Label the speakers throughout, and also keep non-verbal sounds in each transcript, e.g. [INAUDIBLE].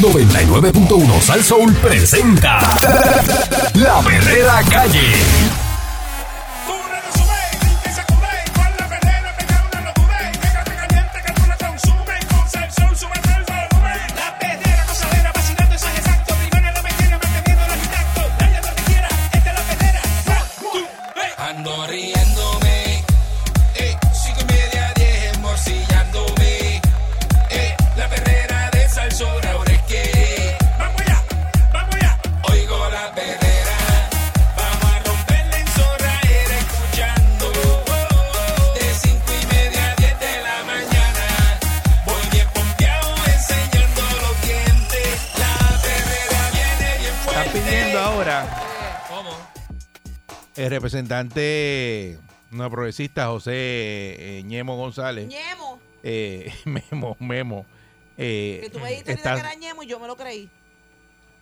Speaker 1: 99.1 Sal Soul presenta La Verdadera Calle.
Speaker 2: eh,
Speaker 3: representante no progresista José eh, Ñemo González.
Speaker 4: Ñemo.
Speaker 3: Eh, [LAUGHS] Memo, Memo. Eh,
Speaker 4: que tú me dijiste está, que era Ñemo y yo me lo creí.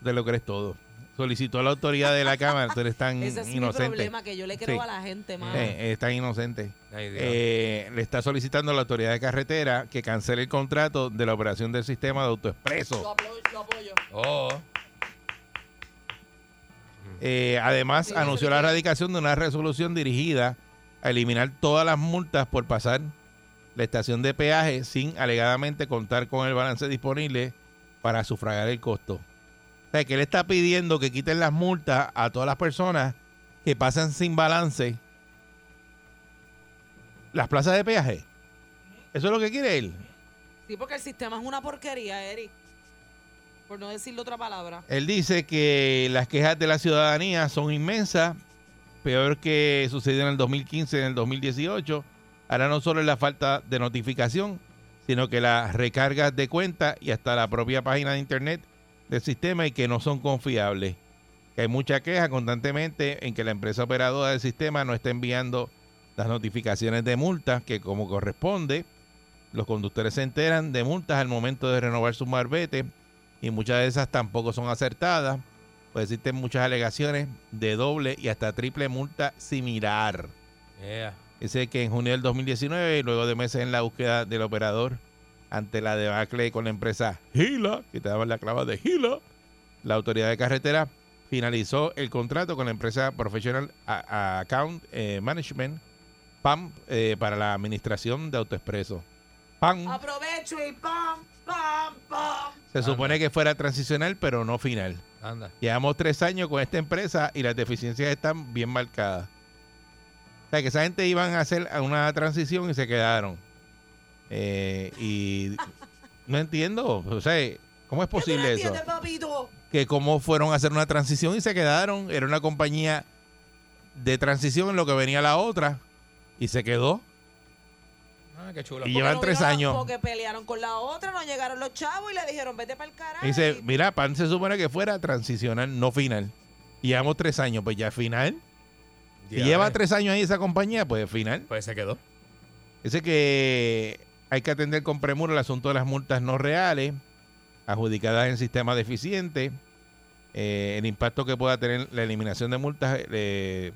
Speaker 3: Te lo crees todo. Solicitó a la autoridad de la Cámara, tú eres tan
Speaker 4: [LAUGHS] Ese es
Speaker 3: Mm, inocente. Eh,
Speaker 4: mi problema, que yo le creo sí. a la gente, más
Speaker 3: es tan inocente. Ay, le está solicitando a la autoridad de carretera que cancele el contrato de la operación del sistema de autoexpreso.
Speaker 4: Lo apoyo. Lo apoyo. Oh.
Speaker 3: Eh, además, sí, anunció la erradicación de una resolución dirigida a eliminar todas las multas por pasar la estación de peaje sin alegadamente contar con el balance disponible para sufragar el costo. O sea, que él está pidiendo que quiten las multas a todas las personas que pasan sin balance las plazas de peaje. Eso es lo que quiere él.
Speaker 4: Sí, porque el sistema es una porquería, Eric por no decirle otra palabra.
Speaker 3: Él dice que las quejas de la ciudadanía son inmensas, peor que sucedió en el 2015, en el 2018. Ahora no solo es la falta de notificación, sino que las recargas de cuenta y hasta la propia página de internet del sistema y que no son confiables. Que hay mucha queja constantemente en que la empresa operadora del sistema no está enviando las notificaciones de multas que como corresponde, los conductores se enteran de multas al momento de renovar su marbete y muchas de esas tampoco son acertadas. Pues existen muchas alegaciones de doble y hasta triple multa similar. Yeah. Dice que en junio del 2019, luego de meses en la búsqueda del operador ante la debacle con la empresa Gila, que te daban la clava de Gila, la autoridad de carretera finalizó el contrato con la empresa Professional Account eh, Management, PAM, eh, para la administración de AutoExpreso. Mm.
Speaker 4: PAM. Aprovecho y PAM. Pam, pam.
Speaker 3: Se Anda. supone que fuera transicional, pero no final. Anda. Llevamos tres años con esta empresa y las deficiencias están bien marcadas. O sea, que esa gente iban a hacer una transición y se quedaron. Eh,
Speaker 4: [LAUGHS]
Speaker 3: y no entiendo. O sea, ¿cómo es posible eso?
Speaker 4: Papito?
Speaker 3: Que cómo fueron a hacer una transición y se quedaron. Era una compañía de transición en lo que venía la otra y se quedó.
Speaker 5: Ah, qué chulo.
Speaker 3: Y llevan
Speaker 4: no
Speaker 3: tres años.
Speaker 4: Porque pelearon con la otra, no llegaron los chavos y le dijeron, vete para el carajo.
Speaker 3: Dice, mira, PAN se supone que fuera transicional, no final. Y llevamos tres años, pues ya final. Ya, si lleva tres años ahí esa compañía, pues final.
Speaker 5: eh. Pues se quedó.
Speaker 3: Dice que hay que atender con premura el asunto de las multas no reales, adjudicadas en sistema deficiente, eh, el impacto que pueda tener la eliminación de multas. Eh,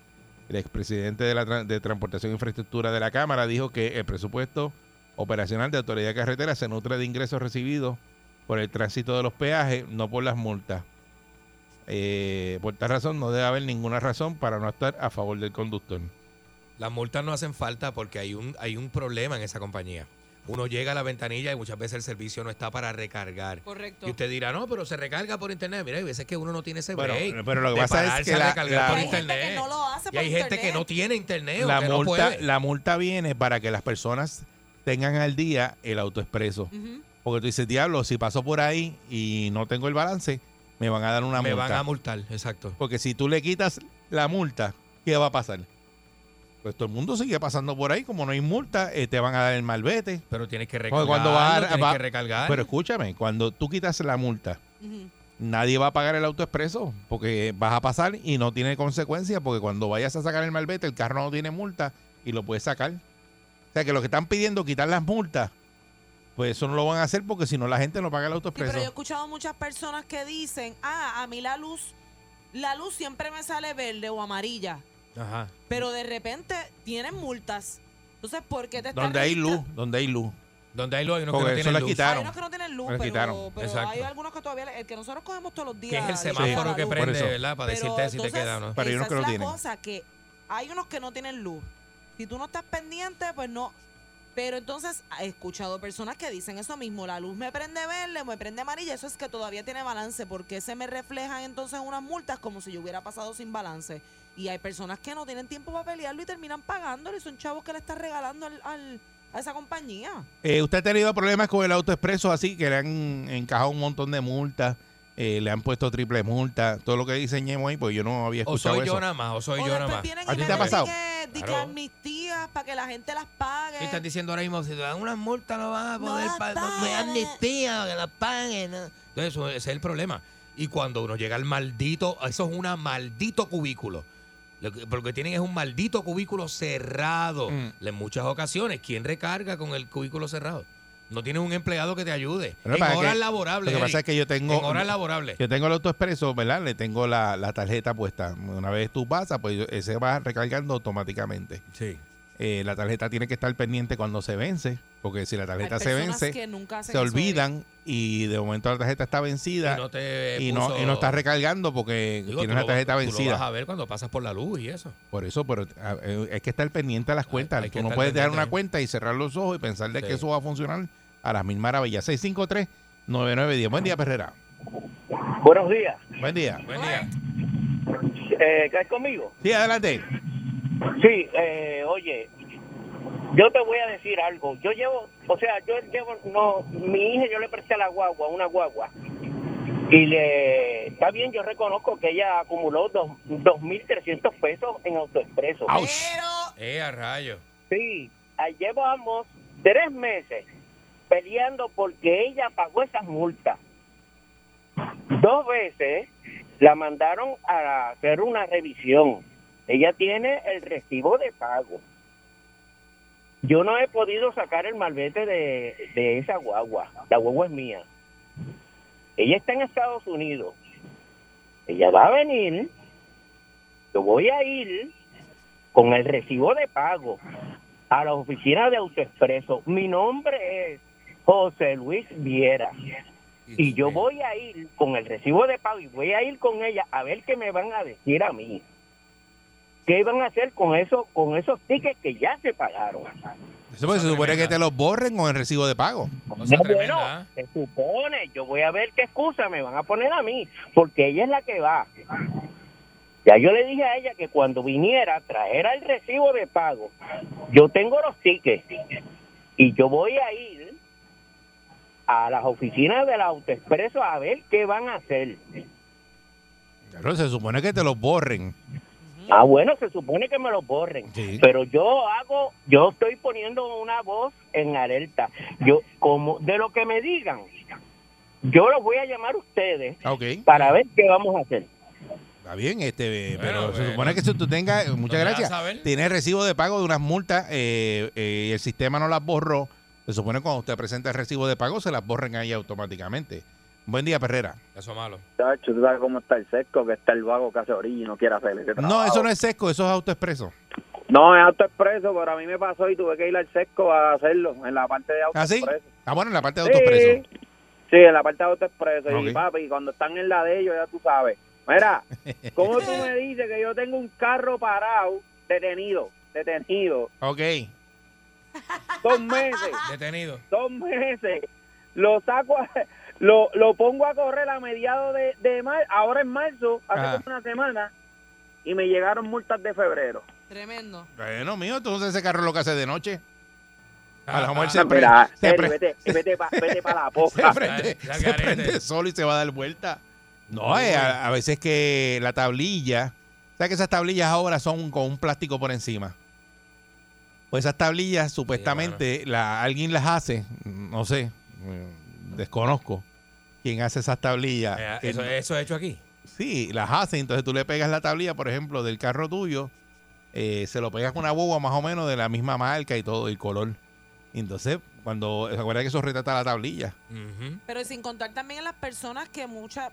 Speaker 3: el expresidente de, la, de Transportación e Infraestructura de la Cámara dijo que el presupuesto operacional de Autoridad de Carretera se nutre de ingresos recibidos por el tránsito de los peajes, no por las multas. Eh, por tal razón, no debe haber ninguna razón para no estar a favor del conductor.
Speaker 5: Las multas no hacen falta porque hay un, hay un problema en esa compañía. Uno llega a la ventanilla y muchas veces el servicio no está para recargar.
Speaker 4: Correcto.
Speaker 5: Y usted dirá, no, pero se recarga por internet. Mira, hay veces que uno no tiene ese
Speaker 3: bueno,
Speaker 5: break
Speaker 3: pero lo que pasa es que la,
Speaker 5: por
Speaker 3: la,
Speaker 5: internet.
Speaker 4: Que no lo hace
Speaker 5: y hay
Speaker 4: eh, por
Speaker 5: gente
Speaker 4: internet.
Speaker 5: que no tiene internet.
Speaker 3: La
Speaker 5: o que
Speaker 3: multa,
Speaker 5: no puede.
Speaker 3: la multa viene para que las personas tengan al día el autoexpreso. Uh -huh. Porque tú dices, diablo, si paso por ahí y no tengo el balance, me van a dar una
Speaker 5: me
Speaker 3: multa.
Speaker 5: Me van a multar, exacto.
Speaker 3: Porque si tú le quitas la multa, ¿qué va a pasar? Pues todo el mundo sigue pasando por ahí, como no hay multa, eh, te van a dar el malvete.
Speaker 5: Pero tienes que recargar. Cuando va, tienes va, que recargar.
Speaker 3: Pero escúchame, cuando tú quitas la multa, uh -huh. nadie va a pagar el autoexpreso porque vas a pasar y no tiene consecuencias porque cuando vayas a sacar el malvete, el carro no tiene multa y lo puedes sacar. O sea que los que están pidiendo quitar las multas, pues eso no lo van a hacer porque si no la gente no paga el autoexpreso. Sí,
Speaker 4: pero yo he escuchado muchas personas que dicen, ah, a mí la luz, la luz siempre me sale verde o amarilla. Ajá. Pero de repente tienen multas. Entonces, ¿por qué te
Speaker 3: Donde hay luz, donde hay luz.
Speaker 6: Donde hay luz hay unos
Speaker 3: Porque
Speaker 6: que no
Speaker 3: eso
Speaker 6: tienen
Speaker 3: la
Speaker 6: luz.
Speaker 3: quitaron.
Speaker 4: Hay unos que no tienen luz,
Speaker 3: Me
Speaker 4: pero,
Speaker 3: quitaron.
Speaker 4: pero
Speaker 6: Exacto.
Speaker 4: hay algunos que todavía, el que nosotros cogemos todos los días.
Speaker 6: Que es el
Speaker 4: le
Speaker 6: semáforo
Speaker 4: baja la
Speaker 6: que
Speaker 4: luz.
Speaker 6: prende,
Speaker 3: Por eso.
Speaker 6: ¿verdad? Para
Speaker 4: Pero
Speaker 6: decirte si te
Speaker 4: entonces,
Speaker 6: queda o no.
Speaker 3: Pero hay unos
Speaker 4: esa
Speaker 3: que
Speaker 4: es
Speaker 3: no
Speaker 4: la
Speaker 3: tienen.
Speaker 4: cosa, que hay unos que no tienen luz. Si tú no estás pendiente, pues no. Pero entonces he escuchado personas que dicen eso mismo, la luz me prende verde, me prende amarilla, eso es que todavía tiene balance, porque se me reflejan entonces unas multas como si yo hubiera pasado sin balance. Y hay personas que no tienen tiempo para pelearlo y terminan pagándolo y son chavos que le están regalando al- al- a esa compañía.
Speaker 3: Eh, ¿Usted ha tenido problemas con el auto expreso así que le han encajado un montón de multas? eh, le han puesto triple multa, todo lo que diseñemos ahí, pues yo no había
Speaker 6: O
Speaker 3: escuchado
Speaker 6: soy
Speaker 3: eso.
Speaker 6: yo nada más, o soy
Speaker 4: o
Speaker 6: yo nada
Speaker 4: después
Speaker 6: más.
Speaker 4: vienen
Speaker 3: ¿A
Speaker 4: y
Speaker 3: ti
Speaker 4: me
Speaker 3: te ha
Speaker 4: dicen
Speaker 3: pasado?
Speaker 4: que- di que
Speaker 6: Claro.
Speaker 4: amnistías para que la gente las pague.
Speaker 6: ¿Qué estás diciendo ahora mismo? Si te dan unas multas no vas a
Speaker 4: No
Speaker 6: poder
Speaker 4: las
Speaker 6: pagar, no me
Speaker 4: pagues.
Speaker 6: amnistía, que las paguen. ¿no? Entonces, eso- ese es el problema. Y cuando uno llega al maldito, eso es una maldito cubículo. Lo que, porque tienen es un maldito cubículo cerrado.
Speaker 3: Mm.
Speaker 6: En muchas ocasiones, ¿quién recarga con el cubículo cerrado? No tienes un empleado que te ayude.
Speaker 3: Pero
Speaker 6: en
Speaker 3: para
Speaker 6: horas
Speaker 3: que-
Speaker 6: laborables.
Speaker 3: Lo que
Speaker 6: Eric.
Speaker 3: pasa es que yo tengo.
Speaker 6: en horas laborables.
Speaker 3: Yo tengo el auto expreso, ¿verdad? Le tengo la, la tarjeta puesta. Una vez tú pasas, pues ese va recargando automáticamente.
Speaker 6: Sí.
Speaker 3: Eh, la tarjeta tiene que estar pendiente cuando se vence, porque si la
Speaker 4: Hay
Speaker 3: tarjeta se
Speaker 4: personas
Speaker 3: vence,
Speaker 4: que nunca hacen
Speaker 3: se
Speaker 4: eso,
Speaker 3: olvidan y de momento la tarjeta está vencida
Speaker 6: Y no te
Speaker 3: y no,
Speaker 6: puso-
Speaker 3: y no está recargando porque
Speaker 6: Digo,
Speaker 3: tiene
Speaker 6: tú
Speaker 3: la
Speaker 6: lo
Speaker 3: tarjeta
Speaker 6: vas- Tú lo
Speaker 3: vencida.
Speaker 6: vas a ver cuando pasas por la luz y eso.
Speaker 3: Por eso, pero a- eh, hay que estar pendiente a las cuentas.
Speaker 6: hay que
Speaker 3: Tú no
Speaker 6: estar
Speaker 3: puedes dejar
Speaker 6: pendiente.
Speaker 3: una cuenta y cerrar los ojos y pensar de que
Speaker 6: Sí.
Speaker 3: eso va a funcionar a las mil maravillas. 653-9910. Buen día, Perrera.
Speaker 7: Buenos días.
Speaker 3: Buen día.
Speaker 6: Buen día.
Speaker 7: Eh, ¿Caes conmigo?
Speaker 3: Sí, adelante.
Speaker 7: Sí, eh, oye, yo te voy a decir algo. Yo llevo, o sea, yo llevo, no, mi hija yo le presté la guagua, una guagua. Y le, está bien, yo reconozco que ella acumuló dos- 2.300 pesos en autoexpreso.
Speaker 3: Au. Ouch.
Speaker 4: Pero
Speaker 6: Eh, a rayo.
Speaker 7: Sí, ahí llevamos tres meses peleando porque ella pagó esas multas. Dos veces la mandaron a hacer una revisión. Ella tiene el recibo de pago. Yo no he podido sacar el malvete de, de esa guagua. La guagua es mía. Ella está en Estados Unidos. Ella va a venir. Yo voy a ir con el recibo de pago a la oficina de Autoexpreso. Mi nombre es José Luis Viera y
Speaker 6: Este,
Speaker 7: yo voy a ir con el recibo de pago y voy a ir con ella a ver qué me van a decir a mí. ¿Qué van a hacer con eso, con esos tickets que ya se pagaron?
Speaker 3: Eso pues, se supone que
Speaker 6: tremenda.
Speaker 3: te los borren con el recibo de pago.
Speaker 6: Cosa
Speaker 7: No,
Speaker 6: tremenda,
Speaker 7: bueno,
Speaker 6: ¿eh?
Speaker 7: se supone, yo voy a ver qué excusa me van a poner a mí, porque ella es la que va. Ya yo le dije a ella que cuando viniera trajera el recibo de pago. Yo tengo los tickets y yo voy a ir a las oficinas del autoexpreso a ver qué van a hacer.
Speaker 3: Claro, se supone que te los borren.
Speaker 7: Ah, bueno, se supone que me lo borren.
Speaker 3: Sí.
Speaker 7: Pero yo hago, yo estoy poniendo una voz en alerta. Yo, como de lo que me digan, yo los voy a llamar a ustedes
Speaker 3: Ah, Ok, está
Speaker 7: para ver qué vamos a hacer.
Speaker 3: bien, este, eh, pero
Speaker 6: Bueno,
Speaker 3: se
Speaker 6: bueno.
Speaker 3: supone que si tú tengas, eh, muchas
Speaker 6: Nos dejas
Speaker 3: gracias,
Speaker 6: saber.
Speaker 3: tienes recibo de pago de unas multas eh, eh, y el sistema no las borró, se supone que cuando usted presenta el recibo de pago se las borren ahí automáticamente. Buen día, Perrera.
Speaker 6: Eso malo.
Speaker 8: Chacho, tú sabes cómo está el sesco, que está el vago que hace orilla y no quiere hacer ese
Speaker 3: No,
Speaker 8: trabajo.
Speaker 3: eso no es sesco, eso es autoexpreso.
Speaker 8: No, es autoexpreso, pero a mí me pasó y tuve que ir al sesco a hacerlo, en la parte de
Speaker 3: ¿Ah, sí?
Speaker 8: autoexpreso.
Speaker 3: Ah, bueno, en la parte de
Speaker 8: Sí.
Speaker 3: autoexpreso.
Speaker 8: Sí, en la parte de autoexpreso.
Speaker 3: Ok.
Speaker 8: Y papi, cuando están en la de ellos, ya tú sabes.
Speaker 3: [LAUGHS]
Speaker 8: Mira, ¿cómo tú me dices que yo tengo un carro parado, detenido, detenido,
Speaker 3: Ok.
Speaker 8: dos
Speaker 3: [LAUGHS]
Speaker 8: meses?
Speaker 6: Detenido.
Speaker 8: dos meses. Lo saco, a- lo, lo pongo a correr a mediados de, de marzo, ahora en marzo, hace
Speaker 3: Ajá.
Speaker 8: como una semana, y me llegaron multas de febrero.
Speaker 4: tremendo.
Speaker 3: Bueno, mío, entonces ese carro lo que hace de noche. A
Speaker 6: Ah,
Speaker 3: la mujer se,
Speaker 8: No,
Speaker 3: pre-
Speaker 8: Ah, mira,
Speaker 3: se,
Speaker 8: Eri,
Speaker 3: pre-
Speaker 8: eh, vete, vete para
Speaker 3: [LAUGHS]
Speaker 8: la
Speaker 3: se
Speaker 8: poca.
Speaker 3: prende,
Speaker 6: Ah, la
Speaker 3: se
Speaker 6: garete.
Speaker 3: prende solo y se va a dar vuelta. No,
Speaker 6: Uy.
Speaker 3: eh, a, a veces que la tablilla, ¿sabes que esas tablillas ahora son con un plástico por encima? Pues esas tablillas supuestamente la, alguien las hace, no sé, mm, desconozco quién hace esas tablillas.
Speaker 6: Eh,
Speaker 3: que
Speaker 6: Eso,
Speaker 3: no-
Speaker 6: eso hecho aquí.
Speaker 3: Sí, las hace, entonces tú le pegas la tablilla, por ejemplo, del carro tuyo, eh, se lo pegas con una boba más o menos de la misma marca y todo, el color. Y Entonces, cuando, ¿se acuerda que eso retrata la tablilla?
Speaker 6: Ujú.
Speaker 4: Pero sin contar también a las personas que mucha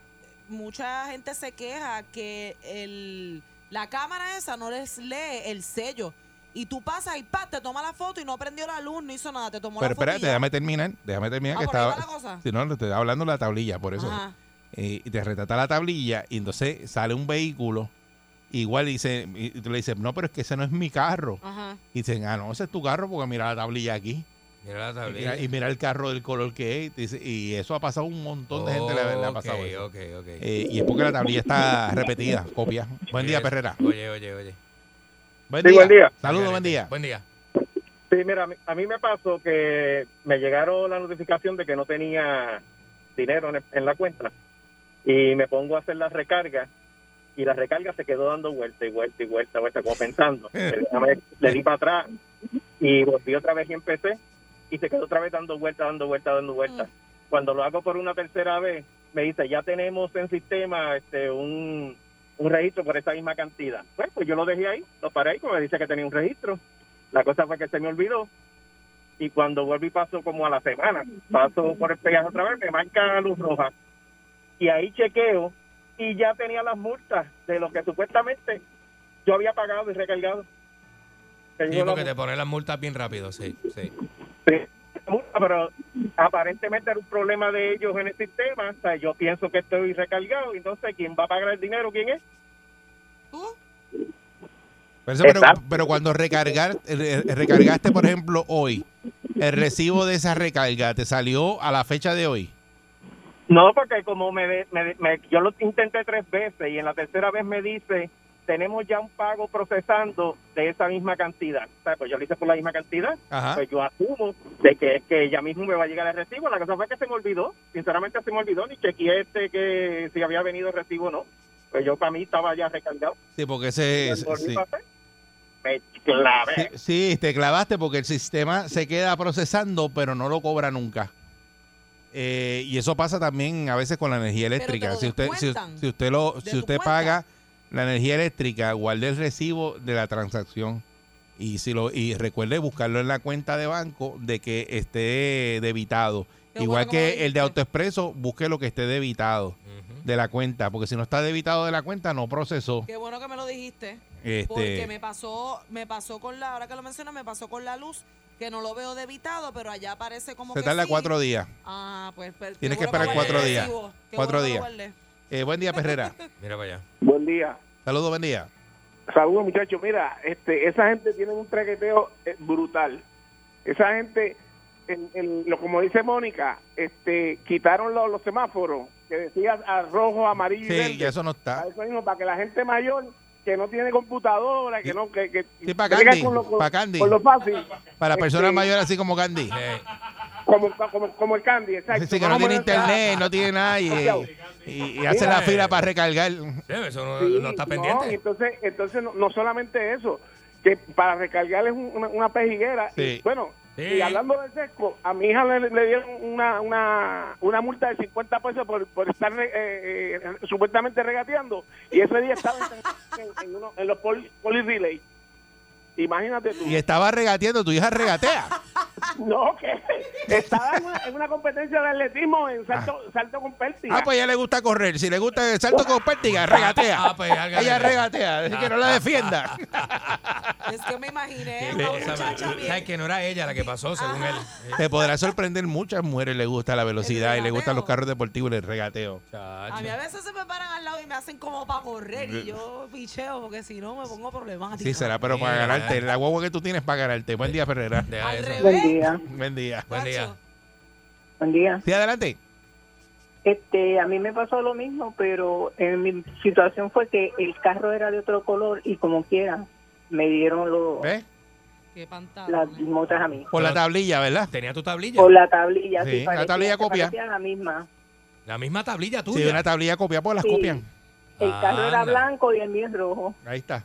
Speaker 4: mucha gente se queja que el la cámara esa no les lee el sello. y tú pasas y pa, te toma la foto y no prendió la luz, no hizo nada, te tomó
Speaker 3: Pero
Speaker 4: la foto.
Speaker 3: espérate, déjame terminar. Déjame terminar
Speaker 4: Ah,
Speaker 3: que
Speaker 4: por ahí va
Speaker 3: estaba.
Speaker 4: la cosa.
Speaker 3: Si no, le estoy hablando de la tablilla, por eso. Eh, y te retrata la tablilla y entonces sale un vehículo. Igual dice, y tú le dices, no, pero es que ese no es mi carro.
Speaker 4: Ajá.
Speaker 3: Y dicen, ah, no, ese es tu carro porque mira la tablilla aquí.
Speaker 6: Mira la
Speaker 3: Y
Speaker 6: tablilla.
Speaker 3: mira, y mira el carro del color que es. Y, dice- y eso ha pasado un montón de gente, le, le ha pasado
Speaker 6: Ok,
Speaker 3: eso.
Speaker 6: ok, ok.
Speaker 3: Eh, y es porque la tablilla está repetida, copia. Buen día,
Speaker 6: Oye,
Speaker 3: Perrera.
Speaker 6: Oye, oye, oye.
Speaker 3: Buen
Speaker 9: Sí, buen día.
Speaker 3: Saludos,
Speaker 6: Oye,
Speaker 3: buen día.
Speaker 6: Buen día.
Speaker 9: Sí, mira, a mí- a mí me pasó que me llegaron la notificación de que no tenía dinero en, el- en la cuenta y me pongo a hacer la recarga y la recarga se quedó dando vuelta y vuelta y vuelta, vuelta como pensando. Déjame- Le di para atrás y volví otra vez y empecé y se quedó otra vez dando vuelta, dando vuelta, dando vuelta. Cuando lo hago por una tercera vez, me dice, ya tenemos en sistema este un, un registro por esa misma cantidad. Pues, pues yo lo dejé ahí, lo paré ahí, porque me dice que tenía un registro. La cosa fue que se me olvidó. Y cuando vuelvo y paso como a la semana, paso por el pegaje otra vez, me marca la luz roja. Y ahí chequeo y ya tenía las multas de lo que supuestamente yo había pagado y recargado. Me
Speaker 6: Sí,
Speaker 9: llegó la
Speaker 6: porque te ponen las multas bien rápido, sí, sí.
Speaker 9: multa, pero aparentemente era un problema de ellos en el sistema. O sea, yo pienso que estoy recargado. Entonces, ¿quién va a pagar el dinero? ¿Quién es?
Speaker 4: ¿Tú?
Speaker 3: Pero, eso, pero-
Speaker 9: Exacto.
Speaker 3: pero cuando recargar, eh, eh, recargaste, por ejemplo, hoy, el recibo de esa recarga te salió a la fecha de hoy.
Speaker 9: No, porque como me, de- me de- me- yo lo intenté tres veces y en la tercera vez me dice, tenemos ya un pago procesando de esa misma cantidad. O sea, pues yo lo hice por la misma cantidad.
Speaker 3: Ajá.
Speaker 9: Pues yo asumo de que, que ya mismo me va a llegar el recibo. La cosa fue que se me olvidó. Sinceramente se me olvidó. Ni chequeé este que si había venido el recibo o no. Pues yo para mí estaba ya recargado. Pues
Speaker 3: Sí, porque ese.
Speaker 9: Cuando
Speaker 7: Pues,
Speaker 9: volví
Speaker 3: sí.
Speaker 9: pa' hacer, Me clavé.
Speaker 3: Sí, sí, te clavaste porque el sistema se queda procesando, pero no lo cobra nunca. Eh, y eso pasa también a veces con la energía
Speaker 4: te
Speaker 3: eléctrica.
Speaker 4: lo
Speaker 3: Si usted, si,
Speaker 4: descuentan
Speaker 3: si usted lo,
Speaker 4: de
Speaker 3: si
Speaker 4: tu
Speaker 3: usted
Speaker 4: cuenta.
Speaker 3: paga la energía eléctrica, guarde el recibo de la transacción y si lo y recuerde buscarlo en la cuenta de banco de que esté debitado.
Speaker 4: Qué
Speaker 3: Igual
Speaker 4: bueno que me
Speaker 3: que el de
Speaker 4: dijiste.
Speaker 3: AutoExpreso, busque lo que esté debitado
Speaker 6: Ujú.
Speaker 3: de la cuenta, porque si no está debitado de la cuenta no procesó.
Speaker 4: Qué bueno que me lo dijiste.
Speaker 3: Este,
Speaker 4: Porque me pasó, me pasó con la, ahora que lo mencionas, me pasó con la luz, que no lo veo debitado, pero allá aparece como
Speaker 3: se
Speaker 4: que
Speaker 3: tarda
Speaker 4: sí.
Speaker 3: cuatro días.
Speaker 4: Ah, pues per- qué
Speaker 3: Tienes que
Speaker 4: bueno
Speaker 3: esperar
Speaker 4: guardé
Speaker 6: cuatro
Speaker 4: el
Speaker 3: días.
Speaker 4: recibo. Qué
Speaker 3: Cuatro
Speaker 4: bueno que lo
Speaker 3: días.
Speaker 4: guardé.
Speaker 3: Eh, buen día,
Speaker 4: [LAUGHS]
Speaker 3: Perrera.
Speaker 6: Mira para allá.
Speaker 10: Buen día.
Speaker 3: Saludos, buen día.
Speaker 10: Saludos, muchachos. Mira, este, esa gente tiene un traqueteo eh, brutal. Esa gente, en- en lo, como dice Mónica, este, quitaron los, los semáforos que decían a rojo, amarillo y
Speaker 3: Sí,
Speaker 10: verde.
Speaker 3: ya eso no está.
Speaker 10: Para eso mismo, para que la gente mayor que no tiene computadora, que
Speaker 3: Sí.
Speaker 10: no, que, que
Speaker 3: Sí, pa'
Speaker 10: que
Speaker 3: Candy,
Speaker 10: venga con lo, con-
Speaker 3: pa' Candy.
Speaker 10: con lo fácil,
Speaker 3: Para
Speaker 10: Este-
Speaker 3: personas mayores así como Candy.
Speaker 6: Eh,
Speaker 10: como, como, como el candy, exacto.
Speaker 3: Sí, que no
Speaker 10: Vamos
Speaker 3: tiene
Speaker 10: a poner-
Speaker 3: internet, no tiene nada y, y- y hace la fila para recargar.
Speaker 6: sí, eso no,
Speaker 10: Sí,
Speaker 6: no está
Speaker 10: no,
Speaker 6: pendiente.
Speaker 10: y entonces, entonces no, no solamente eso, que para recargar es un- una, una pejiguera.
Speaker 3: Sí.
Speaker 10: Y, bueno,
Speaker 6: Sí.
Speaker 10: y hablando del sesco, a mi hija le, le dieron una, una, una multa de 50 pesos por, por estar eh, eh, supuestamente regateando. Y ese día estaba en, en uno- en los poli, poli relay. Imagínate tú.
Speaker 3: Y estaba regateando, tu
Speaker 10: [LAUGHS]
Speaker 3: hija regatea.
Speaker 10: No, que estaba en una, en una competencia de atletismo en
Speaker 6: Ah.
Speaker 10: salto, salto con pértiga.
Speaker 3: Ah, pues a ella le gusta correr. Si le gusta el salto con pértiga, regatea.
Speaker 6: Ah, pues, hágale. Ah,
Speaker 3: ella regatea, así que no la defienda.
Speaker 4: Es que me imaginé
Speaker 6: Qué
Speaker 4: a una
Speaker 6: cosa,
Speaker 4: muchacha
Speaker 6: man.
Speaker 4: bien.
Speaker 6: Sabes que no era ella la que pasó, según él. Eh,
Speaker 3: Te podrá sorprender, muchas mujeres les gusta la velocidad y les gustan los carros deportivos y el regateo.
Speaker 4: A mí
Speaker 6: chacho.
Speaker 4: a veces se me paran al lado y me hacen como para correr y yo picheo porque si no me pongo problemática.
Speaker 3: Sí, será, pero para ganarte. La guagua que tú tienes para ganarte. Buen día, Ferrera.
Speaker 6: Deja
Speaker 4: Al
Speaker 6: eso.
Speaker 4: revés.
Speaker 7: Buen día,
Speaker 3: Buen día.
Speaker 6: Buen día.
Speaker 4: Nacho.
Speaker 7: buen día.
Speaker 3: Sí, adelante.
Speaker 7: Este, a mí me pasó lo mismo, pero en mi situación fue que el carro era de otro color y como quiera me dieron los
Speaker 3: ¿Ves?
Speaker 4: Qué
Speaker 7: las
Speaker 4: pantalón.
Speaker 7: motas a mí.
Speaker 3: Por la tablilla, ¿verdad?
Speaker 6: Tenía tu tablilla.
Speaker 7: Por la tablilla,
Speaker 3: Sí,
Speaker 7: sí,
Speaker 3: la
Speaker 7: parecía-
Speaker 3: tablilla
Speaker 7: se
Speaker 3: copia.
Speaker 7: parecía la misma.
Speaker 6: La misma tablilla
Speaker 3: Si hay una
Speaker 6: tuya.
Speaker 3: tablilla copiada, pues las
Speaker 7: Sí.
Speaker 3: copian.
Speaker 7: El carro era
Speaker 6: Anda.
Speaker 7: blanco y el mío es rojo.
Speaker 3: Ahí está.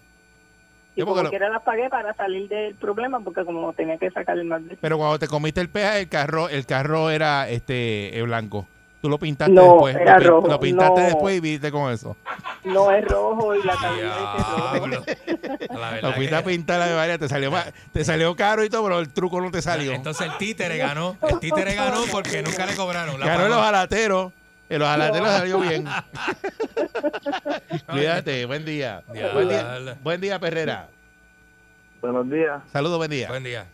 Speaker 7: Y
Speaker 3: Sí, porque
Speaker 7: como
Speaker 3: lo-
Speaker 7: quiera las pagué para salir del problema porque como tenía que sacar el más de...
Speaker 3: Pero cuando te comiste el peaje, el carro, el carro era este eh, blanco. Tú lo pintaste
Speaker 7: No,
Speaker 3: después.
Speaker 7: era
Speaker 3: lo, pin-
Speaker 7: rojo,
Speaker 3: lo pintaste
Speaker 7: no.
Speaker 3: después y viste con eso.
Speaker 7: No es rojo y la tablilla es rojo.
Speaker 6: Diablo. [LAUGHS] La verdad
Speaker 3: Lo fuiste a
Speaker 6: que-
Speaker 3: pintar la memoria, te salió más- te salió caro y todo, pero el truco no te salió.
Speaker 6: Entonces el títere ganó. El títere ganó porque nunca le cobraron. La
Speaker 3: Ganó los
Speaker 6: pagó.
Speaker 3: jalateros. En los jalateros salió
Speaker 7: [LAUGHS]
Speaker 3: bien. [LAUGHS] Cuídate, buen día.
Speaker 6: Diablo.
Speaker 3: Buen día, buen día Perrera.
Speaker 11: Buenos días,
Speaker 3: Saludos, buen día.
Speaker 5: Buen día.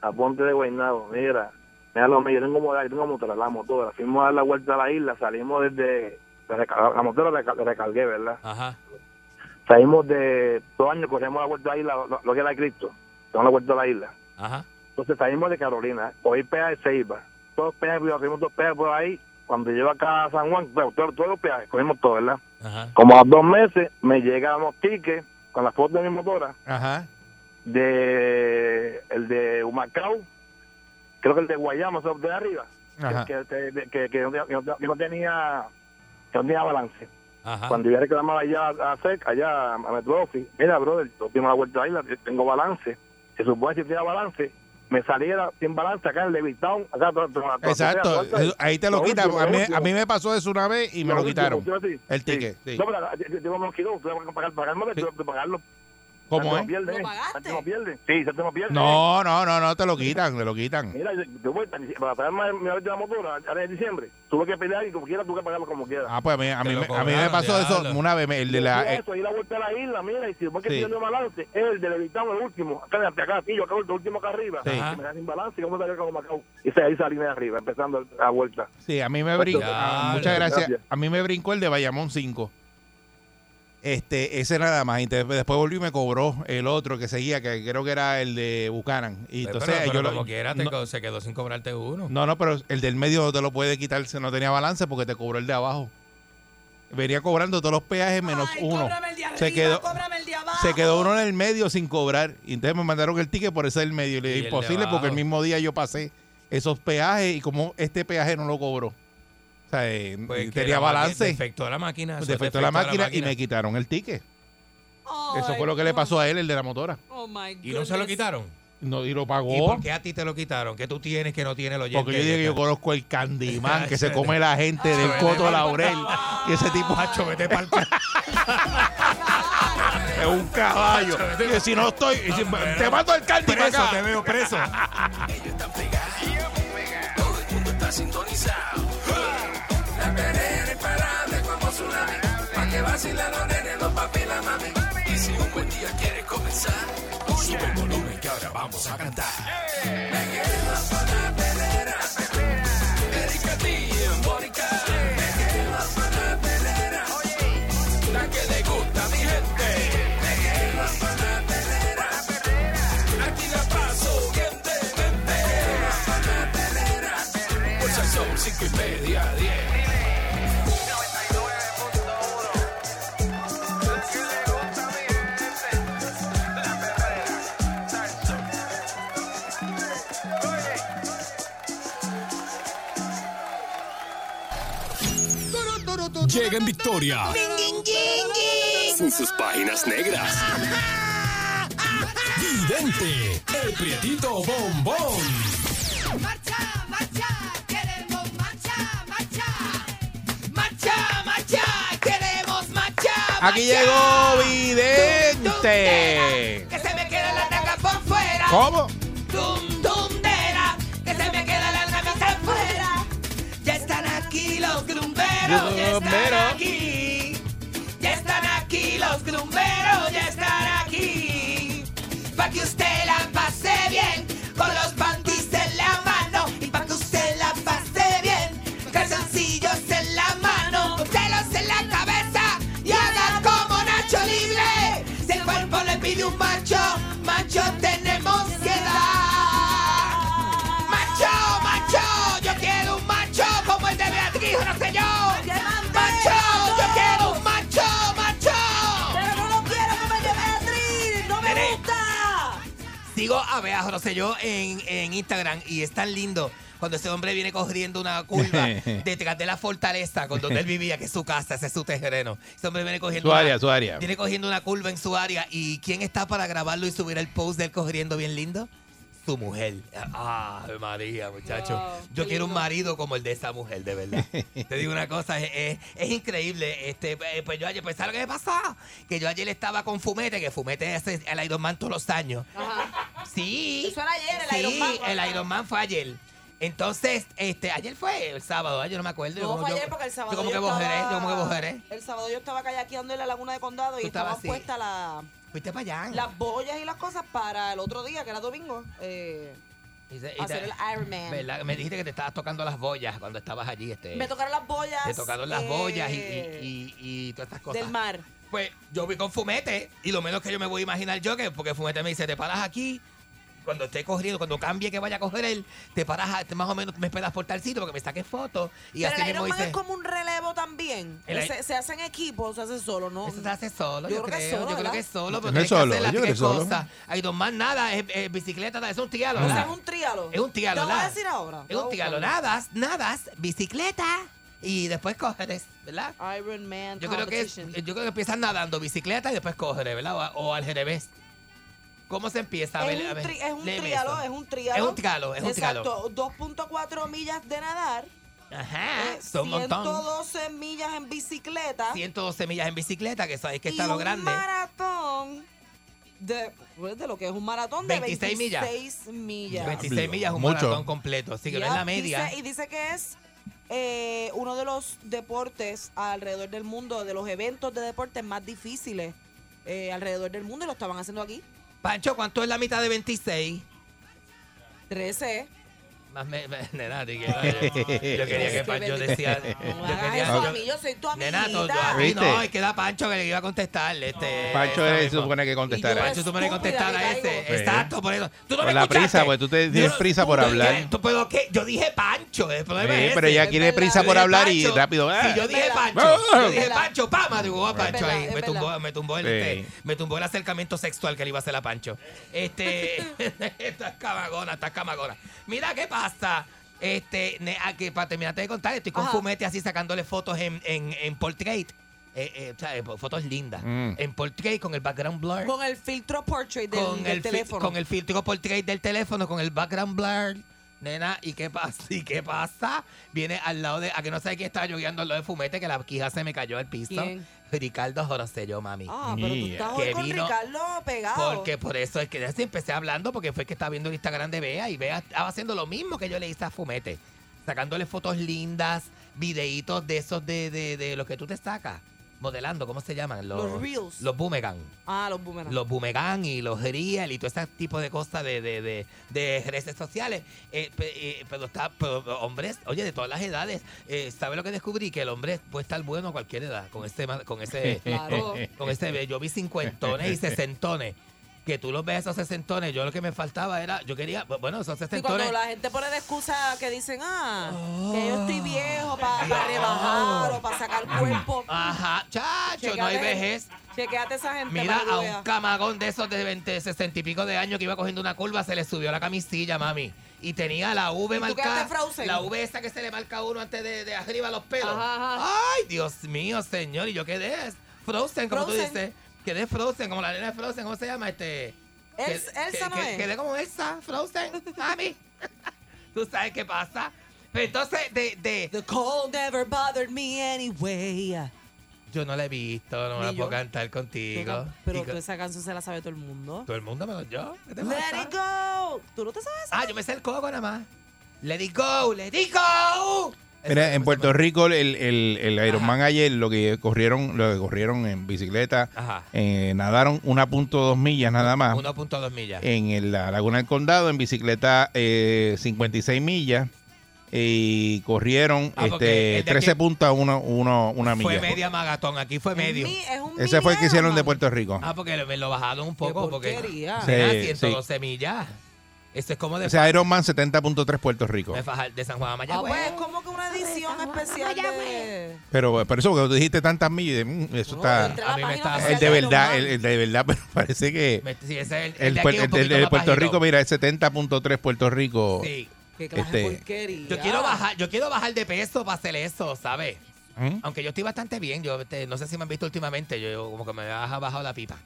Speaker 11: aponte de Guaynabo. Mira, mira lo mío, yo tengo motora, yo tengo motora, la motora. Fuimos a dar la vuelta a la isla, salimos desde. La, reca- la motora la reca- la recargué, ¿verdad?
Speaker 5: Ajá.
Speaker 11: Salimos de. Dos años corremos la vuelta a la isla, lo, lo que era Cristo. Damos la vuelta a la isla.
Speaker 5: Ajá.
Speaker 11: Entonces salimos de Carolina, cogí peaje de Ceiba. Todos los peajes, cogimos dos peajes por ahí. Cuando llego acá a San Juan, bueno, todos, todos los peajes, cogimos todos, ¿verdad?
Speaker 5: Ajá.
Speaker 11: Como a los dos meses me llegan los tickets con las fotos de mi motora,
Speaker 3: Ajá.
Speaker 11: de el de Humacao, creo que el de Guayama, o sea, de arriba,
Speaker 3: Ajá.
Speaker 11: que, que, que- que no tenía- que no- que no tenía que no tenía balance.
Speaker 3: Ah.
Speaker 5: Ajá.
Speaker 11: Cuando yo reclamaba allá a SEC, allá a Metro Office, mira, brother, yo tengo la vuelta a la isla, tengo balance. Se supone que si tenía balance, me saliera sin balance acá en Levittown, acá toda- toda- toda-
Speaker 3: Exacto.
Speaker 11: toda- toda-
Speaker 3: Ahí te lo
Speaker 11: Lo
Speaker 3: quitan.
Speaker 11: último,
Speaker 3: A mí,
Speaker 11: lo último.
Speaker 3: a mí me pasó eso una vez y me lo quitaron.
Speaker 11: Sí, sí.
Speaker 3: El ticket, sí.
Speaker 11: No, pero eh, eh, tengo unos kilos, tengo que pagar, pagar, no,
Speaker 3: Sí.
Speaker 11: tengo que pagarlo.
Speaker 3: ¿Cómo
Speaker 11: Ya
Speaker 3: es?
Speaker 11: te pierde,
Speaker 4: ¿Lo
Speaker 11: eh.
Speaker 4: pagaste?
Speaker 11: Ya te pierde. Sí, ya te lo pierde.
Speaker 3: No, no, no, no, te lo quitan, te lo quitan.
Speaker 11: Mira, de de vuelta, ni- para pagar más mi de la motora, ahora en diciembre, tuve que pelear y como quiera tuve que pagarlo como quiera.
Speaker 3: Ah, pues a mí, a
Speaker 5: Te
Speaker 3: mí,
Speaker 5: lo
Speaker 3: me- a mí me
Speaker 5: cobraron,
Speaker 3: pasó eso
Speaker 5: diablo.
Speaker 3: una vez, me- el de la...
Speaker 11: Y
Speaker 3: eh,
Speaker 11: eso, y la vuelta a la isla, mira, y si vos que
Speaker 3: Sí.
Speaker 11: tiene un balance, el de Levittown, el último, acá de acá, aquí, yo acá, el último acá arriba,
Speaker 3: Sí.
Speaker 11: que me da sin balance, y cómo salió como Macao. Y se- ahí salí de arriba, empezando la vuelta.
Speaker 3: Sí, a mí me brincó.
Speaker 5: Diablo.
Speaker 3: Muchas gracias.
Speaker 11: Gracias.
Speaker 3: A mí me brincó el de Bayamón 5. Este, ese nada más. Y te- después volvió y me cobró el otro que seguía, que creo que era el de Bucanan.
Speaker 5: Pues, Eh, Pero-
Speaker 3: Y entonces
Speaker 5: pero,
Speaker 3: yo lo-
Speaker 5: como quiera, te
Speaker 3: no-
Speaker 5: co- se quedó sin cobrarte uno.
Speaker 3: No, no, pero el del medio no te lo puede quitar si no tenía balance porque te cobró el de abajo. Venía cobrando todos los peajes menos
Speaker 4: Ay,
Speaker 3: uno.
Speaker 4: cóbrame el de
Speaker 3: Se
Speaker 4: arriba,
Speaker 3: quedó-
Speaker 4: cóbrame el de abajo.
Speaker 3: Se quedó uno en el medio sin cobrar. Y entonces me mandaron el ticket por ese del medio. Y le
Speaker 5: Y el
Speaker 3: dije,
Speaker 5: de
Speaker 3: imposible porque el
Speaker 5: abajo.
Speaker 3: mismo día yo pasé esos peajes y como este peaje no lo cobró. O sea, eh,
Speaker 5: Pues que
Speaker 3: tenía
Speaker 5: la maqui-
Speaker 3: balance.
Speaker 5: Defectó la máquina.
Speaker 3: Pues
Speaker 5: eso es
Speaker 3: defectó la
Speaker 5: defecto de
Speaker 3: máquina, y me quitaron el ticket.
Speaker 4: Oh,
Speaker 3: Eso
Speaker 4: my
Speaker 3: fue lo que le
Speaker 4: God.
Speaker 3: pasó a él, el de la motora.
Speaker 4: Oh, my
Speaker 5: Y no se lo
Speaker 4: goodness.
Speaker 5: quitaron.
Speaker 3: No, y lo
Speaker 5: ¿Y
Speaker 3: pagó.
Speaker 5: por qué a ti te lo quitaron? ¿Qué tú tienes que no tiene el oyente?
Speaker 3: Porque yo dije que yo conozco el Candyman que se come la gente del
Speaker 5: Ay,
Speaker 3: Coto
Speaker 5: vete
Speaker 3: Laurel. Y ese tipo
Speaker 5: Macho, vete pa'l [LAUGHS]
Speaker 3: es un caballo. Y si no estoy, y si- te mato el Candy para
Speaker 5: preso,
Speaker 3: acá.
Speaker 5: te veo preso.
Speaker 1: Ellos están pegados. Todo el mundo está sintonizado. La perrera imparable como tsunami. Pa' que vacilan los nenes, los papi y la mami. Y si un buen día quieres comenzar, sube el volumen que ahora vamos a cantar. Me quedé más para la perrera. Erika T y Mónica. Me quedé más para la perrera. La que le gusta a mi gente. Me quedé más para la perrera. Aquí la paso bien demente. Por Salsón, cinco y media, diez.
Speaker 12: Llega en victoria. Sin sus páginas negras. Vidente, el prietito bombón.
Speaker 3: Aquí llegó Vidente.
Speaker 2: Que se me queda la taca por fuera.
Speaker 3: ¿Cómo?
Speaker 2: Tum, tundera. Que se me queda la camisa fuera. Ya están aquí los grumberos. Ya están
Speaker 3: Grumbero.
Speaker 2: aquí. Ya están aquí los grumberos. Ya están aquí. Pa' que usted la pase bien. Con los panties en la mano. Y pa' que usted la pase bien. Calzoncillos en la mano. Con pelos en la cabeza. Y haga como Nacho Libre. Si el cuerpo le pide un macho, macho tenemos que dar. Macho, macho, yo quiero un macho como el de Beatriz, no sé yo. Macho, yo quiero un macho, macho.
Speaker 4: Pero no lo quiero como el de Beatriz. No me
Speaker 2: Nene.
Speaker 4: gusta.
Speaker 2: Sigo a Bea Rosselló en, en Instagram y es tan lindo cuando ese hombre viene corriendo una
Speaker 3: [LAUGHS]
Speaker 2: curva detrás de la fortaleza con donde él vivía, que es su casa, ese es su terreno. Ese hombre viene cogiendo
Speaker 3: Su
Speaker 2: una-
Speaker 3: área, su área.
Speaker 2: Viene cogiendo una curva en su área. ¿Y quién está para grabarlo y subir el post del corriendo bien lindo? Su mujer. Ah, María, muchacho.
Speaker 4: Wow,
Speaker 2: Yo
Speaker 4: qué
Speaker 2: quiero un
Speaker 4: lindo.
Speaker 2: marido como el de esa mujer, de verdad. Te digo una cosa, es, es- es increíble. Este, eh, pues yo ayer, pues ¿sabes lo que me pasa? Que yo ayer estaba con Fumete, que Fumete es el Iron Man todos los años.
Speaker 4: Ajá.
Speaker 2: Sí.
Speaker 4: Eso era ayer, el
Speaker 2: Sí,
Speaker 4: Iron Man.
Speaker 2: el Iron Man fue ayer. Entonces, este, ayer fue el sábado, ay, yo no me acuerdo. yo
Speaker 4: No,
Speaker 2: como-
Speaker 4: fue
Speaker 2: yo-
Speaker 4: ayer porque el sábado.
Speaker 2: Yo como que
Speaker 4: estaba-
Speaker 2: bojeré, yo como que bojeré.
Speaker 4: El sábado yo estaba kayakeando en la laguna de condado y
Speaker 2: Tú estabas
Speaker 4: estaba
Speaker 2: así.
Speaker 4: puesta la.
Speaker 2: Tú
Speaker 6: fuiste para allá.
Speaker 4: Las boyas y las cosas para el otro día, que era domingo. eh,
Speaker 6: Y se- y
Speaker 4: hacer
Speaker 6: te-
Speaker 4: el Ironman.
Speaker 6: ¿verdad? Me dijiste que te estabas tocando las boyas cuando estabas allí. Este,
Speaker 4: me tocaron las boyas.
Speaker 6: Te tocaron las
Speaker 4: eh,
Speaker 6: boyas y, y- y- y todas estas cosas.
Speaker 4: Del mar.
Speaker 6: Pues yo vi con Fumete y lo menos que yo me voy a imaginar yo que porque Fumete me dice, te paras aquí, cuando esté corriendo, cuando cambie que vaya a coger él, te paras a- más o menos, me esperas por tal sitio porque me saques fotos y
Speaker 4: Pero
Speaker 6: así
Speaker 4: el
Speaker 6: mismo
Speaker 4: Ironman
Speaker 6: dice,
Speaker 4: es como un relevo también.
Speaker 6: El I-
Speaker 4: Se, se hace en equipo, se hace solo, ¿no?
Speaker 6: Eso se hace solo, yo, creo, yo creo
Speaker 4: ¿verdad?
Speaker 6: que es solo,
Speaker 3: No
Speaker 6: pero
Speaker 3: es
Speaker 6: tienes
Speaker 3: solo,
Speaker 6: que hacer las
Speaker 3: yo creo
Speaker 6: tres
Speaker 3: que es solo.
Speaker 6: cosas. Hay dos más nada, es, es bicicleta, nada, es un trialo,
Speaker 4: O sea,
Speaker 6: ¿verdad?
Speaker 4: es un trialo.
Speaker 6: Es un trialo,
Speaker 4: Te lo voy a
Speaker 6: nada.
Speaker 4: decir ahora.
Speaker 6: Es un trialo, nadas, nadas, bicicleta y después coges, ¿verdad?
Speaker 4: Iron Man
Speaker 6: Yo creo que es- eh,
Speaker 4: competition.
Speaker 6: yo creo que empiezas nadando bicicleta y después coges, ¿verdad? O, a- o al revés. ¿Cómo se empieza? A ver,
Speaker 4: es
Speaker 6: a
Speaker 4: un,
Speaker 6: ver,
Speaker 4: tri- es un
Speaker 6: léeme
Speaker 4: trialo,
Speaker 6: eso.
Speaker 4: es un trialo.
Speaker 6: Es un trialo, es un trialo.
Speaker 4: Exacto, 2.4 millas de nadar,
Speaker 6: Ajá, Ah,
Speaker 4: eh,
Speaker 6: son un montón.
Speaker 4: 112 millas en bicicleta
Speaker 6: 112 millas en bicicleta, que sabes que
Speaker 4: y
Speaker 6: está lo
Speaker 4: un
Speaker 6: grande.
Speaker 4: maratón de, pues, de lo que es un maratón de
Speaker 6: 26 millas.
Speaker 4: 26 millas.
Speaker 6: 26 millas es un
Speaker 3: Mucho.
Speaker 6: maratón completo, así que no es
Speaker 4: Ya,
Speaker 6: la media.
Speaker 4: dice- y dice que es eh, uno de los deportes alrededor del mundo, de los eventos de deportes más difíciles eh, alrededor del mundo y lo estaban haciendo aquí.
Speaker 6: Pancho, ¿cuánto es la mitad de 26?
Speaker 4: 13.
Speaker 6: Más me, me- [LAUGHS] nena, di que- yo quería
Speaker 4: [LAUGHS]
Speaker 6: que Pancho decía.
Speaker 4: No
Speaker 6: yo
Speaker 4: me hagas
Speaker 6: quería-
Speaker 4: Este eso
Speaker 6: yo-
Speaker 4: a mí, yo soy tu amiguita.
Speaker 6: Nena, tú, tú- a ti no,
Speaker 3: ¿Viste?
Speaker 6: es que da Pancho que le iba a contestar. Este,
Speaker 3: Pancho
Speaker 6: eso
Speaker 3: es, se
Speaker 6: mismo.
Speaker 3: supone que
Speaker 4: Y
Speaker 3: contestará.
Speaker 4: yo-
Speaker 6: Pancho, tú me le
Speaker 4: Estúpida,
Speaker 6: contestar a
Speaker 4: me
Speaker 6: ese.
Speaker 4: caigo.
Speaker 6: Exacto, por eso. Tú no
Speaker 3: Por
Speaker 6: me
Speaker 3: Pues, la
Speaker 6: escuchaste.
Speaker 3: prisa, pues, tú te-
Speaker 6: Yo
Speaker 3: tienes
Speaker 6: no-
Speaker 3: prisa por
Speaker 6: tú-
Speaker 3: hablar.
Speaker 6: tú- pero que yo dije Pancho, el problema
Speaker 3: Sí,
Speaker 6: es
Speaker 3: pero
Speaker 6: ese.
Speaker 3: ella quiere
Speaker 4: Es
Speaker 3: prisa
Speaker 6: Yo
Speaker 3: por
Speaker 6: dije
Speaker 3: hablar y
Speaker 6: Pancho,
Speaker 3: rápido.
Speaker 6: Sí,
Speaker 3: ¡ah!
Speaker 6: yo dije
Speaker 4: Es
Speaker 6: Pancho.
Speaker 3: verdad. [LAUGHS]
Speaker 6: Yo dije
Speaker 4: Es
Speaker 6: Pancho, pa, madrugó a Pancho
Speaker 4: verdad,
Speaker 6: ahí.
Speaker 4: es
Speaker 6: Me tumbó,
Speaker 4: verdad.
Speaker 6: me tumbó el,
Speaker 3: Sí.
Speaker 6: este, me tumbó el acercamiento sexual que le iba a hacer a Pancho. Este, [LAUGHS] estás camagona, estás camagona. Mira qué pasa. Este, ne- a que para terminarte de contar, estoy con
Speaker 4: Ajá.
Speaker 6: Fumete así sacándole fotos en, en, en portrait. Eh, eh, o sea, eh, fotos lindas.
Speaker 3: Mm.
Speaker 6: En portrait con el background blur
Speaker 4: Con el filtro portrait del,
Speaker 6: con
Speaker 4: del
Speaker 6: el, fi-
Speaker 4: teléfono.
Speaker 6: con el filtro portrait del teléfono, con el background blur. Nena, ¿y qué pasa? [LAUGHS] ¿Y qué pasa? Viene al lado de. A que no sé quién estaba lloviendo al lado de fumete, que la quija se me cayó al piso.
Speaker 4: ¿Quién?
Speaker 6: Ricardo Jorosello, mami.
Speaker 4: Ah, pero tú estás
Speaker 6: Que
Speaker 4: hoy con
Speaker 6: vino-
Speaker 4: Ricardo pegado.
Speaker 6: Porque por eso es que ya sí empecé hablando, porque fue que estaba viendo el Instagram de Bea y Bea estaba haciendo lo mismo que yo le hice a Fumete. Sacándole fotos lindas, videitos de esos de, de, de los que tú te sacas. Modelando, ¿cómo se llaman?
Speaker 4: Los reels.
Speaker 6: Los boomerang
Speaker 4: Ah, los boomerangs.
Speaker 6: los Bumegan y los Riel y todo ese tipo de cosas de, de, de, de redes sociales. Eh, pe- eh, pero está, pero hombres, oye, de todas las edades, eh, ¿sabes lo que descubrí? Que el hombre puede estar bueno a cualquier edad, con ese, ma- con ese,
Speaker 4: Claro.
Speaker 6: con ese, yo vi cincuentones y sesentones. Que tú los ves esos sesentones, yo lo que me faltaba era, yo quería, bueno, esos
Speaker 4: Y cuando
Speaker 6: sesentones.
Speaker 4: la gente pone de excusa que dicen, ah, que yo estoy viejo para rebajar o para sacar cuerpo.
Speaker 6: Ajá, chacho, ah, no hay
Speaker 4: Chequéate-
Speaker 6: vejez.
Speaker 4: Chequéate esa gente.
Speaker 6: Mira,
Speaker 4: para que
Speaker 6: a
Speaker 4: tú
Speaker 6: un
Speaker 4: veas.
Speaker 6: camagón de esos de 20, 60 y pico de años que iba cogiendo una curva, se le subió la camisilla, mami. Y tenía la V
Speaker 4: ¿Y tú
Speaker 6: marcada.
Speaker 4: quedaste frozen?
Speaker 6: La V esa que se le marca a uno antes de, de arriba los pelos.
Speaker 4: Ajá, ajá.
Speaker 6: Ay, Dios mío, señor. Y yo quedé frozen, como
Speaker 4: Frozen.
Speaker 6: tú dices. Quedé frozen, como la nena de frozen. ¿Cómo se llama? Este.
Speaker 4: Els-
Speaker 6: que-
Speaker 4: Elsa
Speaker 6: que-
Speaker 4: no
Speaker 6: que-
Speaker 4: es.
Speaker 6: Quedé como Elsa, frozen, mami. [LAUGHS] tú sabes qué pasa. Pero entonces, de, de,
Speaker 4: The cold never bothered me anyway.
Speaker 6: Yo no la he visto, no me
Speaker 4: Ni
Speaker 6: la
Speaker 4: yo.
Speaker 6: puedo cantar contigo.
Speaker 4: Pero
Speaker 6: Y
Speaker 4: tú
Speaker 6: co-
Speaker 4: esa canción se la sabe todo el mundo.
Speaker 6: Todo el mundo menos yo. ¿Qué te pasa?
Speaker 4: Let it go. ¿Tú no te sabes?
Speaker 6: Ah, yo me sé el coco nada más. Let it go, let it go.
Speaker 3: Mira, en Puerto
Speaker 6: Rico.
Speaker 3: Rico el, el, el Ironman ayer lo que corrieron, lo que corrieron en bicicleta,
Speaker 6: Ajá.
Speaker 3: eh, nadaron 1.2 millas nada más.
Speaker 6: 1.2 millas.
Speaker 3: En el- la Laguna del Condado, en bicicleta eh, 56 millas y corrieron
Speaker 6: Ah,
Speaker 3: este,
Speaker 6: porque el de aquí-
Speaker 3: 13.1 uno- una
Speaker 6: fue
Speaker 3: milla.
Speaker 6: media magatón, aquí fue medio.
Speaker 4: Mi- es un
Speaker 3: Ese fue el que hicieron de
Speaker 4: mini
Speaker 3: Puerto Rico.
Speaker 6: Ah, porque me lo bajaron un poco. Porque
Speaker 4: Qué porquería.
Speaker 6: Nena,
Speaker 3: Sí,
Speaker 6: 112 millas. Esto es como de,
Speaker 3: O sea, Ironman 70.3 Puerto Rico.
Speaker 6: de Fajar- de San Juan a
Speaker 4: Ah,
Speaker 6: Mayagüez.
Speaker 4: pues es como que una edición especial de...
Speaker 3: Pero eh, por eso que tú dijiste tantas millas, mm, eso
Speaker 4: No,
Speaker 3: está...
Speaker 4: entré a la
Speaker 6: a mí me
Speaker 4: página
Speaker 6: está-
Speaker 4: oficial
Speaker 3: El de verdad,
Speaker 4: Iron
Speaker 3: el,
Speaker 4: Man.
Speaker 3: el de verdad, [LAUGHS] pero parece que...
Speaker 6: Me- sí, ese es
Speaker 3: eh, El,
Speaker 6: de
Speaker 3: puer-
Speaker 6: aquí un
Speaker 3: el de- el
Speaker 6: poquito
Speaker 3: de
Speaker 6: más
Speaker 3: Puerto
Speaker 6: bajito.
Speaker 3: Rico, mira, es 70.3 Puerto Rico.
Speaker 6: Sí.
Speaker 4: Qué clase de
Speaker 3: Este,
Speaker 4: porquería.
Speaker 6: Yo quiero bajar, yo quiero bajar de peso para hacer eso, ¿sabes?
Speaker 3: ¿Mm?
Speaker 6: Aunque yo estoy bastante bien, yo este, no sé si me han visto últimamente, yo, yo como que me ha bajado la pipa.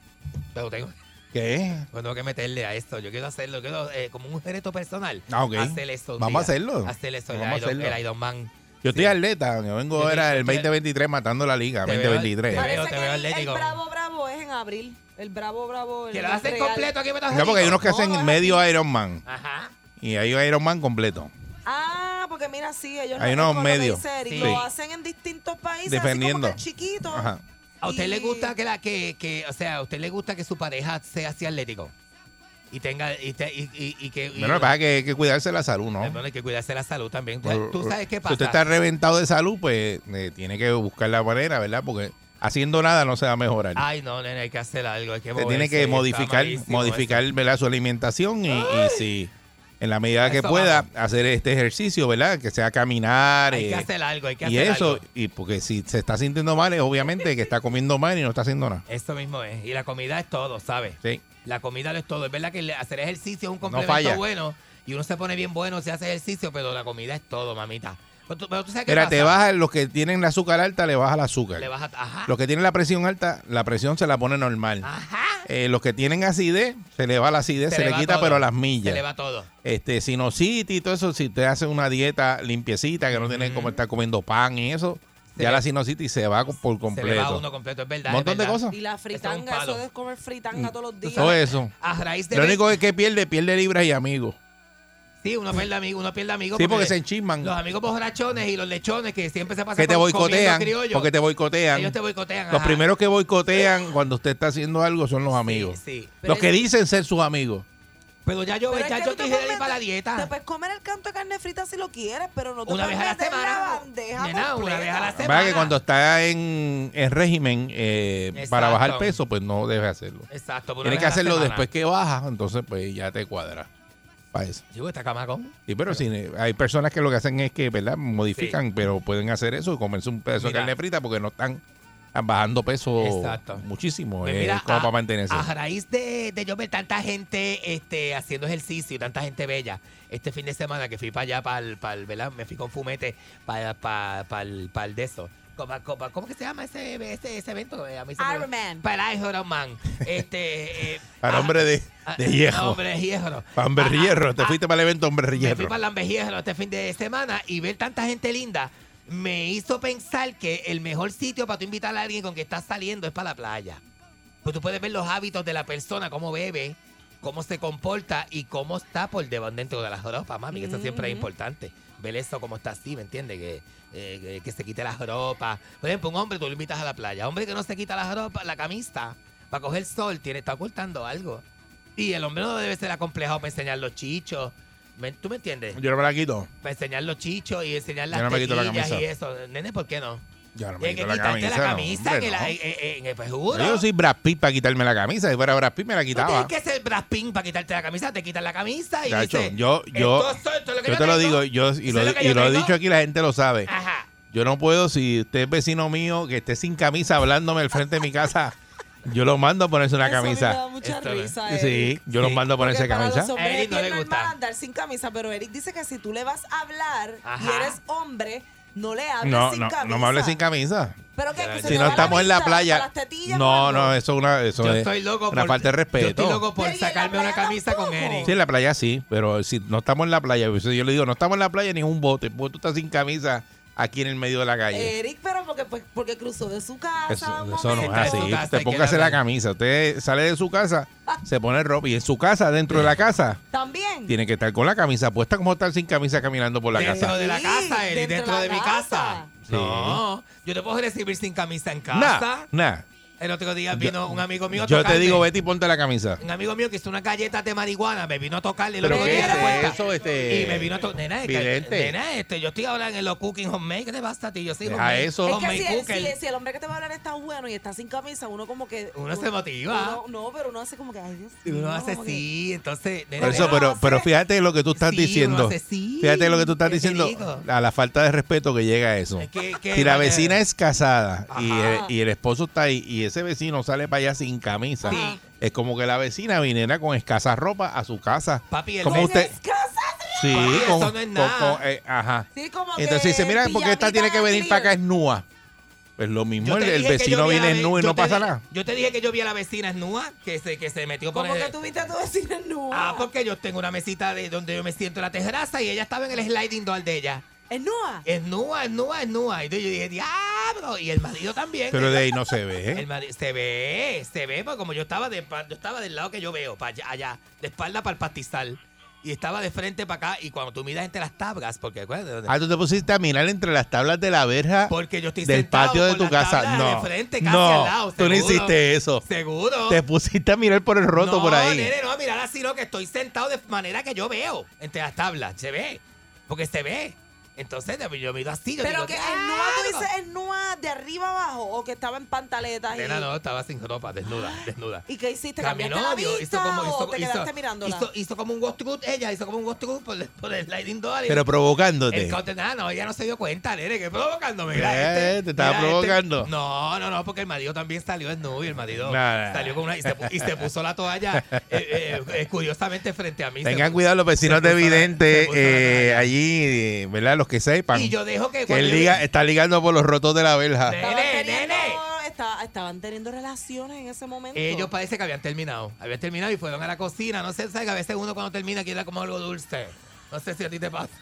Speaker 6: Pero tengo,
Speaker 3: ¿Qué?
Speaker 6: Bueno, Pues tengo que meterle a esto. Yo quiero hacerlo, quiero eh, como un reto personal.
Speaker 3: Ah, ok.
Speaker 6: Hacer esto. un
Speaker 3: Vamos a
Speaker 6: día.
Speaker 3: hacerlo.
Speaker 6: Hacer eso,
Speaker 3: Vamos a
Speaker 6: el, Iron,
Speaker 3: hacerlo.
Speaker 6: el Iron Man.
Speaker 3: Yo estoy
Speaker 6: Sí.
Speaker 3: atleta, yo vengo
Speaker 6: Yo te-
Speaker 3: era
Speaker 6: yo
Speaker 3: el
Speaker 6: te-
Speaker 3: 2023 matando la liga,
Speaker 6: Te veo- te
Speaker 3: 2023.
Speaker 6: veo-
Speaker 4: Parece
Speaker 6: te
Speaker 4: que
Speaker 6: veo
Speaker 4: el, el
Speaker 6: atlético.
Speaker 4: Bravo Bravo es en abril. El Bravo Bravo... El
Speaker 6: Que lo
Speaker 4: del
Speaker 6: hacen
Speaker 4: real.
Speaker 6: completo aquí en Puerto
Speaker 3: No, porque hay
Speaker 6: Rico.
Speaker 3: unos que hacen
Speaker 4: no es
Speaker 3: medio Ironman
Speaker 6: Ajá.
Speaker 3: y hay un Ironman completo.
Speaker 4: Ah, porque mira, sí, ellos
Speaker 3: Hay
Speaker 4: no-
Speaker 3: unos
Speaker 4: con lo que
Speaker 3: medios.
Speaker 4: dice Eric,
Speaker 3: Sí.
Speaker 4: Lo hacen en distintos países,
Speaker 3: Dependiendo.
Speaker 4: así como que el chiquito.
Speaker 3: Ajá.
Speaker 6: ¿A usted le gusta que la que, que o sea, a usted le gusta que su pareja sea así atlético? Y tenga y, te- y, y- y que y-
Speaker 3: Bueno, lo que pasa es que hay que cuidarse la salud, ¿no?
Speaker 6: Eh, bueno, hay que cuidarse la salud también. Pues, Tú sabes qué
Speaker 3: Si
Speaker 6: pasa.
Speaker 3: usted está reventado de salud, pues eh, tiene que buscar la manera, ¿verdad? Porque haciendo nada no se va a mejorar.
Speaker 6: Ay, no, nene, hay que hacer algo, hay que
Speaker 3: Usted tiene
Speaker 6: moverse,
Speaker 3: que
Speaker 6: Ah, está
Speaker 3: modificar,
Speaker 6: malísimo
Speaker 3: modificar ¿verdad? su alimentación y, y si en la medida que
Speaker 6: Eso
Speaker 3: pueda hacer este ejercicio, ¿verdad? Que sea caminar.
Speaker 6: Hay que
Speaker 3: eh,
Speaker 6: hacer algo, hay que
Speaker 3: y
Speaker 6: hacer
Speaker 3: eso,
Speaker 6: algo.
Speaker 3: y porque si se está sintiendo mal, es obviamente que está comiendo mal y no está haciendo nada.
Speaker 6: Eso mismo es. Y la comida es todo, ¿sabes?
Speaker 3: Sí.
Speaker 6: La comida lo es todo. Es verdad que el hacer ejercicio es un complemento
Speaker 3: falla.
Speaker 6: bueno y uno se pone bien bueno si hace ejercicio, pero la comida es todo, mamita. Pero tú, pero tú sabes qué
Speaker 3: Mira,
Speaker 6: pasa.
Speaker 3: te baja, los que tienen el azúcar alta, le baja el azúcar.
Speaker 6: Le baja, ajá.
Speaker 3: Los que tienen la presión alta, la presión se la pone normal.
Speaker 6: Ah.
Speaker 3: Eh, los que tienen acidez, se le va la acidez, se, le,
Speaker 6: va
Speaker 3: quita,
Speaker 6: todo.
Speaker 3: pero a las millas.
Speaker 6: Se le va todo.
Speaker 3: este sinusitis y todo eso, si usted hace una dieta limpiecita, que no tiene como estar comiendo pan y eso,
Speaker 6: Se
Speaker 3: ya
Speaker 6: le-
Speaker 3: la sinusitis se va co- por
Speaker 6: Se
Speaker 3: completo.
Speaker 6: le va uno completo, es verdad.
Speaker 3: Un montón
Speaker 6: es
Speaker 3: de
Speaker 6: verdad.
Speaker 3: cosas.
Speaker 4: Y la fritanga,
Speaker 6: palo.
Speaker 4: eso de comer
Speaker 3: Mm.
Speaker 4: fritanga todos los días.
Speaker 3: todo eso.
Speaker 6: A raíz de.
Speaker 3: Lo único es que pierde, pierde libras y amigos.
Speaker 6: Sí, uno pierde amigos, uno pierde amigos.
Speaker 3: Sí, porque se enchisman.
Speaker 6: Los amigos borrachones y los lechones que siempre se pasan
Speaker 3: Que te
Speaker 6: con- comiendo
Speaker 3: boicotean,
Speaker 6: criollo.
Speaker 3: porque te boicotean.
Speaker 6: Ellos te boicotean.
Speaker 3: Los
Speaker 6: ajá.
Speaker 3: primeros que boicotean cuando usted está haciendo algo son los amigos.
Speaker 6: sí.
Speaker 3: Los que dicen ser sus amigos.
Speaker 6: Pero ya yo,
Speaker 4: Pero es
Speaker 6: Pues ya
Speaker 4: que
Speaker 6: yo
Speaker 4: tú te
Speaker 6: te dije
Speaker 4: comes-
Speaker 6: para la dieta.
Speaker 4: Te puedes comer el canto de carne frita si lo quieres, pero no te
Speaker 6: Una
Speaker 4: puedes
Speaker 6: vez a la
Speaker 4: meter
Speaker 6: semana.
Speaker 4: bandeja
Speaker 6: Nena, una
Speaker 4: completa.
Speaker 6: vez a la
Speaker 3: Lo que pasa es
Speaker 6: semana.
Speaker 3: que cuando está en, en régimen eh, para
Speaker 6: Exacto.
Speaker 3: bajar peso, pues no debe hacerlo.
Speaker 6: Exacto. pero una
Speaker 3: Tiene
Speaker 6: vez
Speaker 3: que
Speaker 6: a la
Speaker 3: hacerlo
Speaker 6: semana.
Speaker 3: después que baja, entonces pues ya te cuadra. Para eso.
Speaker 6: Sí, está camacón.
Speaker 3: Sí, pero si hay personas que lo que hacen es que, ¿verdad? Modifican, pero pueden hacer eso y comerse un pedazo de
Speaker 6: Mira.
Speaker 3: carne frita porque no están bajando peso
Speaker 6: Exacto.
Speaker 3: muchísimo.
Speaker 6: Pues
Speaker 3: es
Speaker 6: mira, ah,
Speaker 3: como
Speaker 6: a-
Speaker 3: para mantenerse.
Speaker 6: A raíz de, de yo ver tanta gente este, haciendo ejercicio y tanta gente bella, este fin de semana que fui para allá, para el, para el- ¿verdad? Me fui con fumete para, para, para el, para el de eso. Copa- copa- ¿Cómo que se llama ese, ese, ese evento? Eh, a mí se me-
Speaker 4: Iron Man.
Speaker 6: Para Iron Man.
Speaker 3: [LAUGHS]
Speaker 6: Este, eh,
Speaker 3: Para
Speaker 6: ah,
Speaker 3: hombre de,
Speaker 6: ah,
Speaker 3: de hierro.
Speaker 6: Hombre de hierro.
Speaker 3: Para hombre
Speaker 6: Ah, ah,
Speaker 3: hierro. Te
Speaker 6: ah,
Speaker 3: fuiste para el evento hombre
Speaker 6: Me fui
Speaker 3: hierro.
Speaker 6: para Lambejierro este fin de semana y ver tanta gente linda me hizo pensar que el mejor sitio para tú invitar a alguien con que estás saliendo es para la playa. Pues tú puedes ver los hábitos de la persona, cómo bebe, cómo se comporta y cómo está por debajo dentro de la ropa, mami, que eso siempre es importante. Ver eso cómo está así, ¿me entiendes? Que, eh, que- que se quite la ropa. Por ejemplo, un hombre tú lo invitas a la playa. Hombre que no se quita la ropa, la camisa, para coger sol, tiene, está ocultando algo. Y el hombre no debe ser acomplejado para enseñar los chichos. ¿Me- ¿Tú me entiendes?
Speaker 3: Yo no me la quito.
Speaker 6: Para enseñar los chichos y enseñar las
Speaker 3: Yo no me quito la
Speaker 6: tetillas
Speaker 3: camisa.
Speaker 6: y eso. Nene, ¿por qué no?
Speaker 3: Yo no me
Speaker 6: Tienes que
Speaker 3: quito la
Speaker 6: quitarte
Speaker 3: camisa.
Speaker 6: la
Speaker 3: no,
Speaker 6: camisa,
Speaker 3: hombre,
Speaker 6: que
Speaker 3: no.
Speaker 6: la, eh, eh, en el
Speaker 3: Yo soy Brad Pitt para quitarme la camisa. Si fuera Brad Pitt me la
Speaker 6: No
Speaker 3: quitaba.
Speaker 6: tienes que ser braspín para quitarte la camisa, te quitas la camisa y
Speaker 3: Chacho,
Speaker 6: dices,
Speaker 3: yo, yo,
Speaker 6: "Esto soy- esto es lo que
Speaker 3: yo te lo
Speaker 6: tengo".
Speaker 3: digo, yo, y
Speaker 6: es
Speaker 3: lo,
Speaker 6: lo que
Speaker 3: y
Speaker 6: yo
Speaker 3: lo he
Speaker 6: tengo.
Speaker 3: dicho aquí, la gente lo sabe.
Speaker 6: Ajá.
Speaker 3: Yo no puedo, si usted es vecino mío, que esté sin camisa hablándome al frente de mi casa, yo lo mando a ponerse una
Speaker 4: Eso a mí me da
Speaker 3: camisa.
Speaker 4: mucha
Speaker 6: Esto no-
Speaker 4: risa, eh.
Speaker 3: Sí,
Speaker 4: Eric.
Speaker 3: yo lo
Speaker 6: Sí.
Speaker 3: mando a ponerse
Speaker 4: Porque para
Speaker 3: camisa.
Speaker 4: los hombres
Speaker 6: A Eric no
Speaker 4: es
Speaker 6: le
Speaker 4: bien
Speaker 6: gusta.
Speaker 4: normal andar sin camisa, pero Eric dice que si tú le vas a hablar y
Speaker 6: Ajá.
Speaker 4: eres hombre, no le hables
Speaker 3: No,
Speaker 4: sin
Speaker 3: no,
Speaker 4: camisa.
Speaker 3: no me hables sin camisa.
Speaker 4: Pero que se
Speaker 3: Si
Speaker 4: te
Speaker 3: no
Speaker 4: va
Speaker 3: estamos en la
Speaker 4: vista
Speaker 3: playa.
Speaker 4: para las tetillas,
Speaker 3: No,
Speaker 4: mano.
Speaker 3: no, eso, es una, eso
Speaker 6: Yo
Speaker 3: es
Speaker 6: estoy loco
Speaker 3: una
Speaker 6: por-
Speaker 3: falta de
Speaker 6: Yo estoy
Speaker 3: respeto.
Speaker 6: loco por
Speaker 4: Pero y en la
Speaker 6: sacarme una
Speaker 4: playa
Speaker 6: camisa con
Speaker 4: tampoco.
Speaker 6: Eric.
Speaker 3: Sí, en la playa sí, pero si no estamos en la playa, pues, yo le digo, no estamos en la playa ni en un bote, porque tú estás sin camisa aquí en el medio de la calle.
Speaker 4: Eric, pero porque, pues, porque cruzó de su casa. un
Speaker 3: Eso, eso no es
Speaker 4: momento.
Speaker 3: así.
Speaker 6: en su casa,
Speaker 3: Usted
Speaker 6: hay que
Speaker 3: póngase la
Speaker 6: hablar.
Speaker 3: camisa. Usted sale de su casa, se pone ropa. Y en su casa, dentro de la casa,
Speaker 4: También.
Speaker 3: tiene que estar con la camisa puesta como estar sin camisa caminando por la
Speaker 6: dentro
Speaker 3: casa.
Speaker 6: de la
Speaker 4: Sí,
Speaker 6: casa, Eric,
Speaker 4: dentro
Speaker 6: dentro,
Speaker 4: de
Speaker 6: de,
Speaker 4: la
Speaker 6: mi
Speaker 4: casa.
Speaker 6: casa.
Speaker 3: Sí.
Speaker 6: No, yo te puedo recibir sin camisa en
Speaker 3: Nah,
Speaker 6: casa.
Speaker 3: nah.
Speaker 6: El otro día vino un amigo mío a
Speaker 3: Yo te
Speaker 6: tocarme.
Speaker 3: digo, Betty, ponte la camisa.
Speaker 6: un amigo mío que hizo una galleta de marihuana, me vino a tocarle el
Speaker 3: Pero
Speaker 6: otro
Speaker 3: ¿qué
Speaker 6: día
Speaker 3: es
Speaker 6: en la puerta.
Speaker 3: eso? Este,
Speaker 6: y me vino a tocar. Nena, es que-
Speaker 3: vidente.
Speaker 6: nena, este, yo estoy hablando en los cooking homemade. ¿Qué te pasa a ti? Yo soy
Speaker 3: Deja
Speaker 6: homemade.
Speaker 3: eso.
Speaker 4: Es
Speaker 6: homemade
Speaker 4: que si el,
Speaker 6: cooker.
Speaker 4: si- si el hombre que te va a hablar está bueno y está sin camisa, uno como que.
Speaker 6: Uno se motiva.
Speaker 4: uno- no, pero uno hace como que, ay Dios.
Speaker 6: Y uno
Speaker 4: mío,
Speaker 6: hace
Speaker 4: como que-
Speaker 6: sí, entonces. nena,
Speaker 3: Por eso,
Speaker 6: nena,
Speaker 3: pero, pero fíjate lo que tú estás
Speaker 6: Sí,
Speaker 3: diciendo.
Speaker 6: uno hace sí.
Speaker 3: Fíjate lo que tú estás
Speaker 6: ¿Qué te
Speaker 3: diciendo
Speaker 6: digo?
Speaker 3: a la falta de respeto que llega a eso.
Speaker 6: Es que- que-
Speaker 3: Si la vecina es casada y el,
Speaker 4: Ajá.
Speaker 3: y el esposo está ahí y ese vecino sale para allá sin camisa,
Speaker 6: Sí.
Speaker 3: es como que la vecina viniera con escasa ropa a su casa.
Speaker 6: Papi, el-
Speaker 3: como
Speaker 4: Pues
Speaker 3: usted,
Speaker 4: descansa,
Speaker 3: Sí,
Speaker 6: Papi, eso
Speaker 3: con,
Speaker 6: no es
Speaker 3: con-
Speaker 6: nada.
Speaker 3: con- eh, ajá.
Speaker 4: Sí, como que
Speaker 3: Entonces dice, mira, porque esta
Speaker 4: pijamita
Speaker 3: tiene que venir para acá
Speaker 4: clear.
Speaker 3: es nua. Pues lo mismo,
Speaker 6: Yo
Speaker 3: el,
Speaker 6: te
Speaker 3: el
Speaker 6: dije que yo
Speaker 3: vecino
Speaker 6: vi a la
Speaker 3: viene
Speaker 6: ve-
Speaker 3: nu y
Speaker 6: yo
Speaker 3: no
Speaker 6: te
Speaker 3: pasa
Speaker 6: dije-
Speaker 3: nada.
Speaker 6: Yo te dije que yo vi a la vececina esnúa que se, que se metió por
Speaker 4: Como que
Speaker 6: el.
Speaker 4: tuviste a tu vecina en nua.
Speaker 6: Ah, porque yo tengo una mesita de donde yo me siento en la terraza y ella estaba en el sliding door de ella.
Speaker 4: ¿En nua?
Speaker 6: Es nua, es nua, es nua. Y yo dije, diablo. Y el marido también.
Speaker 3: Pero de ahí no se ve.
Speaker 6: El
Speaker 3: ¿eh?
Speaker 6: mari- se pues ve, se ve, porque como yo estaba de pa- yo estaba del lado que yo veo, para allá, allá, de espalda para el pastizal. y estaba de frente para acá. Y cuando tú miras entre las tablas, porque acuérdate,
Speaker 3: Ah, tú te pusiste a mirar entre las tablas de la verja
Speaker 6: Porque yo estoy
Speaker 3: del
Speaker 6: sentado
Speaker 3: patio de
Speaker 6: con
Speaker 3: tu
Speaker 6: las
Speaker 3: casa.
Speaker 6: tablas
Speaker 3: No,
Speaker 6: de frente, casi
Speaker 3: no,
Speaker 6: al lado,
Speaker 3: tú no
Speaker 6: seguro.
Speaker 3: hiciste eso.
Speaker 6: Seguro.
Speaker 3: Te pusiste a mirar por el roto
Speaker 6: no,
Speaker 3: por ahí.
Speaker 6: nene, no, mirar así, no, que estoy sentado de manera que yo veo entre las tablas. Se ve. Porque se ve. Entonces yo miro así. Yo
Speaker 4: Pero
Speaker 6: digo,
Speaker 4: que
Speaker 6: "Ah,
Speaker 4: el nua, tú dices el nua de arriba abajo o que estaba en pantaletas.
Speaker 6: Nena,
Speaker 4: y,
Speaker 6: no, estaba sin ropa, desnuda, desnuda.
Speaker 4: ¿Y qué hiciste? ¿Cambiaste
Speaker 6: Caminó,
Speaker 4: la
Speaker 6: dio-
Speaker 4: vista
Speaker 6: hizo como,
Speaker 4: o
Speaker 6: hizo,
Speaker 4: te
Speaker 6: hizo-
Speaker 4: quedaste mirándola?
Speaker 6: hizo- hizo como un ghost truth, ella hizo como un ghost truth por, el- por el sliding door.
Speaker 3: Pero provocándote.
Speaker 6: El counter- ah, no, ella no se dio cuenta, nene, que provocándome.
Speaker 3: Eh,
Speaker 6: Mira,
Speaker 3: te estaba
Speaker 6: mira este.
Speaker 3: provocando.
Speaker 6: No, no, no, porque el marido también salió desnudo y el marido
Speaker 3: Nada.
Speaker 6: salió con una y se, pu- y se puso la toalla
Speaker 3: [LAUGHS]
Speaker 6: eh, eh, eh, curiosamente frente a mí. Se
Speaker 3: Tengan
Speaker 6: puso-
Speaker 3: cuidado los vecinos
Speaker 6: se
Speaker 3: de
Speaker 6: puso la-
Speaker 3: Vidente
Speaker 6: se puso la
Speaker 3: eh,
Speaker 6: toalla.
Speaker 3: allí, eh, ¿verdad? Los que sepan.
Speaker 6: Y yo dejo que cuando
Speaker 3: él
Speaker 6: yo-
Speaker 3: liga, está ligando por los rotos de la verja.
Speaker 6: Nene,
Speaker 4: Estaban teniendo,
Speaker 6: nene.
Speaker 4: esta- estaban teniendo relaciones en ese momento.
Speaker 6: Ellos parece que habían terminado. Habían terminado y fueron a la cocina. No sé, ¿sabes? Que a veces uno cuando termina quiere como algo dulce. No sé si a ti te pasa. [LAUGHS]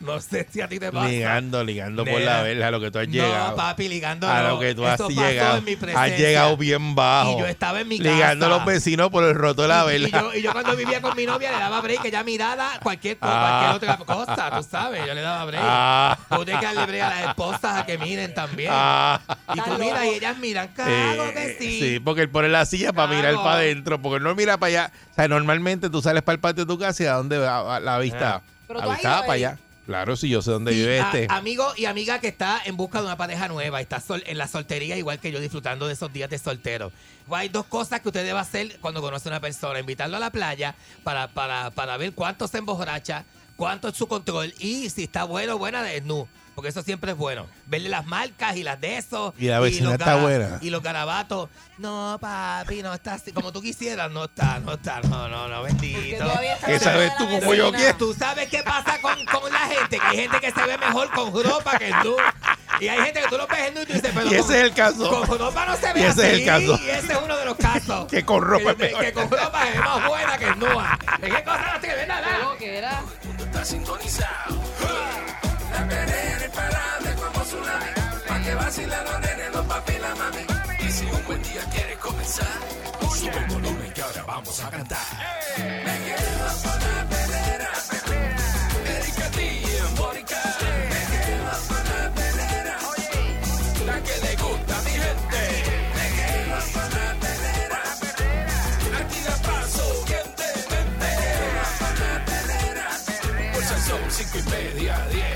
Speaker 6: No sé si a ti te pasa.
Speaker 3: Ligando, ligando por
Speaker 6: Nena.
Speaker 3: la verja, a lo que tú has llegado.
Speaker 6: No, papi, ligando.
Speaker 3: a
Speaker 6: no.
Speaker 3: lo que tú has
Speaker 6: Eso pasó
Speaker 3: llegado.
Speaker 6: en mi presencia.
Speaker 3: Has llegado bien bajo.
Speaker 6: Y yo estaba en mi
Speaker 3: Ligando a
Speaker 6: casa.
Speaker 3: los vecinos por el roto de la
Speaker 6: Y- y
Speaker 3: verja. [LAUGHS]
Speaker 6: yo, y yo cuando vivía con mi novia le daba break, ella mirada, cualquier, co-
Speaker 3: Ah.
Speaker 6: cualquier otra cosa, tú sabes, yo le daba break.
Speaker 3: Ah.
Speaker 6: Tú tienes que darle break a las esposas a que miren también.
Speaker 3: Ah.
Speaker 6: Y
Speaker 3: [LAUGHS]
Speaker 6: tú
Speaker 4: Está
Speaker 6: miras y
Speaker 4: loco.
Speaker 6: ellas miran,
Speaker 3: Eh,
Speaker 6: claro que sí.
Speaker 3: sí, porque él pone la silla para mirar
Speaker 6: Claro.
Speaker 3: para adentro, porque él no mira para allá. O sea, normalmente tú sales para el patio de tu casa y a dónde va la
Speaker 6: Ah.
Speaker 3: vista.
Speaker 4: Pero
Speaker 3: la
Speaker 4: tú has
Speaker 3: vista
Speaker 4: ido,
Speaker 3: va para
Speaker 4: Eric.
Speaker 3: allá. Claro, si yo sé dónde
Speaker 6: Y
Speaker 3: vive
Speaker 6: a-
Speaker 3: este.
Speaker 6: amigo y amiga que está en busca de una pareja nueva, está sol- en la soltería igual que yo disfrutando de esos días de soltero. Hay dos cosas que usted debe hacer cuando conoce a una persona, invitarlo a la playa para, para, para ver cuánto se emborracha, cuánto es su control y si está bueno o buena de nu. Porque eso siempre es bueno. Verle las marcas y las de eso.
Speaker 3: Y la vecina
Speaker 6: los
Speaker 3: está
Speaker 6: gara-
Speaker 3: buena.
Speaker 6: Y los garabatos. No, papi, no está así. Como tú quisieras, no está, no está. No, no, no,
Speaker 4: Que
Speaker 6: bendito.
Speaker 4: todavía está
Speaker 3: ¿Qué sabes
Speaker 4: la
Speaker 3: tú cómo
Speaker 4: vecina.
Speaker 3: yo quiero?
Speaker 6: Tú sabes qué pasa con, con la gente, que hay gente que se ve mejor con ropa que tú. Y hay gente que tú lo ves en nu y tú dices, pero
Speaker 3: Y ese
Speaker 6: con-
Speaker 3: es el caso.
Speaker 6: Con ropa no se ve
Speaker 3: Y ese es
Speaker 6: así,
Speaker 3: el caso.
Speaker 6: Y ese es uno de los casos.
Speaker 3: Que con ropa es
Speaker 6: que,
Speaker 3: mejor.
Speaker 6: que con ropa es más buena que nua. ¿De qué cosa no te ves
Speaker 4: Qué
Speaker 6: nada?
Speaker 4: lo que era.
Speaker 1: Está sintonizado. La perrera imparable como tsunami. Pa' que vacilan los nenes, los papi y la mami. Y si un buen día quieres comenzar, sube el volumen que ahora vamos a cantar. Me quedo con la perrera. Erika Díaz, Mónica. Me quedo con la perrera. La que le gusta a mi gente. Me quedo con la perrera. Aquí la paso bien de mente. Me quedo con la perrera. Pulsa son cinco y media, diez.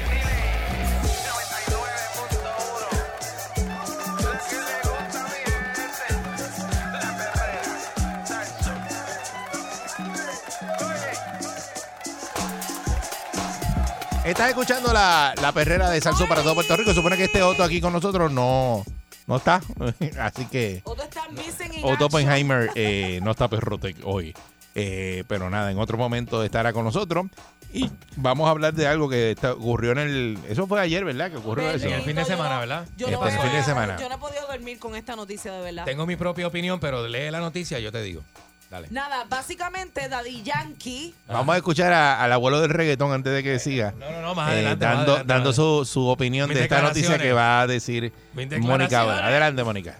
Speaker 3: Estás escuchando la, la perrera de Salso para todo Puerto Rico. Supone que este Otto aquí con nosotros no, no está. [LAUGHS] Así que
Speaker 4: Otto está missing in
Speaker 3: Otto
Speaker 4: action.
Speaker 3: Oppenheimer eh, no está perrotec hoy. Eh, pero nada, en otro momento estará con nosotros. Y vamos a hablar de algo que está- ocurrió en el. Eso fue ayer, ¿verdad? Que ocurrió eso.
Speaker 4: Bendito,
Speaker 7: el fin de
Speaker 4: yo
Speaker 7: semana,
Speaker 4: no-
Speaker 7: ¿verdad?
Speaker 4: Yo
Speaker 3: Eh,
Speaker 4: no
Speaker 3: pasó el
Speaker 4: voy
Speaker 3: fin de
Speaker 4: a-
Speaker 3: semana.
Speaker 4: Yo no he podido dormir con esta noticia de verdad.
Speaker 7: Tengo mi propia opinión, pero lee la noticia y yo te digo. Dale.
Speaker 4: Nada, básicamente Daddy Yankee
Speaker 3: Vamos a escuchar a- al abuelo del reggaetón antes de que siga.
Speaker 7: No, no, no, más
Speaker 3: eh,
Speaker 7: adelante. más
Speaker 3: dando
Speaker 7: adelante,
Speaker 3: dando
Speaker 7: más
Speaker 3: su, su opinión
Speaker 7: Mis
Speaker 3: de esta noticia
Speaker 7: declaraciones.
Speaker 3: que va a decir
Speaker 7: Mis
Speaker 3: Mónica.
Speaker 7: declaraciones.
Speaker 3: Abad. Adelante, Mónica.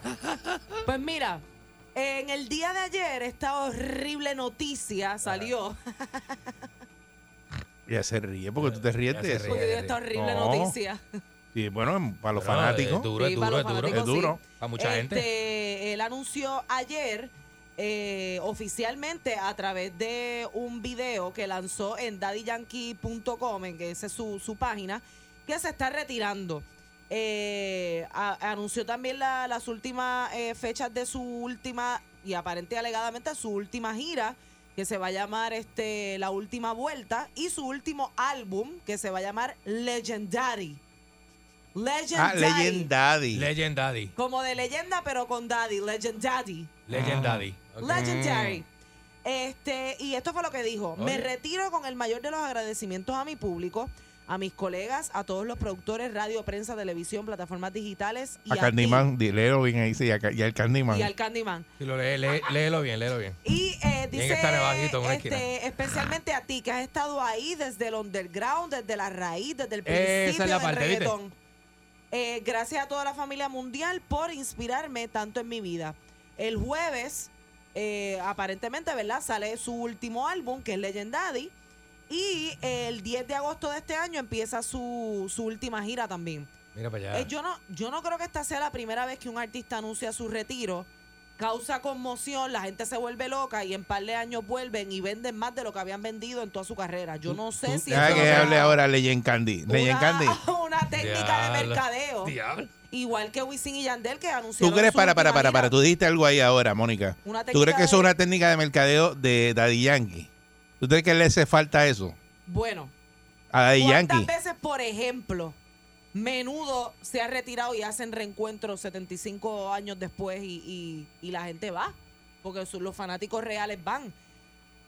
Speaker 4: Pues mira, en el día de ayer esta horrible noticia salió.
Speaker 3: Ya se ríe porque tú te ríes
Speaker 7: Ya
Speaker 3: de
Speaker 7: se
Speaker 3: eso.
Speaker 7: ríe.
Speaker 4: Porque esta horrible
Speaker 3: No.
Speaker 4: noticia.
Speaker 3: Sí, bueno, para los
Speaker 7: Pero,
Speaker 3: fanáticos.
Speaker 7: eh, duro, es
Speaker 4: Sí,
Speaker 7: duro,
Speaker 4: para los
Speaker 7: es duro.
Speaker 4: fanáticos,
Speaker 3: Es duro.
Speaker 7: Para mucha gente.
Speaker 4: Este, Él anunció ayer eh, oficialmente a través de un video que lanzó en daddyyankee.com, en que esa es su, su página, que se está retirando. Eh, a- anunció también la- las últimas eh, fechas de su última y aparente y alegadamente su última gira que se va a llamar este la última vuelta y su último álbum que se va a llamar Legendary.
Speaker 3: Ah,
Speaker 4: Legendary.
Speaker 3: Legend Daddy.
Speaker 7: Legend Daddy.
Speaker 4: Como de leyenda, pero con Daddy, Legend Daddy.
Speaker 7: Legend Daddy. Ok.
Speaker 4: Legendary. Este, y esto fue lo que dijo. Me
Speaker 7: Oye.
Speaker 4: retiro con el mayor de los agradecimientos a mi público, a mis colegas, a todos los productores, radio, prensa, televisión, plataformas digitales y
Speaker 3: a
Speaker 4: ti,
Speaker 3: Candyman, dilero bien ahí, sí, y, a, Ca- y al Candyman.
Speaker 4: y al Candyman.
Speaker 7: Si lo lee, lee- léelo bien, léelo bien.
Speaker 4: Y eh,
Speaker 7: Tiene que
Speaker 4: dice
Speaker 7: estar abajito en una
Speaker 4: este, especialmente a ti que has estado ahí desde el underground, desde la raíz, desde el
Speaker 7: Esa es
Speaker 4: principio
Speaker 7: la
Speaker 4: del
Speaker 7: parte, ¿viste?
Speaker 4: reggaetón. Eh, gracias a toda la familia mundial por inspirarme tanto en mi vida. El jueves, eh, aparentemente, ¿verdad? Sale su último álbum, que es Legendary. Y el 10 de agosto de este año empieza su, su última gira también.
Speaker 6: Mira para allá.
Speaker 4: Eh, yo, no, yo no creo que esta sea la primera vez que un artista anuncia su retiro. Causa conmoción, la gente se vuelve loca y en par de años vuelven y venden más de lo que habían vendido en toda su carrera. Yo no sé si
Speaker 3: Deja
Speaker 4: eso
Speaker 3: que
Speaker 4: sea
Speaker 3: hable ahora Leyen Candy.
Speaker 4: [LAUGHS]
Speaker 3: Leyen Candy.
Speaker 4: una técnica de
Speaker 3: Diablo.
Speaker 4: mercadeo. Igual que Wisin y Yandel que anunciaron
Speaker 3: ¿Tú crees,
Speaker 4: su
Speaker 3: para, para,
Speaker 4: última
Speaker 3: para, para,
Speaker 4: gira.
Speaker 3: tú dijiste algo ahí ahora, Mónica.
Speaker 4: Una
Speaker 3: ¿Tú crees
Speaker 4: técnica
Speaker 3: que eso es
Speaker 4: de-
Speaker 3: una técnica de mercadeo de Daddy Yankee? ¿Tú crees que le hace falta eso
Speaker 4: Bueno,
Speaker 3: a Daddy
Speaker 4: ¿cuántas
Speaker 3: Yankee?
Speaker 4: veces, por ejemplo, Menudo se ha retirado y hacen reencuentros 75 años después y, y- y la gente va? Porque su- los fanáticos reales van.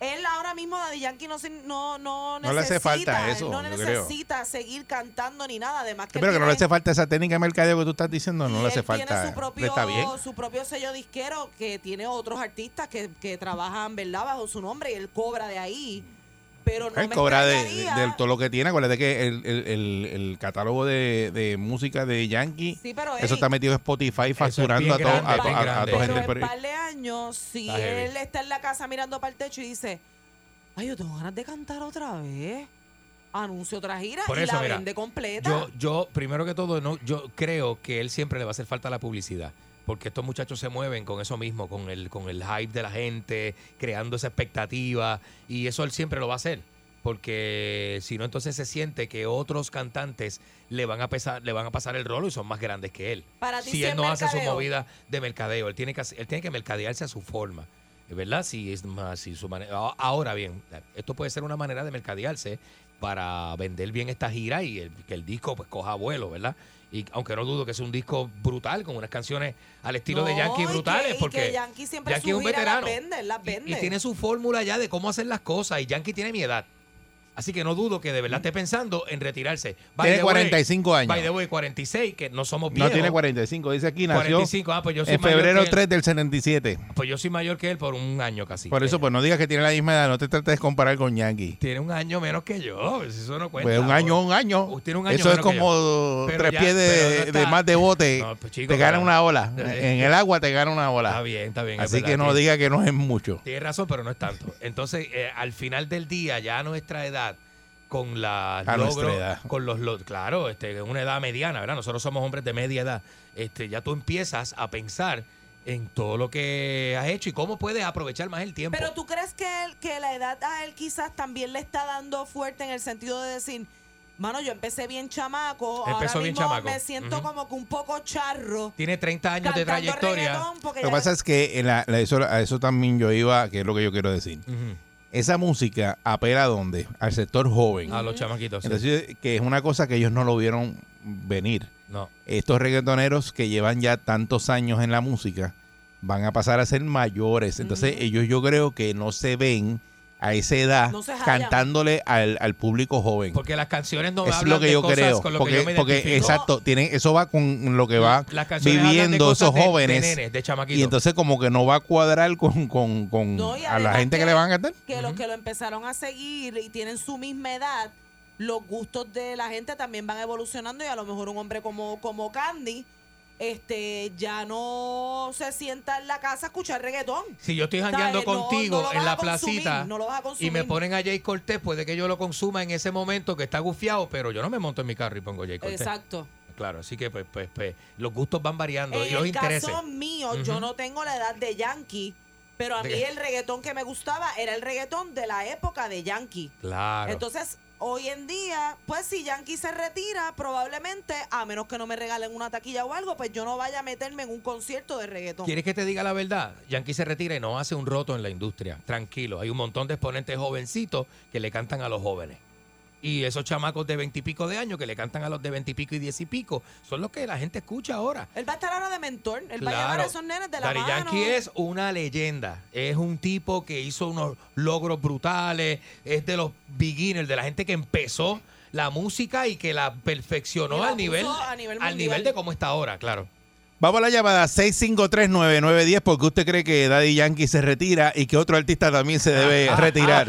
Speaker 4: Él ahora mismo, Daddy Yankee, no, se- no,
Speaker 3: No
Speaker 4: no,
Speaker 3: le hace
Speaker 4: necesita,
Speaker 3: falta eso,
Speaker 4: no
Speaker 3: yo
Speaker 4: necesita seguir cantando ni nada. Además que,
Speaker 3: Yo creo que
Speaker 4: él
Speaker 3: no le
Speaker 4: tiene-
Speaker 3: hace falta esa técnica de mercadeo que tú estás diciendo, no le hace
Speaker 4: tiene
Speaker 3: falta.
Speaker 4: su propio,
Speaker 3: Está bien.
Speaker 4: su propio sello disquero que tiene otros artistas que, que trabajan, ¿verdad? Bajo su nombre y él cobra de ahí. Pero no
Speaker 3: Él
Speaker 4: me
Speaker 3: cobra de,
Speaker 4: extrañaría-
Speaker 3: de todo lo que tiene. Acuérdate que el, el- el- el catálogo de, de música de Yankee,
Speaker 4: Sí, pero,
Speaker 3: eso
Speaker 4: Eric,
Speaker 3: está metido en Spotify facturando a
Speaker 6: bien
Speaker 3: todo-
Speaker 6: grande,
Speaker 3: a to-
Speaker 6: bien
Speaker 3: a- a
Speaker 6: grande.
Speaker 3: toda
Speaker 6: Pero
Speaker 3: gente.
Speaker 6: en
Speaker 3: Pero- eh,
Speaker 4: par de años, si
Speaker 3: Está heavy.
Speaker 4: él está en la casa mirando para el techo y dice, ay, yo tengo ganas de cantar otra vez, anuncio otra gira
Speaker 6: Por
Speaker 4: y
Speaker 6: eso,
Speaker 4: la
Speaker 6: mira,
Speaker 4: vende completa.
Speaker 6: Yo, yo, primero que todo, no, yo creo que él siempre le va a hacer falta la publicidad. Porque estos muchachos se mueven con eso mismo, con el, con el hype de la gente, creando esa expectativa. Y eso él siempre lo va a hacer. Porque si no, entonces se siente que otros cantantes le van a pesar, le van a pasar el rolo y son más grandes que él.
Speaker 5: Para ti,
Speaker 6: si
Speaker 5: si
Speaker 6: él
Speaker 5: es
Speaker 6: no hace su
Speaker 5: mercadeo.
Speaker 6: movida de mercadeo, él tiene que hacer- él tiene que mercadearse a su forma. ¿Verdad? Si es más, si su manera. a- Ahora bien, esto puede ser una manera de mercadearse para vender bien esta gira y el- que el disco pues coja vuelo, ¿verdad? Y aunque no dudo que sea un disco brutal, con unas canciones al estilo de
Speaker 4: No,
Speaker 6: Yankee
Speaker 4: y que-
Speaker 6: brutales,
Speaker 4: y que
Speaker 6: porque
Speaker 4: Yankee siempre
Speaker 6: Yankee es
Speaker 4: su
Speaker 6: un
Speaker 4: gira
Speaker 6: veterano.
Speaker 4: las vende, las vende.
Speaker 6: Y tiene su fórmula ya de cómo hacer las cosas. Y Yankee tiene mi edad. Así que no dudo que de verdad esté pensando en retirarse. By
Speaker 3: Mm. Tiene
Speaker 6: the way,
Speaker 3: 45 años.
Speaker 6: By the way, 46, que no somos
Speaker 3: No
Speaker 6: viejos.
Speaker 3: tiene 45, dice aquí, nació
Speaker 6: 45, ah, pues yo soy
Speaker 3: en
Speaker 6: mayor
Speaker 3: febrero
Speaker 6: que él.
Speaker 3: 3 del 77.
Speaker 6: Pues yo soy mayor que él por un año casi.
Speaker 3: Por eso, pues no digas que tiene la misma edad, no te trates de comparar con Yankee.
Speaker 6: Tiene un año menos que yo. pues Eso no cuenta.
Speaker 3: Pues un año, un año.
Speaker 6: tiene un año
Speaker 3: Eso es
Speaker 6: menos que yo.
Speaker 3: como
Speaker 6: Pero
Speaker 3: tres
Speaker 6: ya-
Speaker 3: pies de,
Speaker 6: pero no
Speaker 3: de
Speaker 6: está-
Speaker 3: más de bote.
Speaker 6: No, pues, chico,
Speaker 3: te gana
Speaker 6: pero-
Speaker 3: una
Speaker 6: [LAUGHS]
Speaker 3: ola. En el agua te gana una ola.
Speaker 6: Está bien, está bien, es
Speaker 3: Así que
Speaker 6: verdad,
Speaker 3: no
Speaker 6: tiene-
Speaker 3: diga que no es mucho.
Speaker 6: Tienes razón, pero no es tanto. Entonces, eh, al final del día, ya a nuestra edad, con la
Speaker 3: A
Speaker 6: logro-
Speaker 3: nuestra edad.
Speaker 6: con los lo- claro, este, una edad mediana, ¿verdad? Nosotros somos hombres de media edad. Este, ya tú empiezas a pensar en todo lo que has hecho y cómo puedes aprovechar más el tiempo.
Speaker 4: Pero tú crees que, él- que la edad a él quizás también le está dando fuerte en el sentido de decir, mano, yo empecé bien chamaco,
Speaker 6: Empezó
Speaker 4: ahora
Speaker 6: bien
Speaker 4: mismo
Speaker 6: chamaco.
Speaker 4: me siento
Speaker 6: Ujú.
Speaker 4: como que un poco charro.
Speaker 6: Tiene 30 años de
Speaker 4: Cantando
Speaker 6: trayectoria.
Speaker 4: reggaetón, porque
Speaker 3: Lo que
Speaker 4: ya-
Speaker 3: pasa es que en la- la- eso, a eso también yo iba, que es lo que yo quiero decir.
Speaker 6: Ujú.
Speaker 3: Esa música apela a dónde? Al sector joven.
Speaker 6: A los chamaquitos. Ah, sí.
Speaker 3: Entonces, que es una cosa que ellos no lo vieron venir.
Speaker 6: No.
Speaker 3: Estos reggaetoneros que llevan ya tantos años en la música van a pasar a ser mayores. Entonces, ellos yo creo que no se ven a esa edad
Speaker 6: No se hallan.
Speaker 3: cantándole al, al público joven.
Speaker 6: Porque las canciones no
Speaker 3: es
Speaker 6: hablan
Speaker 3: lo que
Speaker 6: de
Speaker 3: yo
Speaker 6: cosas
Speaker 3: creo.
Speaker 6: con lo
Speaker 3: porque,
Speaker 6: que yo me
Speaker 3: porque,
Speaker 6: identifico.
Speaker 3: exacto, tienen, eso va con lo que va
Speaker 6: Las canciones hablan de
Speaker 3: viviendo
Speaker 6: cosas
Speaker 3: esos
Speaker 6: de- de
Speaker 3: jóvenes.
Speaker 6: nenes, de chamaquitos.
Speaker 3: y entonces como que no va a cuadrar con, con- con
Speaker 4: No, y
Speaker 3: a la
Speaker 4: además
Speaker 3: gente que, le van a cantar.
Speaker 4: que los que lo empezaron a seguir y tienen su misma edad, los gustos de la gente también van evolucionando y a lo mejor un hombre como, como Candy este ya no se sienta en la casa a escuchar reggaetón.
Speaker 6: Si yo estoy
Speaker 4: ¿Sabes?
Speaker 6: jangueando
Speaker 4: No-
Speaker 6: contigo
Speaker 4: no lo
Speaker 6: en
Speaker 4: vas
Speaker 6: la
Speaker 4: a consumir,
Speaker 6: placita
Speaker 4: no lo vas a
Speaker 6: y me
Speaker 4: consumir.
Speaker 6: ponen a Jay Cortés, puede que yo lo consuma en ese momento que está gufiado, pero yo no me monto en mi carro y pongo Jay Cortés.
Speaker 4: Exacto.
Speaker 6: Claro, así que pues, pues, pues, los gustos van variando y
Speaker 4: En
Speaker 6: los
Speaker 4: el
Speaker 6: intereses.
Speaker 4: caso mío, yo
Speaker 6: Ujú.
Speaker 4: no tengo la edad de Yankee, pero a
Speaker 6: ¿De
Speaker 4: mí
Speaker 6: qué?
Speaker 4: el reggaetón que me gustaba era el reggaetón de la época de Yankee.
Speaker 6: Claro.
Speaker 4: Entonces, hoy en día, pues si Yankee se retira, probablemente, a menos que no me regalen una taquilla o algo, pues yo no vaya a meterme en un concierto de reggaetón.
Speaker 6: ¿Quieres que te diga la verdad? Yankee se retira y no hace un roto en la industria. Tranquilo, hay un montón de exponentes jovencitos que le cantan a los jóvenes. Y esos chamacos de veintipico de años que le cantan a los de veintipico y diez y pico son los que la gente escucha ahora.
Speaker 4: Él va a estar ahora de mentor, él va a llevar a esos nenes de la
Speaker 6: Daddy
Speaker 4: mano.
Speaker 6: Yankee
Speaker 4: [LAUGHS]
Speaker 6: es una leyenda. Es un tipo que hizo unos logros brutales. Es de los beginners, de la gente que empezó la música y que la perfeccionó
Speaker 4: Y la
Speaker 6: al, nivel,
Speaker 4: puso a nivel
Speaker 6: al
Speaker 4: mundial.
Speaker 6: nivel de cómo está ahora, claro.
Speaker 3: Vamos a la llamada 6539910 porque usted cree que Daddy Yankee se retira y que otro artista también se
Speaker 6: Ah,
Speaker 3: debe retirar.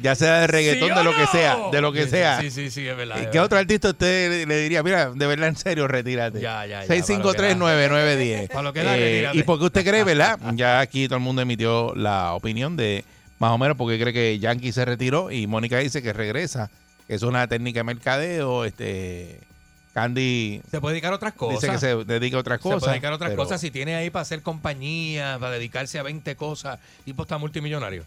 Speaker 3: Ya sea de reggaetón,
Speaker 6: ¿Sí o
Speaker 3: de lo que
Speaker 6: no?
Speaker 3: sea, de lo que
Speaker 6: Sí,
Speaker 3: sea.
Speaker 6: Sí, sí, sí, es verdad. es
Speaker 3: ¿Qué
Speaker 6: verdad.
Speaker 3: otro artista usted le- le diría, mira, de verdad en serio, retírate?
Speaker 6: Ya, ya, ya,
Speaker 3: 6539910.
Speaker 6: [LAUGHS] Para lo que da,
Speaker 3: Eh,
Speaker 6: retírate.
Speaker 3: y porque usted cree, ¿verdad? Ya aquí todo el mundo emitió la opinión de más o menos porque cree que Yankee se retiró y Mónica dice que regresa. que Es una técnica de mercadeo. Este, Candy
Speaker 6: Se puede dedicar a otras cosas.
Speaker 3: dice que se dedica a otras cosas.
Speaker 6: Se puede dedicar a otras
Speaker 3: pero-
Speaker 6: cosas. Si tiene ahí para hacer compañía, para dedicarse a 20 cosas, tipo está multimillonario.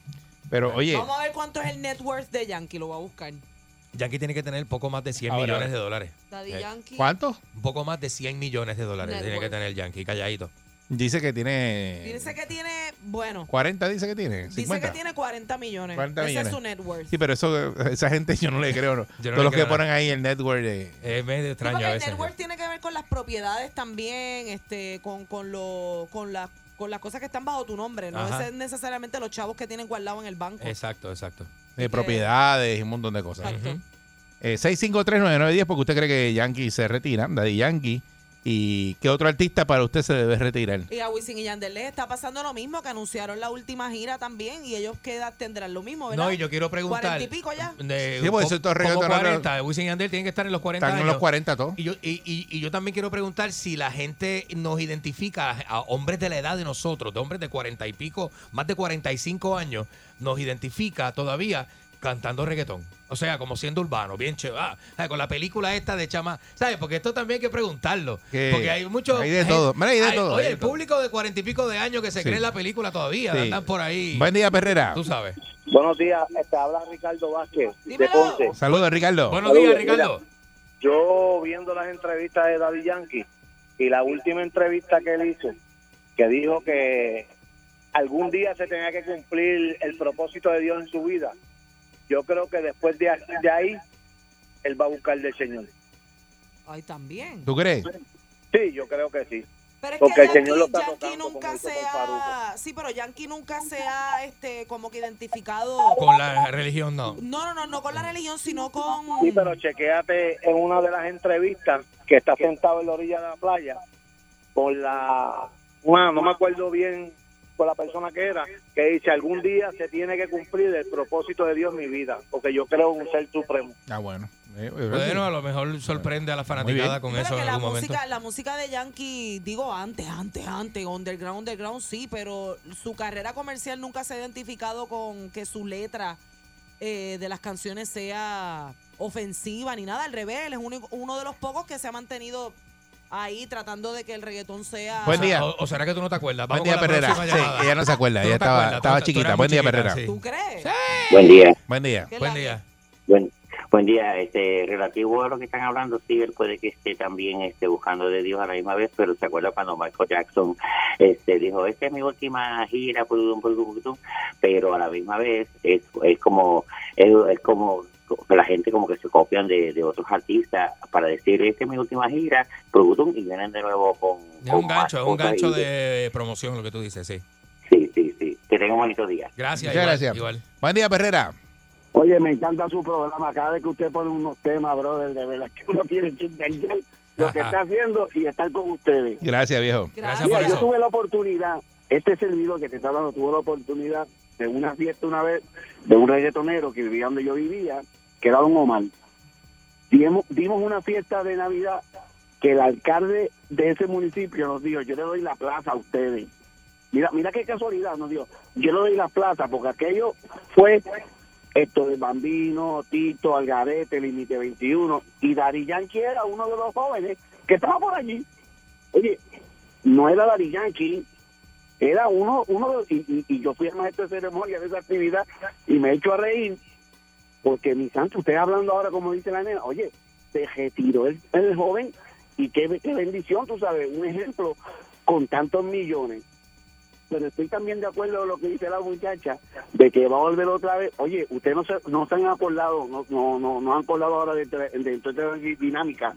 Speaker 3: Pero oye,
Speaker 4: Vamos a ver cuánto es el net worth de Yankee, lo voy a buscar.
Speaker 6: Yankee tiene que tener poco más de 100
Speaker 3: Ahora,
Speaker 6: millones de dólares.
Speaker 4: Daddy Yankee.
Speaker 3: ¿Cuánto?
Speaker 6: Un poco más de 100 millones de dólares
Speaker 4: Net
Speaker 6: tiene que
Speaker 4: worth.
Speaker 6: tener Yankee, calladito.
Speaker 3: dice que tiene
Speaker 4: Dice que tiene, bueno,
Speaker 3: 40, dice que tiene.
Speaker 4: dice
Speaker 3: 50.
Speaker 4: que tiene 40 millones.
Speaker 3: 40
Speaker 4: Ese
Speaker 3: millones.
Speaker 4: es su net worth.
Speaker 3: Sí, pero eso, esa gente yo no le creo. No.
Speaker 6: [LAUGHS] Yo
Speaker 3: Todos
Speaker 6: no
Speaker 3: los
Speaker 6: le
Speaker 3: que
Speaker 6: creo nada.
Speaker 3: ponen ahí el network de...
Speaker 6: Es medio
Speaker 4: Sí, porque
Speaker 6: extraño a
Speaker 4: el
Speaker 6: veces.
Speaker 4: network tiene que ver con las propiedades también, este, con, con lo, con las con las cosas que están bajo tu nombre, no
Speaker 6: Ajá.
Speaker 4: es necesariamente los chavos que tienen guardado en el banco.
Speaker 6: Exacto, exacto.
Speaker 3: de propiedades y un montón de cosas.
Speaker 4: Exacto.
Speaker 3: Ujú. Eh, 6539910 porque usted cree que Yankee se retira, Daddy Yankee. ¿Y qué otro artista para usted se debe retirar?
Speaker 4: Y a Wisin y Yandel les está pasando lo mismo, que anunciaron la última gira también y ellos quedan, tendrán lo mismo, ¿verdad?
Speaker 6: No, y yo quiero preguntar-
Speaker 4: Cuarenta y pico ya.
Speaker 6: De,
Speaker 3: Sí, porque
Speaker 6: co-
Speaker 3: eso es todo
Speaker 6: como
Speaker 3: reggaetón, ¿no?
Speaker 6: 40. Wisin y Yandel tienen que estar en los 40
Speaker 3: Están en
Speaker 6: años.
Speaker 3: los 40 todos.
Speaker 6: Y yo, y, y- y yo también quiero preguntar si la gente nos identifica a hombres de la edad de nosotros, de hombres de cuarenta y pico, más de 45 años, nos identifica todavía cantando reggaetón. O sea, como siendo urbano, bien chévere. Ah, con la película esta de chama, ¿sabes? Porque esto también hay que preguntarlo.
Speaker 3: Que
Speaker 6: porque hay mucho...
Speaker 3: hay de todo. Mira, hay de todo,
Speaker 6: Oye,
Speaker 3: hay de
Speaker 6: el público de cuarenta y pico de años que se
Speaker 3: Sí.
Speaker 6: cree en la película todavía,
Speaker 3: Sí.
Speaker 6: andan por ahí.
Speaker 3: Buen día, Perrera.
Speaker 6: Tú sabes.
Speaker 9: Buenos días, te habla Ricardo Vázquez
Speaker 4: Dímelo.
Speaker 9: de Ponce.
Speaker 3: Saludos, Ricardo.
Speaker 6: Buenos días,
Speaker 9: Saludos,
Speaker 6: Ricardo.
Speaker 9: Yo viendo las entrevistas de Daddy Yankee y la última entrevista que él hizo, que dijo que algún día se tenía que cumplir el propósito de Dios en su vida, yo creo que después de, de ahí, él va a buscar del Señor.
Speaker 4: Ay, también.
Speaker 3: ¿Tú crees?
Speaker 9: Sí, yo creo que sí.
Speaker 4: Pero es
Speaker 9: Porque el
Speaker 4: que
Speaker 9: Señor lo está
Speaker 4: Yankee, Yankee
Speaker 9: tocando, como
Speaker 4: nunca
Speaker 9: hizo
Speaker 4: se
Speaker 9: con
Speaker 4: ha, sí, pero Yankee nunca se ha este como que identificado
Speaker 6: Con la religión, no.
Speaker 4: No, no, no, no con la religión, sino con
Speaker 9: Sí, pero chequéate en una de las entrevistas que está sentado en la orilla de la playa con la... Bueno, no me acuerdo bien con la persona que era, que dice, algún día se tiene que cumplir el propósito de Dios en mi vida, porque yo creo en un ser supremo.
Speaker 3: Ah, bueno. Eh, eh,
Speaker 6: Bueno, a lo mejor sorprende a la fanaticada con
Speaker 4: Bueno,
Speaker 6: eso
Speaker 4: que
Speaker 6: en
Speaker 4: la
Speaker 6: algún momento.
Speaker 4: música, la música de Yankee, digo antes, antes, antes, underground, underground sí, pero su carrera comercial nunca se ha identificado con que su letra eh, de las canciones sea ofensiva ni nada. Al revés, él es uno, uno de los pocos que se ha mantenido ahí tratando de que el reggaetón sea.
Speaker 3: Buen día.
Speaker 6: O, o será que tú no te acuerdas?
Speaker 3: Buen
Speaker 6: Vamos
Speaker 3: día,
Speaker 6: con la
Speaker 3: Perrera.
Speaker 6: próxima
Speaker 3: Sí,
Speaker 6: llamada.
Speaker 3: ella no se acuerda,
Speaker 6: Tú
Speaker 3: ella
Speaker 6: no te
Speaker 3: estaba,
Speaker 6: acuerdas, tú-
Speaker 3: estaba
Speaker 6: tú
Speaker 3: chiquita.
Speaker 6: eras
Speaker 3: Buen
Speaker 6: muy
Speaker 3: día,
Speaker 6: chiquita,
Speaker 3: Perrera.
Speaker 6: sí.
Speaker 4: ¿Tú crees?
Speaker 13: Buen día,
Speaker 3: Buen día.
Speaker 4: Que
Speaker 6: Buen
Speaker 4: la-
Speaker 6: día.
Speaker 13: buen, buen día. Este, relativo a lo que están hablando, sí, él puede que esté también este, buscando de Dios a la misma vez, pero se acuerda cuando Michael Jackson este, dijo, esta es mi última gira, pudum, pudum, pudum", pero a la misma vez es, es como, es, es como que la gente como que se copian de, de otros artistas para decir, esta es mi última gira, pudum", y vienen de nuevo con...
Speaker 6: Es
Speaker 13: con
Speaker 6: un
Speaker 13: más
Speaker 6: gancho, es un
Speaker 13: cosas
Speaker 6: gancho
Speaker 13: y-
Speaker 6: de promoción lo que tú dices, sí.
Speaker 13: Sí, sí, sí. Que tengan un bonito día.
Speaker 6: Gracias,
Speaker 3: Muchas
Speaker 6: igual,
Speaker 3: gracias.
Speaker 6: igual.
Speaker 3: Buen día, Perrera.
Speaker 8: Oye, me encanta su programa. Cada vez que usted pone unos temas, brother, de verdad que uno tiene que entender lo que
Speaker 6: Ajá.
Speaker 8: está haciendo y estar con ustedes.
Speaker 3: Gracias, viejo.
Speaker 6: Gracias
Speaker 8: Mira,
Speaker 6: por
Speaker 8: yo
Speaker 6: eso.
Speaker 8: tuve la oportunidad, este servidor que te está hablando tuvo la oportunidad de una fiesta una vez de un reggaetonero que vivía donde yo vivía, que era Don Omar. Dimos, dimos una fiesta de Navidad que el alcalde de ese municipio nos dijo, yo le doy la plaza a ustedes. Mira, mira qué casualidad nos dijo, yo le doy la plaza porque aquello fue esto de Bambino, Tito, Algarete, Límite 21 y Dari Yankee era uno de los jóvenes que estaba por allí. Oye, no era Dari Yankee, era uno, uno de- y, y- y yo fui el maestro de ceremonia de esa actividad y me he hecho a reír, porque mi santo, usted hablando ahora como dice la nena, oye, se retiró el, el joven y qué, qué bendición, tú sabes, un ejemplo con tantos millones. Pero estoy también de acuerdo con lo que dice la muchacha, de que va a volver otra vez. Oye, ustedes no se, no se han acordado, no, no, no, no han acordado ahora de, de, de, de dinámica.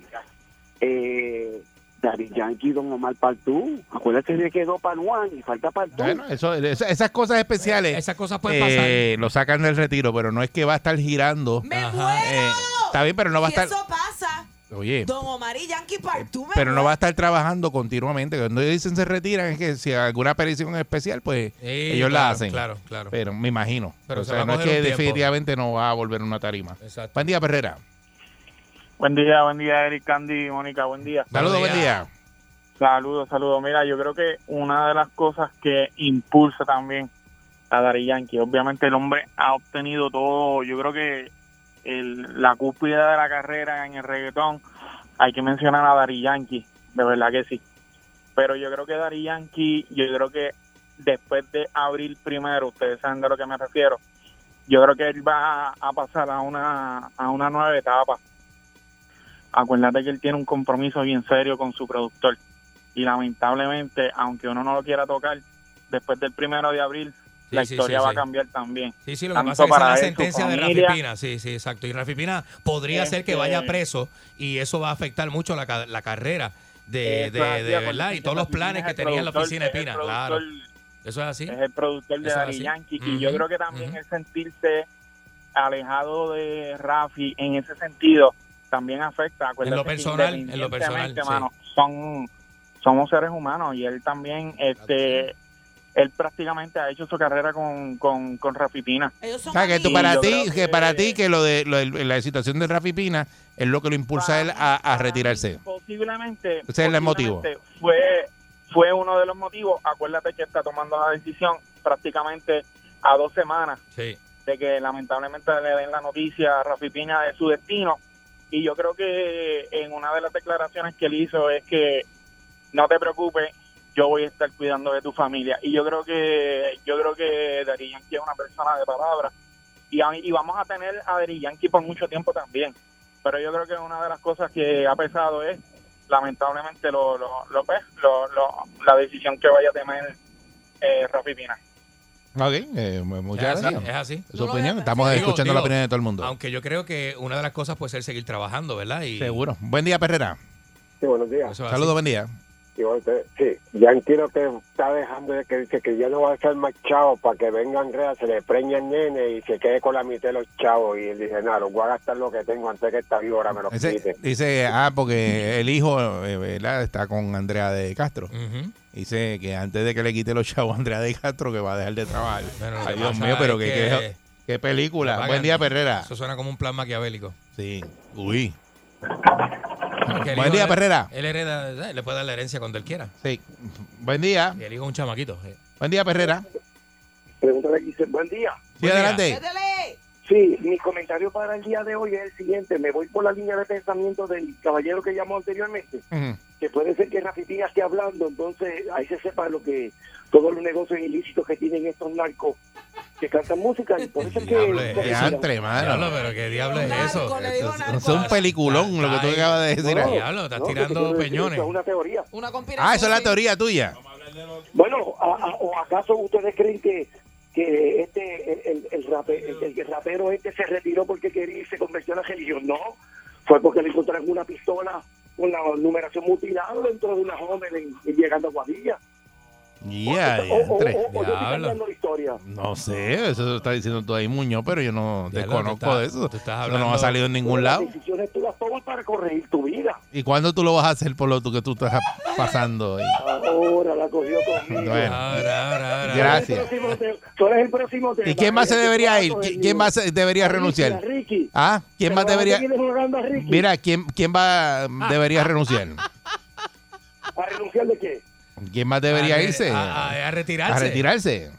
Speaker 8: Eh, Dari Yankee, Don Omar Partú. Acuérdate de que dos para Juan y falta Partú.
Speaker 3: Bueno, eso, esa- esas cosas especiales
Speaker 6: Esas cosas pueden pasar.
Speaker 3: eh, lo sacan del retiro, pero no es que va a estar girando.
Speaker 4: ¡Me
Speaker 6: Ajá,
Speaker 4: muero!
Speaker 3: Eh, está bien, pero no va a
Speaker 4: Si
Speaker 3: estar.
Speaker 4: eso pasa,
Speaker 3: Oye,
Speaker 4: Don Omar y Yankee Partú me
Speaker 3: pero no va a
Speaker 4: muero.
Speaker 3: estar trabajando continuamente. Cuando dicen se retiran, es que si alguna aparición especial, pues
Speaker 6: Sí,
Speaker 3: ellos la
Speaker 6: claro,
Speaker 3: hacen. Eh,
Speaker 6: Claro, claro.
Speaker 3: Pero me imagino.
Speaker 6: Pero
Speaker 3: o
Speaker 6: se
Speaker 3: sea,
Speaker 6: va a
Speaker 3: no es
Speaker 6: coger
Speaker 3: que
Speaker 6: un tiempo.
Speaker 3: definitivamente no va a volver a una tarima.
Speaker 6: Exacto.
Speaker 3: Buen día, Perrera.
Speaker 14: Buen día, buen día, Eric, Candy, Mónica, buen día.
Speaker 3: Saludos, buen día.
Speaker 14: Saludos, saludos. Mira, yo creo que una de las cosas que impulsa también a Dari Yankee. Obviamente el hombre ha obtenido todo, yo creo que el- la cúspide de la carrera en el reggaetón, hay que mencionar a Dari Yankee, de verdad que sí. Pero yo creo que Dari Yankee, yo creo que después de abril primero, ustedes saben de lo que me refiero, yo creo que él va a- a pasar a una, a una nueva etapa. Acuérdate que él tiene un compromiso bien serio con su productor. Y lamentablemente, aunque uno no lo quiera tocar, después del primero de abril,
Speaker 6: Sí,
Speaker 14: la
Speaker 6: sí,
Speaker 14: historia
Speaker 6: sí,
Speaker 14: va
Speaker 6: sí.
Speaker 14: a cambiar también.
Speaker 6: Sí, sí, lo que
Speaker 14: Tanto
Speaker 6: pasa es que esa
Speaker 14: él, su
Speaker 6: es la sentencia de Rafi
Speaker 14: familia.
Speaker 6: Pina. Sí, sí, exacto. Y Rafi Pina podría ser que
Speaker 14: Este-
Speaker 6: vaya preso y eso va a afectar mucho la, ca- la carrera de,
Speaker 14: Eso
Speaker 6: de,
Speaker 14: es así,
Speaker 6: de
Speaker 14: acuérdate
Speaker 6: verdad y
Speaker 14: que
Speaker 6: todos los
Speaker 14: Rafi Pina
Speaker 6: planes
Speaker 14: es
Speaker 6: que
Speaker 14: Eh, el
Speaker 6: tenía la
Speaker 14: productor,
Speaker 6: oficina de
Speaker 14: es el
Speaker 6: Pina, claro.
Speaker 14: productor-
Speaker 6: Eso es así.
Speaker 14: Es el productor de
Speaker 6: Eso es
Speaker 14: Daddy
Speaker 6: así.
Speaker 14: Yankee. Y yo
Speaker 6: Ujú,
Speaker 14: creo que también el sentirse alejado de Rafi en ese sentido también afecta. Acuérdate
Speaker 6: En lo
Speaker 14: que
Speaker 6: personal, en lo personal,
Speaker 14: independientemente,
Speaker 6: sí.
Speaker 14: mano, son, somos seres humanos y él también, este, él prácticamente ha hecho su carrera con, con, con Rafi Pina.
Speaker 3: O sea, que tú
Speaker 14: Y
Speaker 3: para
Speaker 14: yo
Speaker 3: ti,
Speaker 14: creo
Speaker 3: que para ti, que lo de lo de- la situación de Rafi Pina es lo que lo impulsa a él a, a retirarse.
Speaker 14: Posiblemente,
Speaker 3: Ese es el motivo.
Speaker 14: posiblemente Fue, fue uno de los motivos. Acuérdate que está tomando la decisión prácticamente a dos semanas
Speaker 6: Sí.
Speaker 14: de que lamentablemente le den la noticia a Rafi Piña de su destino. Y yo creo que en una de las declaraciones que él hizo es que no te preocupes, yo voy a estar cuidando de tu familia. Y yo creo que yo creo que Dari Yankee es una persona de palabra. Y, a- y vamos a tener a Dari Yankee por mucho tiempo también. Pero yo creo que una de las cosas que ha pesado es, lamentablemente, lo, lo, lo, pues, lo- lo- la decisión que vaya a tener eh, Rafi Pina.
Speaker 3: Ok, eh, mu- muchas
Speaker 6: es así,
Speaker 3: gracias.
Speaker 6: es así.
Speaker 3: Su opinión, estamos
Speaker 6: Digo,
Speaker 3: escuchando la
Speaker 6: digo,
Speaker 3: opinión de todo el mundo.
Speaker 6: Aunque yo creo que una de las cosas puede ser seguir trabajando, ¿verdad? Y
Speaker 3: Seguro. Buen día, Perrera.
Speaker 15: Sí, buenos días.
Speaker 3: Saludos, buen día.
Speaker 15: Igual ustedes. Sí, Yankee lo que está dejando es que dice que ya no va a ser más chavo para que vengan reas, se le preña el nene y se quede con la mitad de los chavos. Y él dice, nada, los voy a gastar lo que tengo antes que esta víbora me lo
Speaker 3: Ese-
Speaker 15: quite.
Speaker 3: dice, ah, porque el hijo eh, ¿verdad? está con Andrea de Castro.
Speaker 6: Ujú.
Speaker 3: Dice que antes de que le quite los chavos a Andrea de Castro, que va a dejar de trabajar.
Speaker 6: Bueno, lo
Speaker 3: Ay,
Speaker 6: que
Speaker 3: Dios
Speaker 6: pasa
Speaker 3: mío, pero
Speaker 6: es
Speaker 3: que, ah.
Speaker 6: que-
Speaker 3: qué, qué película.
Speaker 6: Pagan.
Speaker 3: Buen día, Perrera.
Speaker 6: Eso suena como un plan maquiavélico.
Speaker 3: Sí. Uy.
Speaker 6: Que
Speaker 3: Ah,
Speaker 6: el
Speaker 3: Buen
Speaker 6: hijo
Speaker 3: día,
Speaker 6: le-
Speaker 3: Perrera.
Speaker 6: Él hereda, eh, le puede dar la herencia cuando él quiera.
Speaker 3: Sí. Buen día.
Speaker 6: Y el hijo es un chamaquito. eh.
Speaker 3: Buen día, Perrera.
Speaker 8: Pregúntale aquí, dice, buen día.
Speaker 3: Sí, adelante.
Speaker 8: Sí, mi comentario para el día de hoy es el siguiente. Me voy por la línea de pensamiento del caballero que llamó anteriormente,
Speaker 3: Ujú.
Speaker 8: que puede ser que Rafitina esté hablando, entonces ahí se sepa lo que todos los negocios ilícitos que tienen estos narcos que cantan música y por eso es que...
Speaker 3: Diantre, Eh, mano.
Speaker 6: Diablo, pero qué diablo es eso.
Speaker 3: Es un peliculón lo que tú acabas de decir. ahí.
Speaker 6: Diablo, estás tirando peñones.
Speaker 8: Una teoría.
Speaker 3: Ah, eso es la teoría tuya.
Speaker 8: Bueno, a- a- ¿o acaso ustedes creen que, que este el, el, rape- el- el rapero este se retiró porque quería y se convirtió en la religión? No, fue porque le encontraron una pistola con la numeración mutilada dentro de una joven en- en llegando a Guadilla.
Speaker 3: Ya,
Speaker 8: O- o-
Speaker 3: diantre.
Speaker 8: o- o yo estoy cambiando la historia.
Speaker 3: No sé, eso lo está diciendo todo ahí Muñoz, pero yo no
Speaker 6: Ya lo,
Speaker 3: desconozco
Speaker 6: tú
Speaker 3: de
Speaker 6: estás-
Speaker 3: eso.
Speaker 6: tú estás
Speaker 3: Eso no ha
Speaker 6: hablando-
Speaker 3: salido en ningún lado.
Speaker 8: Las decisiones tú las tomas para corregir tu vida.
Speaker 3: ¿Y cuándo tú lo vas a hacer por lo que tú estás pasando? ahí?
Speaker 8: Ahora la cogió conmigo.
Speaker 3: Bueno.
Speaker 6: Ahora, ahora, ahora.
Speaker 8: Tú
Speaker 3: Gracias.
Speaker 8: eres el próximo te- Tú eres el próximo tema.
Speaker 3: ¿Y quién más se debería ir? ¿Qui- ¿Quién más se- debería
Speaker 8: Ricky,
Speaker 3: renunciar?
Speaker 8: Ricky.
Speaker 3: ¿Ah?
Speaker 8: Pero
Speaker 3: ¿Quién más
Speaker 8: ahora
Speaker 3: debería?
Speaker 8: te vienes jugando a Ricky.
Speaker 3: Mira, ¿quién, quién va debería renunciar?
Speaker 8: ¿A renunciar de qué?
Speaker 3: ¿Quién más debería
Speaker 6: A re-
Speaker 3: irse?
Speaker 6: a- a- a retirarse.
Speaker 3: A retirarse.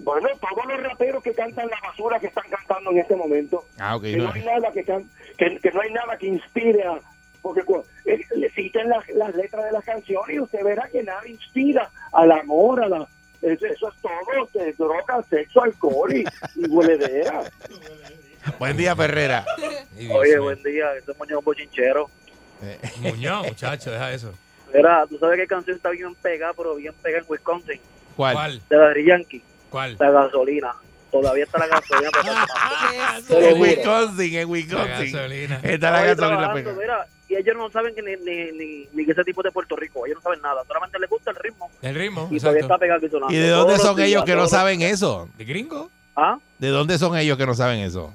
Speaker 8: Bueno, todos los raperos que cantan la basura que están cantando en este momento.
Speaker 3: Ah, ok.
Speaker 8: que no hay nada que, can- que, que no hay nada que inspire a- porque cu- eh, le citen las, las letras de las canciones y usted verá que nada inspira al amor a la eso, eso es todo usted, droga sexo alcohol y, y hueledera
Speaker 3: [LAUGHS] Buen día, Ferrera.
Speaker 16: Oye, buen día, este es Muñoz Bochinchero.
Speaker 6: Muñoz, muchacho, deja
Speaker 3: [LAUGHS]
Speaker 6: eso.
Speaker 16: Mira, tú sabes qué canción está bien pegada, pero bien pegada en Wisconsin,
Speaker 3: ¿Cuál?
Speaker 16: de Daddy Yankee.
Speaker 6: ¿Cuál?
Speaker 16: La gasolina. Todavía está la gasolina. pegada. Te lo
Speaker 3: En
Speaker 16: juro.
Speaker 3: Wisconsin, en Wisconsin. Está la
Speaker 16: Estoy
Speaker 3: gasolina pues.
Speaker 16: trabajando,
Speaker 3: pegada.
Speaker 16: Mira, y ellos no saben que ni, ni, ni, ni que ese tipo es de Puerto Rico, ellos no saben nada, solamente les gusta el ritmo.
Speaker 6: El ritmo.
Speaker 16: Y todavía
Speaker 6: exacto.
Speaker 16: está pegado y sonando.
Speaker 3: ¿Y de
Speaker 16: Todos
Speaker 3: dónde
Speaker 16: los
Speaker 3: son
Speaker 16: días,
Speaker 3: ellos que no
Speaker 16: todos los-
Speaker 3: saben eso?
Speaker 6: ¿De gringo?
Speaker 16: ¿Ah?
Speaker 3: ¿De dónde son ellos que no saben eso?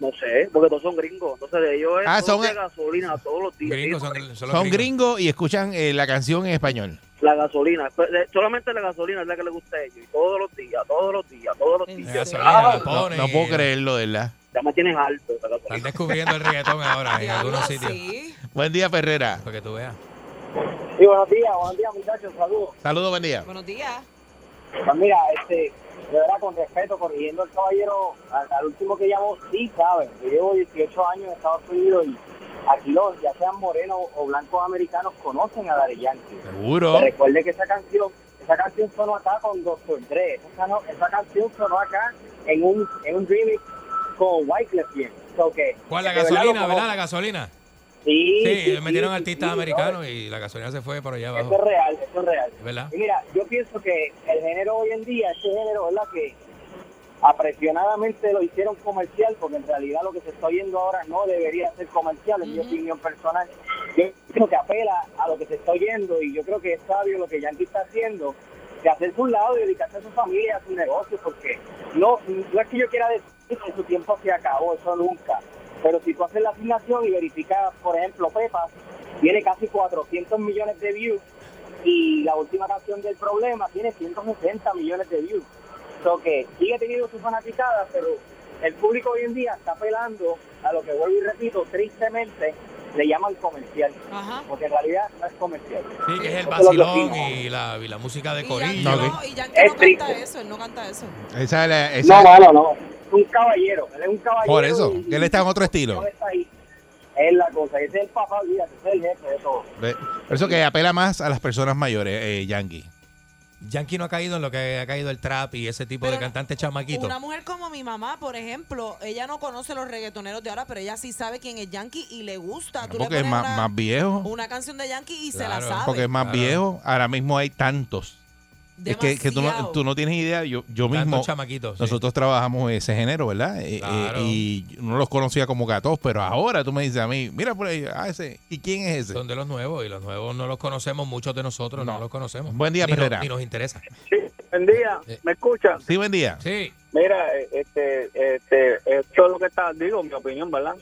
Speaker 16: No sé, porque todos son gringos. Entonces ellos
Speaker 3: Ah,
Speaker 16: son,
Speaker 3: son-
Speaker 16: de gasolina todos los días. sí, porque
Speaker 3: Son gringos y escuchan eh, la canción en español.
Speaker 16: La gasolina, pues, eh, solamente la gasolina es la que le gusta a ellos. Y todos los días, todos los días, todos los días. Ah,
Speaker 3: No, no puedo creerlo, ¿verdad?
Speaker 16: Ya me tienes alto. esa gasolina.
Speaker 6: Están descubriendo el reggaetón ahora en algunos sitios.
Speaker 3: Buen día, Ferrera.
Speaker 6: Para que tú veas.
Speaker 17: Sí, buenos días, buenos días, muchachos, saludos.
Speaker 3: Saludos, buen día.
Speaker 17: Pues mira, este, de verdad, con respeto, corrigiendo al caballero, al, al último que llamó, sí saben. Yo llevo 18 años en Estados Unidos y aquí los, ya sean morenos o blancos americanos, conocen a Daddy Yankee.
Speaker 6: Seguro.
Speaker 17: Recuerde que esa canción, esa canción sonó acá con Dr. Dre. Esa, no- esa canción sonó acá en un, en un remix con Wyclef Jean. So que,
Speaker 6: ¿Cuál? La
Speaker 17: de verdad,
Speaker 6: gasolina,
Speaker 17: lo
Speaker 6: ¿verdad?
Speaker 17: conocen.
Speaker 6: La gasolina.
Speaker 17: Sí, sí,
Speaker 6: eh, metieron
Speaker 17: sí,
Speaker 6: artistas
Speaker 17: sí,
Speaker 6: americanos y la gasolina se fue por allá abajo.
Speaker 17: Eso es real, eso es real.
Speaker 6: ¿Verdad?
Speaker 17: Y mira, yo pienso que el género hoy en día,
Speaker 16: este
Speaker 17: ese género, ¿verdad? Que apresionadamente lo hicieron comercial, porque en realidad lo que se está oyendo ahora no debería ser comercial, en mi opinión personal. Yo creo que apela a lo que se está oyendo y yo creo que es sabio lo que Yankee está haciendo, de hacerse un lado y dedicarse a su familia, a su negocio, porque no, no es que yo quiera decir que su tiempo se acabó, eso nunca. Pero si tú haces la asignación y verificas, por ejemplo, Pepa, tiene casi 400 millones de views y la última canción del problema tiene 160 millones de views. So que sigue teniendo su fanaticada, pero el público hoy en día está apelando a lo que vuelvo y repito, tristemente le llaman comercial, porque en realidad no es comercial.
Speaker 6: Sí, que es el
Speaker 17: Eso es lo que
Speaker 6: vacilón
Speaker 17: opino.
Speaker 6: y la, y la música de
Speaker 4: Yankee
Speaker 6: corillo.
Speaker 3: no-
Speaker 4: No, y Yankee no canta eso, él no canta eso.
Speaker 3: Esa es la- esa-
Speaker 17: No, no, no, no. Es un caballero, él es un caballero.
Speaker 3: Por eso,
Speaker 17: y-
Speaker 3: que él está en otro estilo.
Speaker 17: y está ahí. Es la cosa, ese es el papá, olvídate, ese es el jefe de todo.
Speaker 3: Ve, Por eso que apela más a las personas mayores, eh, Yankee.
Speaker 4: Ah,
Speaker 6: Yankee no ha caído en lo que ha caído el trap y ese tipo de cantante chamaquito.
Speaker 4: Una mujer como mi mamá, por ejemplo, ella no conoce los reggaetoneros de ahora, pero ella sí sabe quién es Yankee y le gusta. Tú
Speaker 3: Ah,
Speaker 4: le
Speaker 3: Porque es
Speaker 4: pones
Speaker 3: más,
Speaker 4: una,
Speaker 3: más viejo.
Speaker 4: una canción de Yankee y se la sabe.
Speaker 3: Porque es más viejo. Ahora mismo hay tantos. Es que, que tú, no,
Speaker 4: Demasiado.
Speaker 3: tú no tienes idea. Yo, yo
Speaker 6: Tantos
Speaker 3: mismo.
Speaker 6: chamaquitos, sí.
Speaker 3: Nosotros trabajamos ese género, ¿verdad? Eh, eh,
Speaker 6: Claro.
Speaker 3: y yo no los conocía como gatos, pero ahora tú me dices a mí, mira por ahí, ah, ese. ¿Y quién es ese?
Speaker 6: Son de los nuevos y los nuevos no los conocemos, muchos de nosotros no, los conocemos.
Speaker 3: Buen día,
Speaker 6: Ni nos-
Speaker 3: Perrera.
Speaker 6: Ni nos interesa.
Speaker 8: Buen día, ¿me escuchan?
Speaker 3: Sí, buen día.
Speaker 6: Sí.
Speaker 8: Mira, eh, este, este, esto es lo que está, digo, mi opinión, ¿verdad?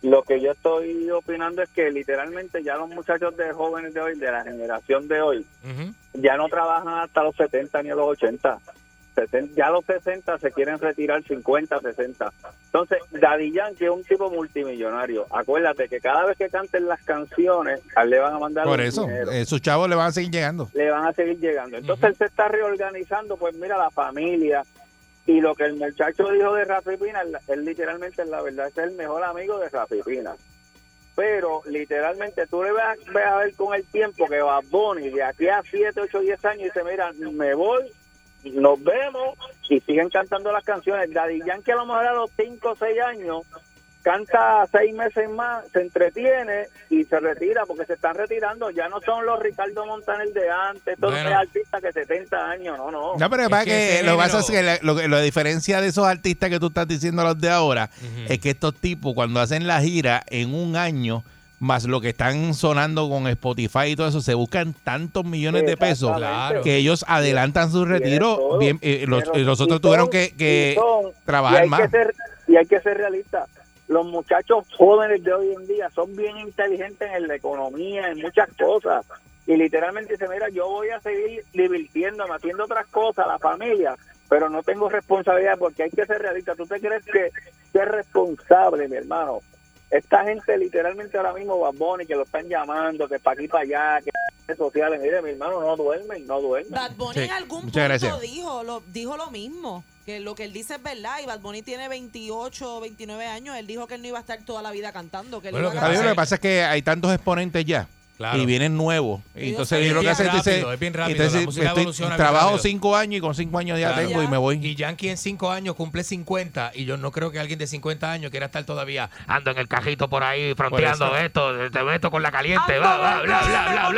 Speaker 8: Lo que yo estoy opinando es que literalmente ya los muchachos de jóvenes de hoy, de la generación de hoy, ya no trabajan hasta los 70 ni a los 80. Sesen- Ya a los 60 se quieren retirar 50, 60. Entonces, Daddy Yankee es un tipo multimillonario. Acuérdate que cada vez que canten las canciones, a él le van a mandar
Speaker 3: Por
Speaker 8: un
Speaker 3: eso,
Speaker 8: dinero
Speaker 3: eh, sus chavos le van a seguir llegando.
Speaker 8: le van a seguir llegando. Entonces él se está reorganizando, pues mira, la familia y lo que el muchacho dijo de Rafi Pina, él, él literalmente, la verdad, es el mejor amigo de Rafi Pina. Pero literalmente tú le vas, vas a ver con el tiempo que va Bonnie de aquí a 7, 8, 10 años y dice, mira, me voy, nos vemos y siguen cantando las canciones. Daddy Yankee a lo mejor a los 5 o 6 años canta seis meses más, se entretiene y se retira porque se están retirando. Ya no son los Ricardo Montaner de antes, todos
Speaker 3: Bueno.
Speaker 8: los artistas que 70 años, no, no.
Speaker 3: No, pero es que, lo que pasa es que la, lo que- la diferencia de esos artistas que tú estás diciendo a los de ahora es que estos tipos cuando hacen la gira en un año más lo que están sonando con Spotify y todo eso, se buscan tantos millones de pesos
Speaker 6: Exactamente.
Speaker 3: que ellos adelantan su retiro. Bien, eh, los,
Speaker 8: Pero-
Speaker 3: eh, los otros
Speaker 8: y
Speaker 3: tuvieron
Speaker 8: son-
Speaker 3: que, que
Speaker 8: y son- y
Speaker 3: trabajar
Speaker 8: hay
Speaker 3: más.
Speaker 8: que ser- y hay que ser realista. Los muchachos jóvenes de hoy en día son bien inteligentes en la economía, en muchas cosas. Y literalmente dice, mira, yo voy a seguir divirtiéndome, haciendo otras cosas, la familia, pero no tengo responsabilidad porque hay que ser realista. ¿Tú te crees que que es responsable, mi hermano? Esta gente literalmente ahora mismo, Baboni, que lo están llamando, que para aquí, para allá, que en redes sociales, mire, mi hermano, no duermen, no duermen. [LAUGHS]
Speaker 4: Bad Bunny
Speaker 8: Sí,
Speaker 4: en algún
Speaker 8: muchas
Speaker 4: punto
Speaker 8: gracias.
Speaker 4: dijo lo, dijo lo mismo, que lo que él dice es verdad y Bad Bunny tiene 28 o 29 años, él dijo que él no iba a estar toda la vida cantando, que él
Speaker 3: Bueno,
Speaker 4: iba a
Speaker 3: Javier, lo
Speaker 4: cantar.
Speaker 3: que pasa es que hay tantos exponentes ya. Y vienen nuevos. Y entonces
Speaker 6: Es
Speaker 3: yo lo que
Speaker 6: bien
Speaker 3: hace dice,
Speaker 6: rápido, es bien rápido, la
Speaker 3: entonces
Speaker 6: música
Speaker 3: estoy-
Speaker 6: evoluciona bien
Speaker 3: trabajo
Speaker 6: rápido.
Speaker 3: cinco años y con cinco años ya
Speaker 6: Claro.
Speaker 3: tengo y me voy.
Speaker 6: Y Yankee en cinco años cumple 50 y yo no creo que alguien de 50 años quiera estar todavía ando en el cajito por ahí fronteando ¿eh?
Speaker 7: Por eso.
Speaker 6: esto, te meto con la caliente, va, va, bla, bla, bla,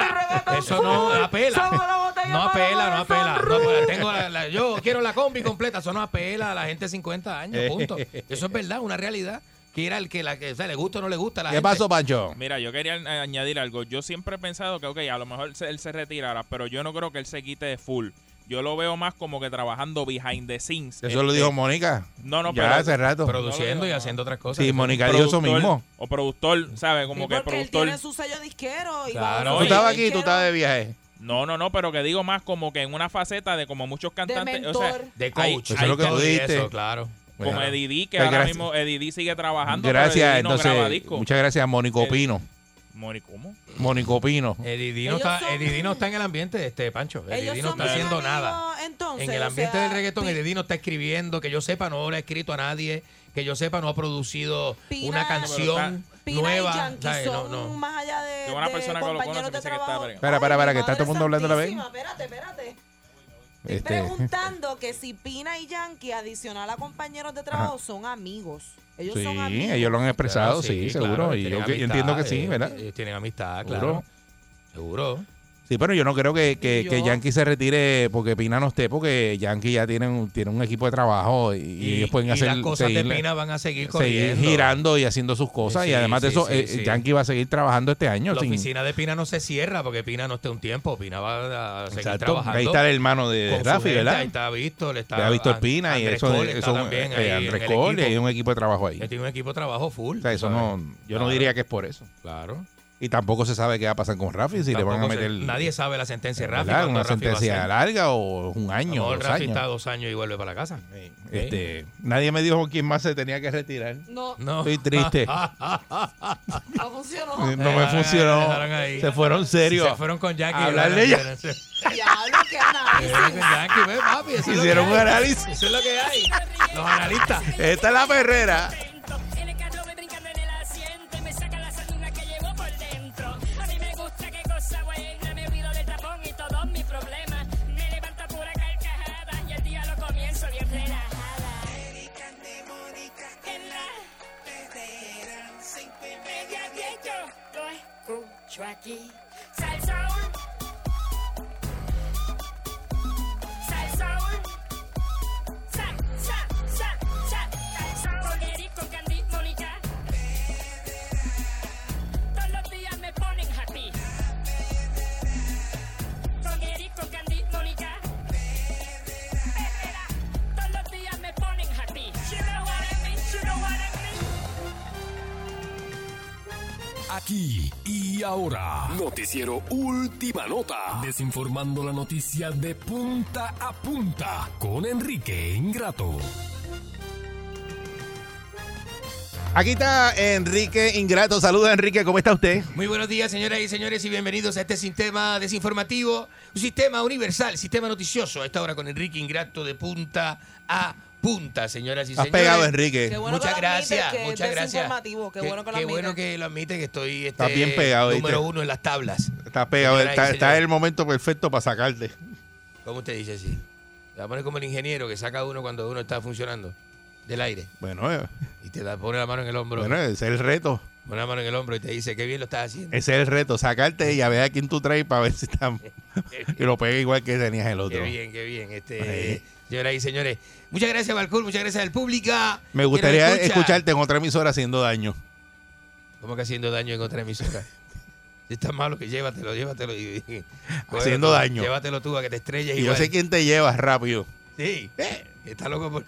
Speaker 6: bla. Eso no apela. No apela, no apela. No, pues, tengo la- la- yo quiero la combi completa, eso no apela a la gente de 50 años, punto. Eso es verdad, una realidad. Que era el que, la, que o sea, le gusta o no le gusta a la
Speaker 3: ¿Qué
Speaker 6: gente.
Speaker 3: pasó, Pancho?
Speaker 18: Mira, yo quería eh, añadir algo. Yo siempre he pensado que, ok, a lo mejor se- él se retirara, pero yo no creo que él se quite de full. Yo lo veo más como que trabajando behind the scenes.
Speaker 3: Eso lo
Speaker 18: Este,
Speaker 6: eh,
Speaker 3: dijo Mónica.
Speaker 18: No, no,
Speaker 3: ya
Speaker 18: pero-
Speaker 3: hace rato.
Speaker 6: Produciendo y haciendo otras cosas.
Speaker 3: Sí, Mónica dijo eso
Speaker 18: productor
Speaker 3: mismo.
Speaker 18: O productor, ¿sabes? Como que
Speaker 4: Porque él
Speaker 18: productor.
Speaker 4: tiene su sello disquero y va-
Speaker 18: Claro,
Speaker 3: tú
Speaker 18: y-
Speaker 3: estabas aquí, tú estabas de viaje.
Speaker 18: No, no, no, pero que digo más como que en una faceta de como muchos cantantes. o sea,
Speaker 4: mentor.
Speaker 6: De
Speaker 18: hay-
Speaker 6: coach.
Speaker 3: Eso es
Speaker 18: hay
Speaker 3: lo que tú
Speaker 18: cantantes-
Speaker 3: diste.
Speaker 18: eso,
Speaker 6: claro.
Speaker 18: Como
Speaker 3: Claro.
Speaker 18: Eddie D, que
Speaker 3: Pues
Speaker 18: ahora
Speaker 3: gracias-
Speaker 18: mismo Eddie D sigue trabajando. pero Eddie
Speaker 3: Gracias,
Speaker 18: D no graba
Speaker 3: entonces.
Speaker 18: disco.
Speaker 3: Muchas gracias, Mónico Pino.
Speaker 18: Mori, ¿cómo?
Speaker 3: Mónico Pino.
Speaker 6: Eh, Edidino está, Eddie D no está en el ambiente, este Pancho. Edidino
Speaker 4: son
Speaker 6: está haciendo nada.
Speaker 4: entonces.
Speaker 6: en el
Speaker 4: o
Speaker 6: ambiente
Speaker 4: sea,
Speaker 6: del reggaetón,
Speaker 4: Pi-
Speaker 6: el Eddie no está escribiendo, que yo sepa, no le ha escrito a nadie, que yo sepa, no ha producido
Speaker 4: Pina-
Speaker 6: una canción
Speaker 4: Pina y
Speaker 6: nueva.
Speaker 4: Yankee
Speaker 6: ¿sabes? No,
Speaker 4: son
Speaker 6: no.
Speaker 4: más allá de.
Speaker 18: Que una
Speaker 4: de
Speaker 18: persona que lo
Speaker 4: compañeros
Speaker 18: conoce
Speaker 4: de
Speaker 18: piensa que está
Speaker 4: trabajo.
Speaker 18: bregando.
Speaker 3: Espera, espera,
Speaker 4: Ay,
Speaker 3: espera, que
Speaker 4: mi
Speaker 3: está todo el
Speaker 4: madre
Speaker 3: mundo hablando a la vez.
Speaker 4: santísima, Espérate, espérate.
Speaker 3: Este,
Speaker 4: Preguntando que si Pina y Yankee, adicional a compañeros de trabajo, son amigos. Ellos
Speaker 3: sí,
Speaker 4: son amigos.
Speaker 3: ellos lo han expresado,
Speaker 6: Claro,
Speaker 3: sí,
Speaker 6: sí,
Speaker 3: seguro.
Speaker 6: claro,
Speaker 3: y yo,
Speaker 6: tienen
Speaker 3: que- yo entiendo que
Speaker 6: amistad,
Speaker 3: sí,
Speaker 6: eh,
Speaker 3: ¿verdad?
Speaker 6: ellos tienen amistad,
Speaker 3: Seguro.
Speaker 6: claro. Seguro.
Speaker 3: Sí, pero yo no creo que, que, que
Speaker 6: yo.
Speaker 3: Yankee se retire porque Pina no esté, porque Yankee ya tiene un, tiene un equipo de trabajo y, y ellos pueden
Speaker 6: y
Speaker 3: hacer
Speaker 6: las cosas de
Speaker 3: seguirle-
Speaker 6: Pina van a seguir
Speaker 3: seguir
Speaker 6: corriendo.
Speaker 3: girando y haciendo sus cosas.
Speaker 6: Sí,
Speaker 3: y además de
Speaker 6: sí,
Speaker 3: eso,
Speaker 6: sí,
Speaker 3: eh,
Speaker 6: sí.
Speaker 3: Yankee va a seguir trabajando este año.
Speaker 6: La
Speaker 3: sin-
Speaker 6: oficina de Pina no se cierra porque Pina no esté un tiempo. Pina va a seguir
Speaker 3: Exacto.
Speaker 6: trabajando.
Speaker 3: Ahí está el hermano de- de
Speaker 6: con su
Speaker 3: Rafi,
Speaker 6: gente,
Speaker 3: ¿verdad?
Speaker 6: Ahí está Víctor, está
Speaker 3: Está Víctor
Speaker 6: An-
Speaker 3: Pina y
Speaker 6: Andrés
Speaker 3: eso,
Speaker 6: Cole está
Speaker 3: eso-
Speaker 6: también
Speaker 3: eh,
Speaker 6: ahí en
Speaker 3: Andrés
Speaker 6: el
Speaker 3: Cole,
Speaker 6: equipo.
Speaker 3: hay un equipo de trabajo ahí.
Speaker 6: Él tiene un equipo de trabajo full.
Speaker 3: O sea, eso
Speaker 6: ¿sabes?
Speaker 3: no, yo no
Speaker 6: Claro.
Speaker 3: diría que es por eso.
Speaker 6: Claro.
Speaker 3: Y tampoco se sabe qué va a pasar con Rafi, si le van a
Speaker 6: Tampoco se-
Speaker 3: meter
Speaker 6: nadie sabe la sentencia de Rafi.
Speaker 3: ¿verdad?
Speaker 6: cuándo
Speaker 3: una
Speaker 6: Rafi va a
Speaker 3: sentencia
Speaker 6: ser.
Speaker 3: larga o un
Speaker 6: A lo
Speaker 3: año,
Speaker 6: mejor
Speaker 3: dos
Speaker 6: Rafi
Speaker 3: años.
Speaker 6: está dos años y vuelve para la casa.
Speaker 3: Este, nadie me dijo quién más se tenía que retirar.
Speaker 4: No.
Speaker 6: No.
Speaker 3: Estoy
Speaker 6: [LAUGHS]
Speaker 3: triste.
Speaker 4: No funcionó.
Speaker 3: No me funcionó. Se fueron serios.
Speaker 6: Se fueron con Jackie.
Speaker 3: A hablarle ya.
Speaker 4: Diablo, qué análisis.
Speaker 6: Jackie, ve, papi, eso es lo
Speaker 3: Hicieron
Speaker 6: que
Speaker 3: un
Speaker 6: hay.
Speaker 3: análisis.
Speaker 6: Eso es lo que hay. Los analistas.
Speaker 3: Esta es la perrera.
Speaker 19: En el carro voy brincando en el asiento y me saca la sardina que llevo por dentro. A mí me gusta qué cosa buena, me olvido del tapón y todos mis problemas. Me levanta pura carcajada y el día lo comienzo bien relajada. En la perrera, cinco y media, diez, yo lo escucho aquí. Salsaul. Salsaul. Sal, sal, sal, sal. Salsaul. Con Eric, con Candy, Mónica. Todos los días me ponen happy. Con Eric, con Candy, Mónica. Perrera. Todos los días me ponen happy. You know what I mean, you know what I mean.
Speaker 12: Aquí y ahora. Noticiero Última Nota. Desinformando la noticia de punta a punta con Enrique Ingrato.
Speaker 3: Aquí está Enrique Ingrato. Saluda, Enrique. ¿Cómo está usted?
Speaker 6: Muy buenos días, señoras y señores, y bienvenidos a este sistema desinformativo, un sistema universal, sistema noticioso. A esta hora con Enrique Ingrato de punta a punta, señoras y
Speaker 3: Has
Speaker 6: señores.
Speaker 3: pegado, Enrique. Qué
Speaker 4: bueno
Speaker 6: muchas
Speaker 4: que lo admites,
Speaker 6: gracias,
Speaker 4: que es
Speaker 6: muchas gracias.
Speaker 4: desinformativo, qué bueno que lo admites.
Speaker 6: que lo admite que estoy este,
Speaker 3: Estás bien pegado, ¿viste?
Speaker 6: número uno en las tablas.
Speaker 3: Está pegado.
Speaker 6: Señoras y
Speaker 3: Está, está
Speaker 6: señores.
Speaker 3: el momento perfecto para sacarte.
Speaker 6: ¿Cómo usted dice así? Te va a poner como el ingeniero que saca uno cuando uno está funcionando del aire
Speaker 3: Bueno, eh,
Speaker 6: y te da, pone la mano en el hombro.
Speaker 3: bueno, eh. ese es el reto.
Speaker 6: Pone la mano en el hombro y te dice, qué bien lo estás haciendo.
Speaker 3: Ese es el reto. Sacarte y a ver a quién tú traes para ver si está. Y lo pega igual que tenías el eh, otro. eh.
Speaker 6: Qué bien, qué bien. Este, Señoras y señores, muchas gracias, Balcour, muchas gracias al público.
Speaker 3: Me gustaría
Speaker 6: escuchar
Speaker 3: escucharte en otra emisora haciendo daño.
Speaker 6: ¿Cómo que haciendo daño en otra emisora? Si está malo, que llévatelo, llévatelo. Y, y-
Speaker 3: Haciendo
Speaker 6: tú,
Speaker 3: daño.
Speaker 6: Llévatelo tú a que te estrelles
Speaker 3: Y yo
Speaker 6: igual.
Speaker 3: sé quién te llevas rápido.
Speaker 6: Sí.
Speaker 3: Eh,
Speaker 6: Está loco por...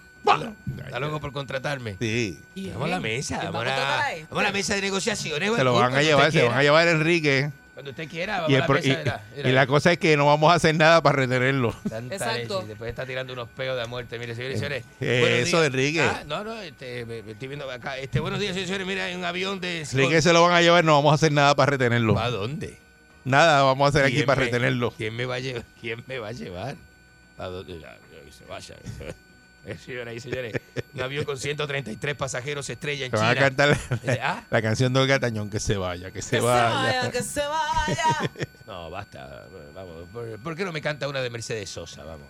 Speaker 6: Está loco por contratarme.
Speaker 3: Sí.
Speaker 6: Vamos a la mesa.
Speaker 2: ¿Y
Speaker 6: Vamos
Speaker 2: vamos a tocar
Speaker 6: a,
Speaker 2: a este?
Speaker 6: vamos a la mesa de negociaciones.
Speaker 3: Se lo
Speaker 6: Balcour,
Speaker 3: van a
Speaker 6: cuando
Speaker 3: llevar,
Speaker 6: usted
Speaker 3: se van a
Speaker 6: quiera.
Speaker 3: llevar a Enrique.
Speaker 6: Cuando usted quiera, vamos
Speaker 3: Y,
Speaker 6: a
Speaker 3: el
Speaker 6: la
Speaker 3: pro-
Speaker 6: mesa.
Speaker 3: y-
Speaker 6: era- era-
Speaker 3: y la cosa es que no vamos a hacer nada para retenerlo.
Speaker 6: Tanta
Speaker 2: Exacto.
Speaker 6: leche, y después está tirando unos peos de a muerte. Mire, señores y señores.
Speaker 3: Eh,
Speaker 6: buenos
Speaker 3: eso,
Speaker 6: días.
Speaker 3: Enrique.
Speaker 6: Ah, no, no, este, me- me estoy viendo acá. Este, buenos días, señores y señores. Mira, hay un avión de.
Speaker 3: Enrique se lo van a llevar, no vamos a hacer nada para retenerlo.
Speaker 6: ¿A dónde?
Speaker 3: Nada vamos a hacer aquí
Speaker 6: ¿Quién
Speaker 3: para
Speaker 6: me-
Speaker 3: retenerlo.
Speaker 6: ¿Quién me va a llevar? ¿Quién me va a llevar? ¿A dónde? Ya, ya, que se vaya. [LAUGHS] Eh, Señoras y señores, un avión con 133 pasajeros se estrella en
Speaker 3: Se van
Speaker 6: China.
Speaker 3: a cantar la,
Speaker 6: Eh, ah,
Speaker 3: la canción de Olga Tañón, que se vaya, que se
Speaker 4: Que se
Speaker 3: vaya.
Speaker 4: vaya, que se vaya.
Speaker 6: No, basta. Vamos. ¿Por, por qué no me canta una de Mercedes Sosa? Vamos.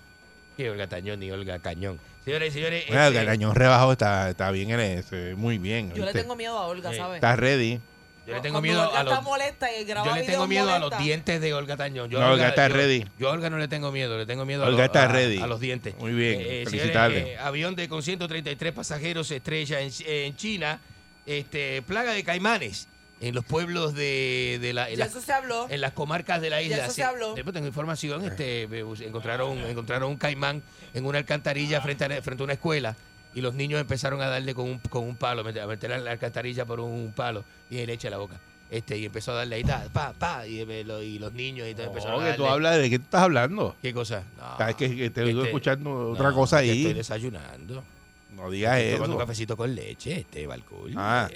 Speaker 6: Que Olga Tañón ni Olga Cañón. Señoras y señores.
Speaker 3: Bueno,
Speaker 6: este,
Speaker 3: Olga Tañón rebajado está, está bien en ese, muy bien.
Speaker 4: Yo le
Speaker 3: ¿viste?
Speaker 4: tengo miedo a Olga,
Speaker 6: Sí.
Speaker 4: ¿sabes?
Speaker 3: Está ready.
Speaker 6: yo le tengo
Speaker 4: Cuando
Speaker 6: miedo
Speaker 4: Olga
Speaker 6: a los
Speaker 4: está molesta y graba
Speaker 6: Yo le tengo
Speaker 4: videos
Speaker 6: miedo a los
Speaker 4: molesta.
Speaker 6: dientes de Olga Tañón. Yo a
Speaker 3: No, Olga está
Speaker 6: yo-
Speaker 3: ready.
Speaker 6: Yo a Olga no le tengo miedo, le tengo miedo a,
Speaker 3: Olga
Speaker 6: los-
Speaker 3: está
Speaker 6: a-
Speaker 3: ready.
Speaker 6: a los dientes. eh,
Speaker 3: Muy bien,
Speaker 6: señores,
Speaker 3: felicidades.
Speaker 6: eh, avión de con 133 pasajeros se estrella en, en China. Este, plaga de caimanes en los pueblos de, de la, en
Speaker 4: Ya
Speaker 6: las-
Speaker 4: eso se habló.
Speaker 6: en las comarcas de la
Speaker 4: Ya
Speaker 6: isla.
Speaker 4: eso se
Speaker 6: sí.
Speaker 4: habló.
Speaker 6: Después tengo información, este, me bus- encontraron, encontraron un caimán en una alcantarilla frente a, frente a una escuela y los niños empezaron a darle con un, con un palo, a meter- a meter la alcantarilla por un palo y de leche a la boca. Este, y empezó a darle ahí, ta, pa, pa, y, me lo- y los niños y todo empezaron
Speaker 3: No,
Speaker 6: a
Speaker 3: Oh, que tú
Speaker 6: darle.
Speaker 3: hablas de qué tú estás hablando.
Speaker 6: ¿Qué cosa? No,
Speaker 3: Sabes que, que te oigo
Speaker 6: Ah, este,
Speaker 3: escuchando
Speaker 6: no,
Speaker 3: otra cosa
Speaker 6: que Estoy
Speaker 3: ahí.
Speaker 6: desayunando.
Speaker 3: Eh, No digas
Speaker 6: Estoy tomando
Speaker 3: eso.
Speaker 6: un cafecito con leche, este, balcón.
Speaker 3: Ah.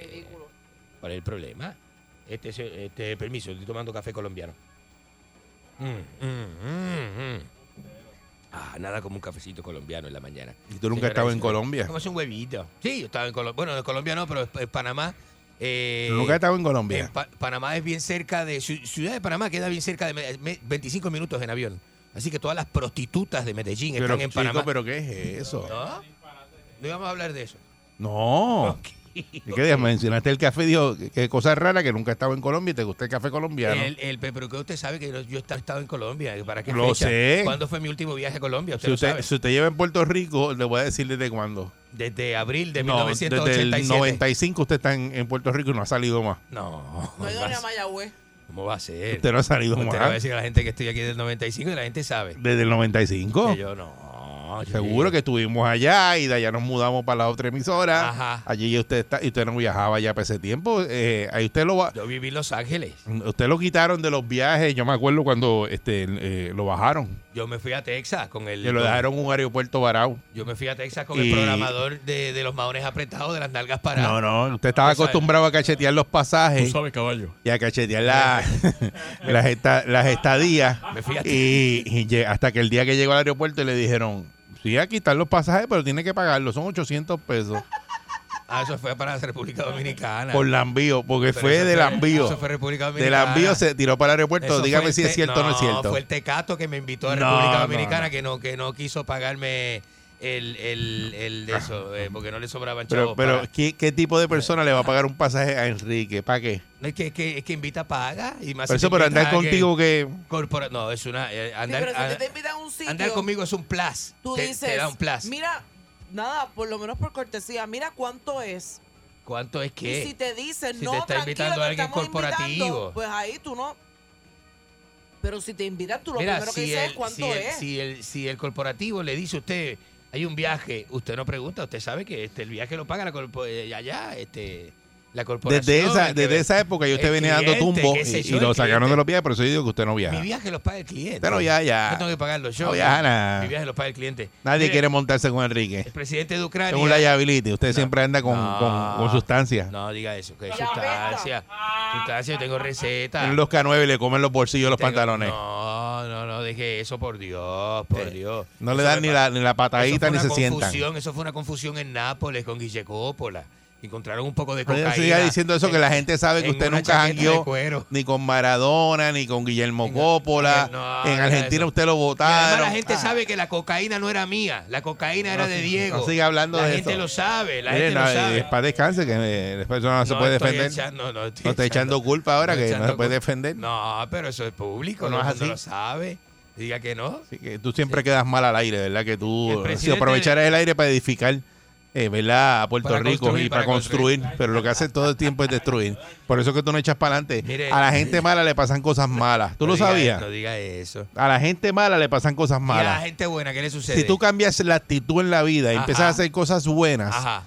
Speaker 6: ¿Cuál es el problema? Este, se- este, permiso, estoy tomando café colombiano. Mm, mm, mm, mm. Ah, nada como un cafecito colombiano en la mañana.
Speaker 3: ¿Y tú nunca has estado en Colombia?
Speaker 6: Como es un huevito. Sí, yo estaba en Colombia. Bueno, en Colombia no, pero en Panamá. eh,
Speaker 3: Nunca he estado en Colombia.
Speaker 6: en Pa- Panamá es bien cerca de. Ci- Ciudad de Panamá queda bien cerca de Me- Me- 25 minutos en avión. Así que todas las prostitutas de Medellín
Speaker 3: Pero,
Speaker 6: están en
Speaker 3: chico,
Speaker 6: Panamá.
Speaker 3: ¿pero qué es eso?
Speaker 6: No, no íbamos a hablar de eso.
Speaker 3: No. ¿Y qué día? Mencionaste el café, dijo, que- que cosa rara que nunca he estado en Colombia y te gusta el café colombiano.
Speaker 6: El, el- pero que usted sabe que yo, yo he estado en Colombia. ¿eh? ¿Para qué
Speaker 3: Lo
Speaker 6: fecha?
Speaker 3: sé.
Speaker 6: ¿Cuándo fue mi último viaje a Colombia? Usted
Speaker 3: si,
Speaker 6: lo
Speaker 3: usted,
Speaker 6: sabe.
Speaker 3: si usted lleva en Puerto Rico, le voy a decir desde cuándo.
Speaker 6: Desde abril de
Speaker 3: No, desde
Speaker 6: 1987.
Speaker 3: el 95 usted está en, en Puerto Rico y no ha salido más.
Speaker 6: No.
Speaker 4: No he ido ni a Mayagüez.
Speaker 6: ¿Cómo va a ser?
Speaker 3: Usted no ha salido
Speaker 6: Usted
Speaker 3: más.
Speaker 6: le va a decir a la gente que estoy aquí del 95 y la gente sabe.
Speaker 3: ¿Desde el 95?
Speaker 6: Que yo no. yo-
Speaker 3: Seguro que estuvimos allá y de allá nos mudamos para la otra emisora. Allí usted está, y usted no viajaba ya para ese tiempo. Eh, ahí usted lo va,
Speaker 6: Yo viví en Los Ángeles.
Speaker 3: usted lo quitaron de los viajes. Yo me acuerdo cuando este eh, lo bajaron.
Speaker 6: Yo me fui a Texas con el.
Speaker 3: Que lo
Speaker 6: con-
Speaker 3: dejaron en un aeropuerto varado.
Speaker 6: Yo me fui a Texas con
Speaker 3: Y-
Speaker 6: el programador de, de los maones apretados, de las nalgas paradas.
Speaker 3: No, no, usted estaba
Speaker 6: Tú sabes.
Speaker 3: acostumbrado a cachetear los pasajes.
Speaker 6: Tú sabes, caballo.
Speaker 3: Y a cachetear la- [LAUGHS] las, esta- las estadías.
Speaker 6: Me fui a
Speaker 3: y, y lle- hasta que el día que llegó al aeropuerto le dijeron, sí, aquí están los pasajes, pero tiene que pagarlos, son 800 pesos
Speaker 6: Ah, eso fue para la República Dominicana.
Speaker 3: por lambío, porque
Speaker 6: Pero
Speaker 3: fue
Speaker 6: eso
Speaker 3: de
Speaker 6: fue-
Speaker 3: lambío.
Speaker 6: eso fue República
Speaker 3: de
Speaker 6: Dominicana.
Speaker 3: lambío se tiró para el aeropuerto,
Speaker 6: Eso fue
Speaker 3: dígame
Speaker 6: el
Speaker 3: si es
Speaker 6: te-
Speaker 3: cierto o no, es cierto.
Speaker 6: Fue el tecato que me invitó a
Speaker 3: No,
Speaker 6: República
Speaker 3: no,
Speaker 6: Dominicana
Speaker 3: no.
Speaker 6: Que, no, que no quiso pagarme el, el, el de eso,
Speaker 3: Ah.
Speaker 6: eh, porque no le sobraba el
Speaker 3: Pero,
Speaker 6: chavo
Speaker 3: pero
Speaker 6: para- Ah.
Speaker 3: ¿qué, qué tipo de persona le va a pagar un pasaje a Enrique? ¿Para qué?
Speaker 6: No, es que, es que, es que invita paga. Y más
Speaker 3: Por
Speaker 6: si
Speaker 3: eso,
Speaker 6: te
Speaker 3: pero andar
Speaker 6: invitan a alguien
Speaker 3: contigo que...
Speaker 6: corpora- no, es una. eh, andar,
Speaker 4: pero si a ti
Speaker 6: a-
Speaker 4: te invitan a un sitio.
Speaker 6: andar conmigo es un plus.
Speaker 4: Tú
Speaker 6: te,
Speaker 4: dices.
Speaker 6: te da un plus.
Speaker 4: Mira, nada, por lo menos por cortesía, mira cuánto es.
Speaker 6: ¿Cuánto es que?
Speaker 4: Y si te dicen,
Speaker 6: Si
Speaker 4: no,
Speaker 6: te está
Speaker 4: tranquilo,
Speaker 6: invitando
Speaker 4: te
Speaker 6: a alguien
Speaker 4: estamos
Speaker 6: corporativo.
Speaker 4: invitando", pues ahí tú no. Pero si te invitan, tú lo
Speaker 6: Mira,
Speaker 4: primero que
Speaker 6: si
Speaker 4: dices
Speaker 6: el,
Speaker 4: es cuánto
Speaker 6: si, el,
Speaker 4: es.
Speaker 6: si, el, si el corporativo le dice a usted, hay un viaje, usted no pregunta, usted sabe que este, el viaje lo paga la corpo- eh, allá, este, la corporación.
Speaker 3: Desde esa,
Speaker 6: el que
Speaker 3: desde
Speaker 6: ve-
Speaker 3: esa época yo usted
Speaker 6: el
Speaker 3: venía dando
Speaker 6: cliente,
Speaker 3: tumbo
Speaker 6: qué
Speaker 3: y,
Speaker 6: sé yo,
Speaker 3: y
Speaker 6: el
Speaker 3: lo sacaron
Speaker 6: cliente.
Speaker 3: de los pies, por eso yo digo que usted no viaja.
Speaker 6: Mi viaje los paga el cliente.
Speaker 3: Usted no viaja.
Speaker 6: Yo tengo que pagarlo yo.
Speaker 3: No viaja nada.
Speaker 6: Mi viaje los paga el cliente.
Speaker 3: Nadie
Speaker 6: Mire,
Speaker 3: quiere montarse con Enrique.
Speaker 6: El presidente de
Speaker 3: Es
Speaker 6: Ucrania.
Speaker 3: un liability. Usted siempre anda con, con, con sustancias.
Speaker 6: No diga eso, que es sustancia. Sustancia, yo tengo receta.
Speaker 3: Tienen los K9 y le comen los bolsillos los
Speaker 6: Tengo-
Speaker 3: pantalones. No,
Speaker 6: No, no, no, deje eso, por Dios, por Dios.
Speaker 3: le
Speaker 6: Eso
Speaker 3: dan ni
Speaker 6: me pa-
Speaker 3: la, ni la patadita
Speaker 6: Eso
Speaker 3: ni se
Speaker 6: fue una
Speaker 3: sientan.
Speaker 6: confusión, Eso fue una confusión en Nápoles con Guille Coppola. Encontraron un poco de
Speaker 3: No
Speaker 6: cocaína.
Speaker 3: siga diciendo eso que
Speaker 6: en-
Speaker 3: la gente sabe que
Speaker 6: en
Speaker 3: usted
Speaker 6: una
Speaker 3: nunca
Speaker 6: chaqueta de
Speaker 3: jangueó
Speaker 6: cuero.
Speaker 3: ni con Maradona, ni con Guillermo Coppola.
Speaker 6: no,
Speaker 3: en
Speaker 6: no,
Speaker 3: Argentina usted lo
Speaker 6: Además,
Speaker 3: votaron.
Speaker 6: la gente sabe que la cocaína no era mía, la cocaína era de Diego.
Speaker 3: no siga hablando
Speaker 6: la
Speaker 3: de
Speaker 6: gente
Speaker 3: eso.
Speaker 6: lo sabe, la
Speaker 3: Mire,
Speaker 6: gente
Speaker 3: no,
Speaker 6: lo
Speaker 3: eh,
Speaker 6: sabe.
Speaker 3: Para descanse, que eh, después no, se
Speaker 6: No
Speaker 3: puede
Speaker 6: estoy
Speaker 3: defender.
Speaker 6: echando- no, no estoy
Speaker 3: está echando culpa ahora
Speaker 6: no
Speaker 3: que no se
Speaker 6: echando
Speaker 3: puede
Speaker 6: culpa.
Speaker 3: defender.
Speaker 6: No, pero eso es público,
Speaker 3: No
Speaker 6: no,
Speaker 3: es así.
Speaker 6: lo sabe. Diga que no.
Speaker 3: Así que tú siempre quedas mal al aire, ¿verdad? Que tú eh,
Speaker 6: El
Speaker 3: si
Speaker 6: presidente-
Speaker 3: aprovecharas el aire para edificar, eh, ¿verdad? A Puerto
Speaker 6: Para
Speaker 3: Rico
Speaker 6: construir,
Speaker 3: y para,
Speaker 6: para
Speaker 3: construir. Pero lo que hace todo el tiempo es destruir. Por eso que tú no echas para adelante.
Speaker 6: Mire.
Speaker 3: a la gente mala le pasan cosas malas. ¿Tú lo
Speaker 6: No diga-
Speaker 3: sabías?
Speaker 6: No diga eso.
Speaker 3: A la gente mala le pasan cosas
Speaker 6: Y a la
Speaker 3: malas.
Speaker 6: gente buena, ¿qué le sucede?
Speaker 3: Si tú cambias la actitud en la vida y
Speaker 6: Ajá.
Speaker 3: empiezas a hacer cosas buenas,
Speaker 6: Ajá.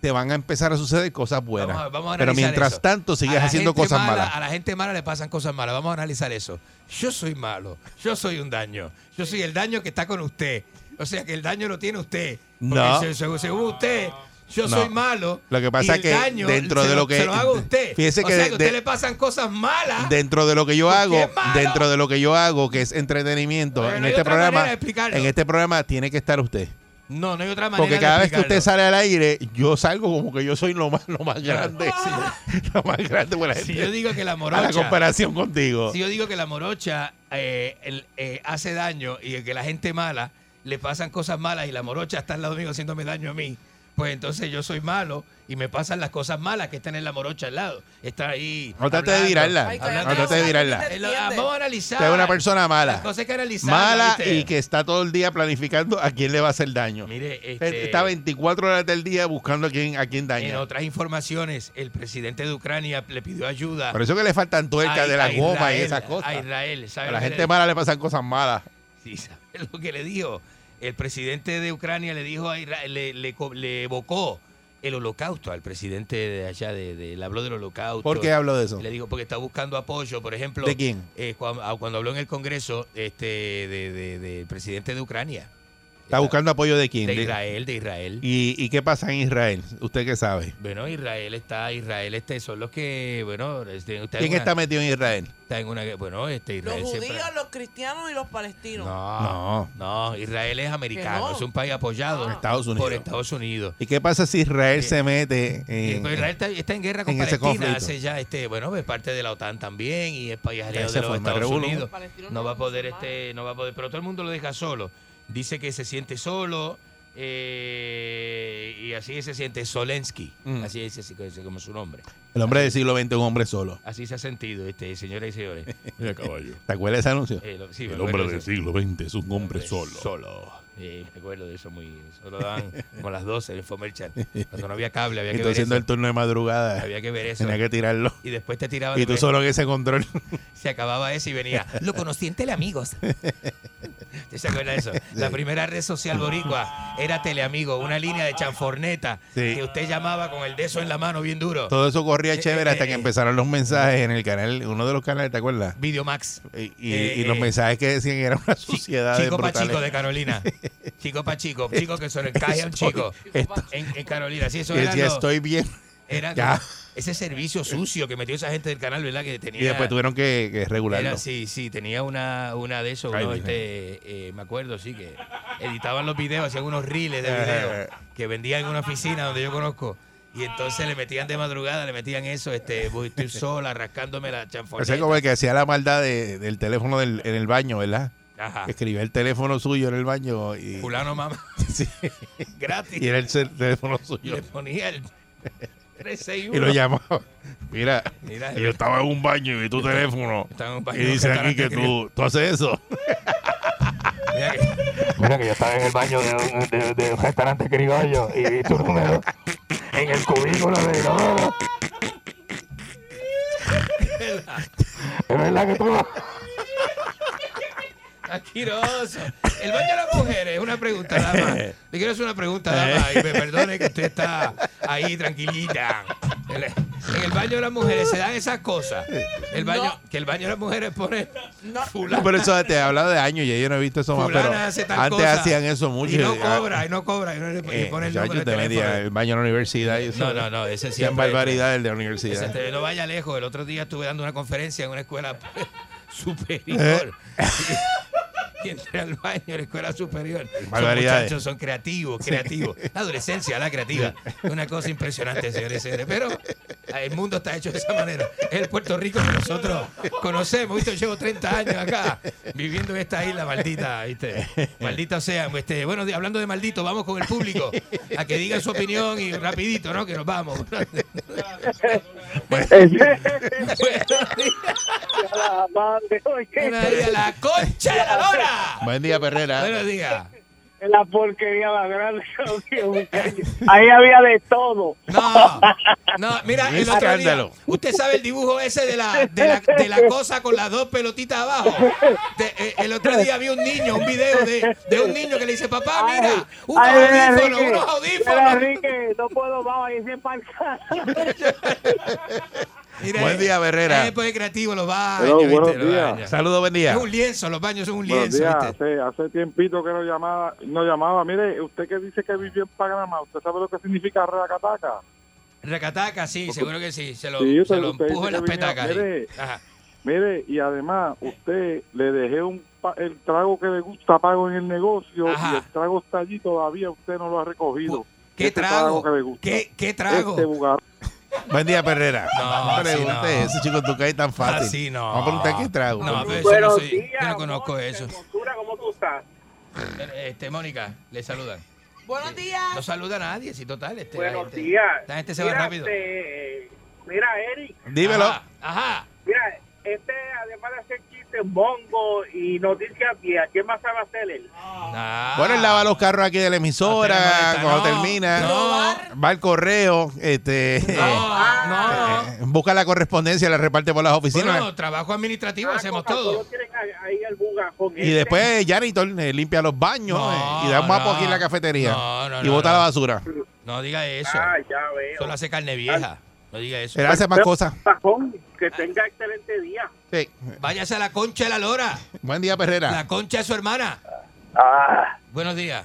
Speaker 3: te van a empezar a suceder cosas buenas.
Speaker 6: Vamos a- vamos a
Speaker 3: Pero
Speaker 6: analizar
Speaker 3: mientras
Speaker 6: eso.
Speaker 3: tanto
Speaker 6: A
Speaker 3: sigues
Speaker 6: la
Speaker 3: haciendo
Speaker 6: gente
Speaker 3: cosas
Speaker 6: mala-
Speaker 3: malas.
Speaker 6: A la gente mala le pasan cosas malas. Vamos a analizar eso. Yo soy malo. Yo soy un daño. Yo soy el daño que está con usted. O sea que el daño lo tiene usted. Porque
Speaker 3: No.
Speaker 6: se- se- según usted, yo
Speaker 3: No.
Speaker 6: soy malo.
Speaker 3: Lo que
Speaker 6: y
Speaker 3: pasa
Speaker 6: el
Speaker 3: es que
Speaker 6: daño
Speaker 3: dentro
Speaker 6: se
Speaker 3: de lo que-
Speaker 6: se lo hago a usted.
Speaker 3: fíjese
Speaker 6: o
Speaker 3: que
Speaker 6: sea
Speaker 3: de-
Speaker 6: que a usted
Speaker 3: de-
Speaker 6: le pasan cosas malas.
Speaker 3: dentro de lo que yo hago,
Speaker 6: es Ah. Pues, malo.
Speaker 3: dentro de lo que yo hago, que es entretenimiento,
Speaker 6: Pero
Speaker 3: en
Speaker 6: no hay
Speaker 3: este
Speaker 6: otra
Speaker 3: programa,
Speaker 6: manera de explicarlo.
Speaker 3: en este programa tiene que estar usted.
Speaker 6: No, no hay otra manera.
Speaker 3: Porque
Speaker 6: de
Speaker 3: cada vez que usted sale
Speaker 6: explicarlo.
Speaker 3: al aire, yo salgo como que yo soy lo más, lo más grande. [LAUGHS] lo más grande por la
Speaker 6: Ah. Si
Speaker 3: gente.
Speaker 6: yo digo que la
Speaker 3: [LAUGHS]
Speaker 6: morocha.
Speaker 3: a la comparación contigo.
Speaker 6: Si yo digo que la morocha eh, el- eh, hace daño y que la gente mala le pasan cosas malas y la morocha está al lado mío haciéndome daño a mí, pues entonces yo soy malo y me pasan las cosas malas que están en la morocha al lado. Está ahí.
Speaker 3: No trate de
Speaker 6: hablando,
Speaker 3: virarla,
Speaker 6: hablando
Speaker 3: no
Speaker 6: cosas
Speaker 3: trate de
Speaker 6: que
Speaker 3: virarla.
Speaker 6: te entiende. Eh, lo- Vamos a analizar.
Speaker 3: Usted es una persona mala.
Speaker 6: Las cosas que analizar.
Speaker 3: Mala
Speaker 6: ¿viste?
Speaker 3: y que está todo el día planificando a quién le va a hacer daño.
Speaker 6: Mire,
Speaker 3: Usted
Speaker 6: este-
Speaker 3: está 24 horas del día buscando a quién, a quién
Speaker 6: En
Speaker 3: daña.
Speaker 6: otras informaciones, el presidente de Ucrania le pidió ayuda.
Speaker 3: Por eso que le faltan tuercas
Speaker 6: a-
Speaker 3: de la
Speaker 6: a
Speaker 3: goma y
Speaker 6: Israel,
Speaker 3: esas cosas.
Speaker 6: A Israel, ¿sabe
Speaker 3: A
Speaker 6: lo
Speaker 3: la
Speaker 6: que
Speaker 3: gente
Speaker 6: le-
Speaker 3: mala le pasan cosas malas.
Speaker 6: Sí, ¿sabes lo que le dijo? El presidente de Ucrania le dijo a Israel, le, le co- le evocó el holocausto al presidente de allá, de, de- le habló del holocausto.
Speaker 3: ¿Por qué habló de eso?
Speaker 6: Le dijo, porque está buscando apoyo, por ejemplo.
Speaker 3: ¿De quién?
Speaker 6: eh, cuan- a- cuando, habló en el Congreso este, del de, de- del presidente de Ucrania.
Speaker 3: Está buscando apoyo de quién?
Speaker 6: De Israel, de Israel.
Speaker 3: ¿Y, y qué pasa en Israel? ¿Usted qué sabe?
Speaker 6: Bueno, Israel está, Israel este, son los que, bueno, este, usted
Speaker 3: ¿Quién
Speaker 6: una-
Speaker 3: está metido en Israel?
Speaker 6: Está en una, gue- bueno, este Israel
Speaker 4: Los
Speaker 6: siempre.
Speaker 4: judíos, los cristianos y los palestinos.
Speaker 6: No, no, Israel es americano,
Speaker 4: no.
Speaker 6: es un país apoyado
Speaker 3: Estados
Speaker 6: por Estados Unidos.
Speaker 3: ¿Y qué pasa si Israel se mete
Speaker 6: Eh,
Speaker 3: en,
Speaker 6: pues Israel está, está en guerra con
Speaker 3: en ese
Speaker 6: Palestina,
Speaker 3: conflicto?
Speaker 6: hace ya este, bueno, es parte de la OTAN también y es país aliado
Speaker 3: se
Speaker 6: de los
Speaker 3: forma el
Speaker 6: Estados
Speaker 3: revolú.
Speaker 6: Unidos. No va a poder este, no va a poder, pero todo el mundo lo deja solo. Dice que se siente solo eh, y así se siente Solensky,
Speaker 3: Mm.
Speaker 6: así es así es como su nombre.
Speaker 3: El hombre del siglo XX es un hombre solo.
Speaker 6: Así se ha sentido, este, señoras
Speaker 3: [LAUGHS]
Speaker 6: y señores.
Speaker 3: ¿Te acuerdas de ese anuncio?
Speaker 6: Eh, lo- sí,
Speaker 3: el
Speaker 6: me acuerdo
Speaker 3: hombre
Speaker 6: de
Speaker 3: del
Speaker 6: eso.
Speaker 3: siglo XX es un hombre solo.
Speaker 6: Solo. Eh, me acuerro de eso muy. Eso lo daban como a las 12 en Fomerchan. Cuando no había cable, había
Speaker 3: y
Speaker 6: que
Speaker 3: tú
Speaker 6: ver.
Speaker 3: haciendo
Speaker 6: eso.
Speaker 3: el turno de madrugada.
Speaker 6: Había que ver eso.
Speaker 3: Tenía que tirarlo.
Speaker 6: Y después te tiraban
Speaker 3: Y tú
Speaker 6: tres.
Speaker 3: solo en ese
Speaker 6: [LAUGHS]
Speaker 3: control.
Speaker 6: Se acababa eso y venía. Lo conocí
Speaker 3: [LAUGHS]
Speaker 6: en Teleamigos. ¿Usted se acuerda de eso? La
Speaker 3: Sí.
Speaker 6: primera red social boricua era Teleamigo, una línea de chanforneta
Speaker 3: Sí.
Speaker 6: que usted llamaba con el deso en la mano bien duro.
Speaker 3: Todo eso
Speaker 6: Eh,
Speaker 3: corría chévere hasta que empezaron los mensajes en el canal, uno de los canales, ¿te acuerdas?
Speaker 6: Videomax.
Speaker 3: Y, y-
Speaker 6: Eh,
Speaker 3: y los
Speaker 6: eh,
Speaker 3: mensajes que decían era eh. una suciedad.
Speaker 6: Chico
Speaker 3: de
Speaker 6: pa'
Speaker 3: brutales.
Speaker 6: chico
Speaker 3: [LAUGHS]
Speaker 6: de Carolina. Chico pa' chico. Chico que son el caje a un
Speaker 3: Estoy-
Speaker 6: chico.
Speaker 3: esto-
Speaker 6: En, en Carolina. Sí, eso
Speaker 3: Que
Speaker 6: era
Speaker 3: decía,
Speaker 6: lo-
Speaker 3: estoy bien.
Speaker 6: Era
Speaker 3: Ya.
Speaker 6: ese servicio sucio que metió esa gente del canal, ¿verdad? Que tenía.
Speaker 3: Y después tuvieron que, que regularlo.
Speaker 6: Era, sí, sí, tenía una, una de esos,
Speaker 3: Ay,
Speaker 6: uno,
Speaker 3: Dios.
Speaker 6: este, eh, me acuerdo, sí, que editaban los videos, hacían unos reels
Speaker 3: Eh,
Speaker 6: de videos que vendían en una oficina donde yo conozco. Y entonces le metían de madrugada, le metían eso, este, voy estoy sola, rascándome la
Speaker 3: Ese es
Speaker 6: chanforeta.
Speaker 3: como el que hacía la maldad de- del teléfono del- en el baño, ¿verdad?
Speaker 6: Ajá.
Speaker 3: Que Escribía el teléfono suyo en el baño y,
Speaker 6: Ah.
Speaker 3: [LAUGHS]
Speaker 6: Fulano mamá. Gratis.
Speaker 3: y era el cel- teléfono
Speaker 6: Y
Speaker 3: suyo. [LAUGHS]
Speaker 6: le ponía el 361.
Speaker 3: Y lo llamaba. Mira,
Speaker 6: Mira,
Speaker 3: yo estaba en un baño y vi tu teléfono.
Speaker 6: estaba en un baño,
Speaker 3: y dice
Speaker 6: ¿qué
Speaker 3: aquí que
Speaker 6: carajo
Speaker 3: tú, tú haces eso.
Speaker 6: Mira que-
Speaker 20: Mira que yo estaba en el baño de un, de- de un restaurante criollo y vi tu número en el cubículo de inodoro.
Speaker 6: [LAUGHS]
Speaker 20: Es verdad que tú no-
Speaker 6: Asqueroso. El baño de las mujeres, una
Speaker 3: [LAUGHS]
Speaker 6: pregunta, dama. Le quiero hacer una pregunta, dama, y me perdone que usted está ahí tranquilita. El- En el baño de las mujeres se dan esas cosas. El baño, que el baño de las mujeres pone fulana.
Speaker 3: Pero eso te he hablado de años y yo no he visto eso más.
Speaker 6: fulana
Speaker 3: Pero
Speaker 6: hace
Speaker 3: antes
Speaker 6: tal cosa.
Speaker 3: hacían eso mucho.
Speaker 6: Y no
Speaker 3: Ah,
Speaker 6: cobra, y no cobra, y no le y
Speaker 3: eh,
Speaker 6: pone el
Speaker 3: muchachos,
Speaker 6: número de
Speaker 3: te metía
Speaker 6: teléfono.
Speaker 3: el baño en la universidad. Y eso,
Speaker 6: No, no, no, ese
Speaker 3: Hacían
Speaker 6: siempre-
Speaker 3: barbaridad el de la universidad.
Speaker 6: Ese te- no vaya lejos. El otro día estuve dando una conferencia en una escuela [LAUGHS] superior.
Speaker 3: Eh.
Speaker 6: [LAUGHS] Y, y entré al baño en la escuela superior. Los
Speaker 3: Barbaridades.
Speaker 6: muchachos son creativos,
Speaker 3: Sí. [LAUGHS]
Speaker 6: creativos. La adolescencia, la creativa. Una cosa impresionante, señores y señores. Pero el mundo está hecho de esa manera. Es el Puerto Rico que nosotros conocemos. ¿viste? Llevo 30 años acá viviendo en esta isla maldita. ¿viste? Maldita sea. Este, bueno, de- hablando de maldito, vamos con el público a que diga su opinión y rapidito, ¿no? Que nos vamos.
Speaker 2: Buenos días,
Speaker 6: la concha de la lora.
Speaker 3: Buen día, Perrera.
Speaker 6: Buenos días.
Speaker 7: La porquería más grande. [LAUGHS] Ahí había de todo.
Speaker 6: No, no, mira,
Speaker 7: Un
Speaker 6: el otro día,
Speaker 7: escándalo.
Speaker 6: usted sabe el dibujo ese de la, de la, de la cosa con las dos pelotitas abajo. De- eh, el otro día vi un niño, un video de, de un niño que le dice, papá, mira, unos
Speaker 7: Ay, mira,
Speaker 6: audífonos,
Speaker 7: Enrique,
Speaker 6: unos
Speaker 7: mira,
Speaker 6: audífonos.
Speaker 7: Enrique, no puedo, vamos, ahí se empanca.
Speaker 6: Mira,
Speaker 3: Buen día, Herrera.
Speaker 6: eh, pues, es creativo, los baños.
Speaker 3: Hello,
Speaker 6: ¿viste?
Speaker 3: buenos
Speaker 6: Los
Speaker 3: días.
Speaker 6: baños.
Speaker 3: Saludos, buen día.
Speaker 6: Es un lienzo, los baños son un
Speaker 20: Buenos
Speaker 6: lienzo.
Speaker 20: días,
Speaker 6: ¿viste?
Speaker 20: hace, hace tiempito que no llamaba, no llamaba. Mire, usted que dice que vivió en Panamá, ¿usted sabe lo que significa Reacataca?
Speaker 6: Recataca, sí, seguro que sí. Se lo,
Speaker 20: Sí,
Speaker 6: se
Speaker 20: usted-
Speaker 6: lo
Speaker 20: usted
Speaker 6: empujo en
Speaker 20: dice
Speaker 6: las
Speaker 20: que venía-
Speaker 6: petacas. ahí.
Speaker 20: mire.
Speaker 6: Ajá.
Speaker 20: Mire, y además, usted le dejé un pa- el trago que le gusta pago en el negocio y el trago está allí todavía, usted no lo ha recogido.
Speaker 6: ¿Qué trago?
Speaker 20: este que le gusta.
Speaker 6: ¿Qué, qué trago?
Speaker 20: Este bugar-
Speaker 3: Buen día, Perrera.
Speaker 6: No,
Speaker 3: No, le
Speaker 6: así
Speaker 3: preguntes
Speaker 6: no.
Speaker 3: eso, chico, tú caes tan fácil.
Speaker 6: Así Ah, no.
Speaker 3: Vamos a preguntar qué trago.
Speaker 6: No, pues, pero eso no
Speaker 3: Buenos
Speaker 6: soy- yo no conozco eso.
Speaker 7: ¿Cómo tú estás?
Speaker 6: Este, Mónica, le saludan.
Speaker 4: Buenos días.
Speaker 6: No saluda a nadie, si total. Este,
Speaker 7: Buenos
Speaker 6: la gente,
Speaker 7: días.
Speaker 6: La gente se va
Speaker 7: Mira,
Speaker 6: rápido.
Speaker 7: este, mira, Eric.
Speaker 3: Dímelo.
Speaker 6: Ajá, ajá.
Speaker 7: Mira, este, además de hacer chistes, bongo y noticias viejas, ¿qué más sabe hacer él?
Speaker 6: Ah.
Speaker 3: Bueno, él lava los carros aquí de la emisora cuando termina. Va al correo, este,
Speaker 7: Ah.
Speaker 6: No,
Speaker 3: eh, busca la correspondencia, la reparte por las oficinas.
Speaker 6: Bueno, trabajo
Speaker 7: Ah,
Speaker 6: administrativo hacemos todo.
Speaker 7: Ahí Este, el bugajón.
Speaker 3: y después Janitor eh, limpia los baños eh, y da un mapo
Speaker 6: Este. no.
Speaker 3: aquí en la cafetería.
Speaker 6: No, no,
Speaker 3: y
Speaker 6: no,
Speaker 3: bota
Speaker 6: no.
Speaker 3: la basura.
Speaker 6: No diga eso.
Speaker 7: ah,
Speaker 6: Solo hace carne vieja. No diga eso.
Speaker 3: Él hace más cosas.
Speaker 7: Que tenga excelente día.
Speaker 3: Sí.
Speaker 6: Váyase a la concha de la lora.
Speaker 3: Buen día, Perrera.
Speaker 7: Ah.
Speaker 6: La concha de su hermana. Buenos días.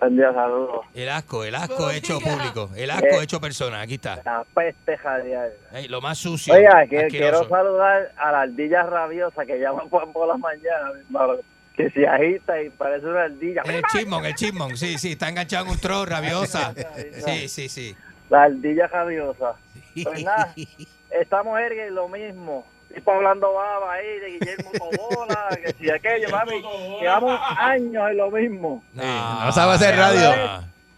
Speaker 8: Buen día, saludos.
Speaker 6: El asco, el asco hecho público, el asco
Speaker 8: Eh,
Speaker 6: hecho persona, aquí está.
Speaker 8: La peste jadial.
Speaker 6: Ey, lo más sucio.
Speaker 8: Oiga, que-
Speaker 6: asqueroso.
Speaker 8: quiero saludar a la ardilla rabiosa que llama Juan por la mañana, mi hermano, que se agita y parece una ardilla.
Speaker 6: El chismón, el chismón, sí, sí, está enganchado en un tro,
Speaker 8: [LAUGHS]
Speaker 6: rabiosa. Sí, sí, sí.
Speaker 8: La ardilla rabiosa. Pues
Speaker 6: [LAUGHS]
Speaker 8: nada, estamos ergues lo mismo. Tipo hablando baba ahí de Guillermo Tobola, que si aquello, mami. Llevamos años en lo mismo.
Speaker 10: no sabe hacer radio.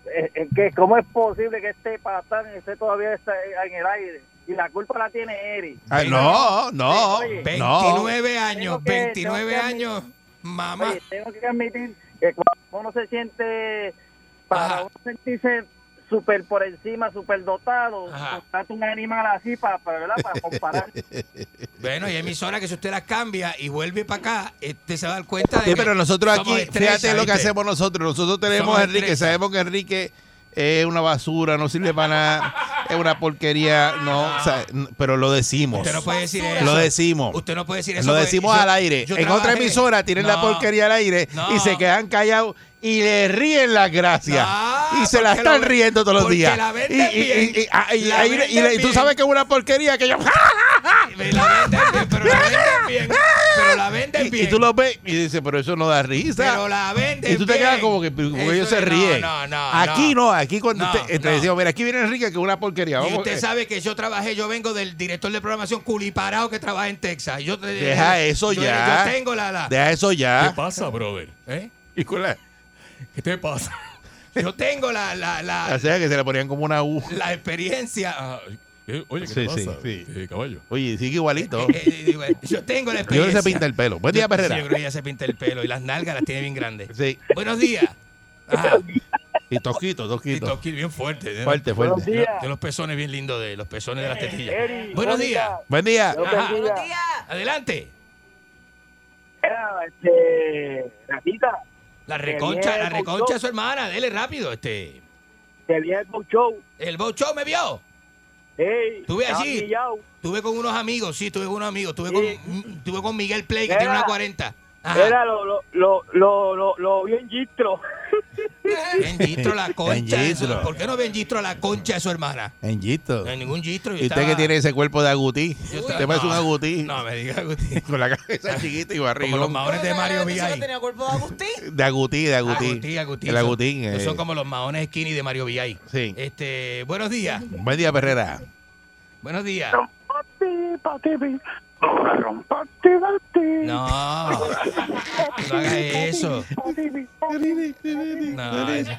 Speaker 8: Eh, eh, que ¿Cómo es posible que este patán esté todavía está en el aire? Y la culpa la tiene Eri.
Speaker 3: Ah, no, no,
Speaker 8: Oye,
Speaker 3: no.
Speaker 6: 29 años,
Speaker 8: Tengo que-
Speaker 6: 29
Speaker 8: tengo que pues,
Speaker 6: años, mamá.
Speaker 8: Oye, tengo que admitir que cuando uno se siente, para uno sentirse súper por encima, súper dotado, contrata un animal así para, para, ¿verdad? para [LAUGHS] comparar.
Speaker 6: Bueno, y emisora que si usted las cambia y vuelve para acá, este se va a dar cuenta de
Speaker 3: Sí,
Speaker 6: que
Speaker 3: pero nosotros aquí,
Speaker 6: somos estrellas,
Speaker 3: fíjate lo que
Speaker 6: ¿viste?
Speaker 3: hacemos nosotros. Nosotros tenemos
Speaker 6: Somos
Speaker 3: a Enrique,
Speaker 6: estrellas.
Speaker 3: sabemos que Enrique es una basura, no sirve para nada, es una porquería, no, o sea, n- pero lo decimos.
Speaker 6: Usted no puede decir eso.
Speaker 3: Lo decimos.
Speaker 6: Usted no puede decir eso.
Speaker 3: Lo
Speaker 6: porque
Speaker 3: decimos
Speaker 6: yo-
Speaker 3: al aire.
Speaker 6: yo
Speaker 3: en otra
Speaker 6: trabajé.
Speaker 3: emisora tienen la
Speaker 6: No.
Speaker 3: porquería al aire y se quedan callados y le ríen las gracias. y se la están riendo todos los
Speaker 6: porque
Speaker 3: días.
Speaker 6: la
Speaker 3: Y,
Speaker 6: venden
Speaker 3: y- y-
Speaker 6: bien.
Speaker 3: y- ah, y-
Speaker 6: La
Speaker 3: ahí- y-
Speaker 6: venden
Speaker 3: y tú
Speaker 6: bien.
Speaker 3: sabes que es una porquería que yo.
Speaker 6: pero la venden bien. Pero la venden
Speaker 3: Y, y tú lo ves y dices, pero eso no da risa.
Speaker 6: Pero la venden
Speaker 3: Y tú te quedas
Speaker 6: bien.
Speaker 3: como que porque
Speaker 6: Eso
Speaker 3: ellos se
Speaker 6: es- no,
Speaker 3: ríen.
Speaker 6: no, no,
Speaker 3: aquí no, aquí cuando
Speaker 6: No,
Speaker 3: usted, eh, te
Speaker 6: no.
Speaker 3: decimos, mira, aquí viene Enrique que es una porquería.
Speaker 6: Y
Speaker 3: vamos,
Speaker 6: usted
Speaker 3: eh,
Speaker 6: sabe que yo trabajé, yo vengo del director de programación culiparado que trabaja en Texas. Y Yo,
Speaker 3: Deja
Speaker 6: yo-
Speaker 3: eso
Speaker 6: yo-
Speaker 3: ya.
Speaker 6: Yo tengo la... la-
Speaker 3: Deja eso ya.
Speaker 6: ¿Qué pasa, brother? ¿Eh?
Speaker 3: ¿Y cuál es?
Speaker 6: ¿Qué te pasa? Yo tengo la, la, la,
Speaker 3: O sea, que se le ponían como una U.
Speaker 6: la experiencia... ah, eh, Oye, ¿qué
Speaker 3: Sí,
Speaker 6: te pasa?
Speaker 3: sí, sí.
Speaker 6: Eh, caballo.
Speaker 3: Oye, sigue
Speaker 6: [LAUGHS]
Speaker 3: igualito.
Speaker 6: Eh, digo, eh, Yo tengo la
Speaker 3: Yo creo
Speaker 6: experiencia.
Speaker 3: que se pinta el pelo. Buen día,
Speaker 6: Yo-
Speaker 3: Perrera.
Speaker 6: sí, yo creo que ella se pinta el pelo y las nalgas las tiene bien grandes.
Speaker 3: Sí. [LAUGHS]
Speaker 6: Buenos días.
Speaker 3: Y toquito,
Speaker 6: Y
Speaker 3: toquito.
Speaker 6: toquito bien fuerte. ¿no?
Speaker 3: Fuerte, fuerte. Buenos días.
Speaker 6: Lo- De los pezones bien lindos, de los pezones de las tetillas.
Speaker 8: Eri,
Speaker 6: Buenos
Speaker 8: Mónica.
Speaker 6: días.
Speaker 3: Buen día.
Speaker 8: Dios
Speaker 6: Ajá.
Speaker 8: bendiga.
Speaker 6: Adelante.
Speaker 8: Era, este, ratita,
Speaker 6: La
Speaker 8: Que
Speaker 6: reconcha,
Speaker 8: viene
Speaker 6: la
Speaker 8: el
Speaker 6: reconcha
Speaker 8: Bow
Speaker 6: es su hermana. Dele rápido, este.
Speaker 8: que viene el Bow show.
Speaker 6: El Bow Show me vio. Estuve
Speaker 8: estaba
Speaker 6: allí.
Speaker 8: pillado.
Speaker 6: Estuve con unos amigos, sí, estuve con unos amigos. Estuve con, mm, estuve con Miguel Play, que
Speaker 8: Era-
Speaker 6: tiene una 40. Ajá.
Speaker 8: Era lo, lo, lo, lo, lo, lo bien gistro.
Speaker 6: Ben Gistro, la concha. de su-
Speaker 3: Gistro.
Speaker 6: ¿Por qué no Ben Gistro, la concha de su hermana?
Speaker 3: En Gito.
Speaker 6: No hay ningún Gistro. yo
Speaker 3: Y usted
Speaker 6: estaba-
Speaker 3: que tiene ese cuerpo de agutí. Usted
Speaker 6: Yo estaba-
Speaker 3: parece un
Speaker 6: no,
Speaker 3: agutí.
Speaker 6: No, me diga Agustín.
Speaker 3: [LAUGHS] Con la cabeza chiquita y
Speaker 6: Como los
Speaker 3: barrigón.
Speaker 6: maones de Mario Villay.
Speaker 4: tenía cuerpo de Agustín.
Speaker 3: De agutí, de agutí.
Speaker 6: Agustín, Agustín.
Speaker 3: El agutín.
Speaker 6: Son,
Speaker 3: eh.
Speaker 6: son como los maones skinny de Mario Villay.
Speaker 3: Sí.
Speaker 6: Este, buenos días.
Speaker 3: Buen día, Perrera.
Speaker 6: Buenos días.
Speaker 10: No.
Speaker 6: No. No hagas eso.
Speaker 3: [LAUGHS]
Speaker 6: No, eso-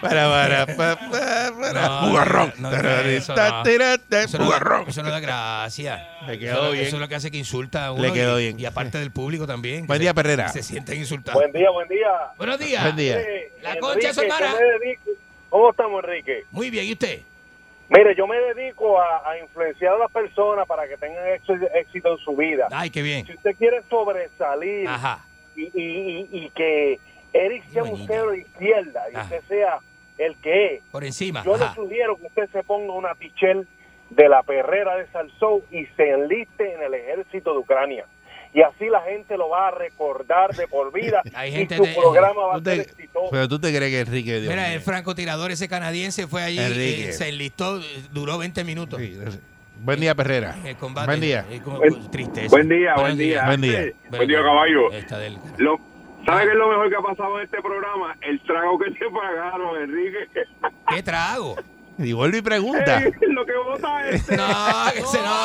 Speaker 3: Para, para,
Speaker 6: [LAUGHS]
Speaker 3: pa, pa, para.
Speaker 6: No,
Speaker 3: Bugarrón.
Speaker 6: no, no, eso no.
Speaker 3: Ta, tira, ta,
Speaker 6: Eso no da-
Speaker 3: Bugarrón.
Speaker 6: Eso no da gracia.
Speaker 3: Le quedó
Speaker 6: eso, es lo-
Speaker 3: bien.
Speaker 6: Eso es lo que hace que insulta a uno.
Speaker 3: Le quedó
Speaker 6: y-
Speaker 3: bien.
Speaker 6: Y aparte del público también. que
Speaker 3: Buen
Speaker 6: se-
Speaker 3: día, Perrera.
Speaker 6: Se sienten insultados.
Speaker 15: Buen día, buen día.
Speaker 6: Buenos días.
Speaker 3: Buen día.
Speaker 8: Eh,
Speaker 15: Mire,
Speaker 6: La concha de su
Speaker 15: Enrique,
Speaker 6: hermana.
Speaker 15: yo me dedico- ¿Cómo estamos, Enrique?
Speaker 6: Muy bien, ¿y usted?
Speaker 15: Mire, yo me dedico a, a influenciar a las personas para que tengan éxito, éxito en su vida.
Speaker 6: Ay, qué bien.
Speaker 15: Si usted quiere sobresalir
Speaker 3: Ah.
Speaker 6: Ajá.
Speaker 15: y, y- y- y que Eric sea un cero de izquierda y usted sea el que es,
Speaker 6: Por encima.
Speaker 15: yo
Speaker 6: Ajá.
Speaker 15: le sugiero que usted se ponga una tichel de la perrera de Salsou y se enliste en el ejército de Ucrania. Y así la gente lo va a recordar de por vida
Speaker 6: Hay
Speaker 15: y
Speaker 6: gente
Speaker 15: su
Speaker 6: de- eh,
Speaker 15: programa va a
Speaker 3: ¿Tú
Speaker 15: ser
Speaker 3: te-
Speaker 15: exitoso.
Speaker 3: Pero tú te crees que Enrique, Dios
Speaker 6: Mira,
Speaker 3: mío.
Speaker 6: el francotirador ese canadiense fue allí,
Speaker 3: Enrique.
Speaker 6: eh, se enlistó, eh, duró 20 minutos.
Speaker 3: Buen día, Perrera.
Speaker 6: El combate.
Speaker 3: Buen día.
Speaker 6: eh, como-
Speaker 15: Buen-
Speaker 6: tristeza.
Speaker 15: buen día,
Speaker 6: Buenos
Speaker 15: buen
Speaker 6: días. Eh,
Speaker 15: día.
Speaker 3: Buen día.
Speaker 15: Este, buen día, caballo.
Speaker 6: Esta del-
Speaker 15: Lo,
Speaker 6: ¿Sabe
Speaker 15: qué es lo mejor que ha pasado en este programa? El trago que te pagaron, Enrique.
Speaker 6: ¿Qué trago?
Speaker 3: Y vuelve y pregunta.
Speaker 15: lo que
Speaker 8: Ah,
Speaker 15: vota este.
Speaker 6: [LAUGHS] No, ese no.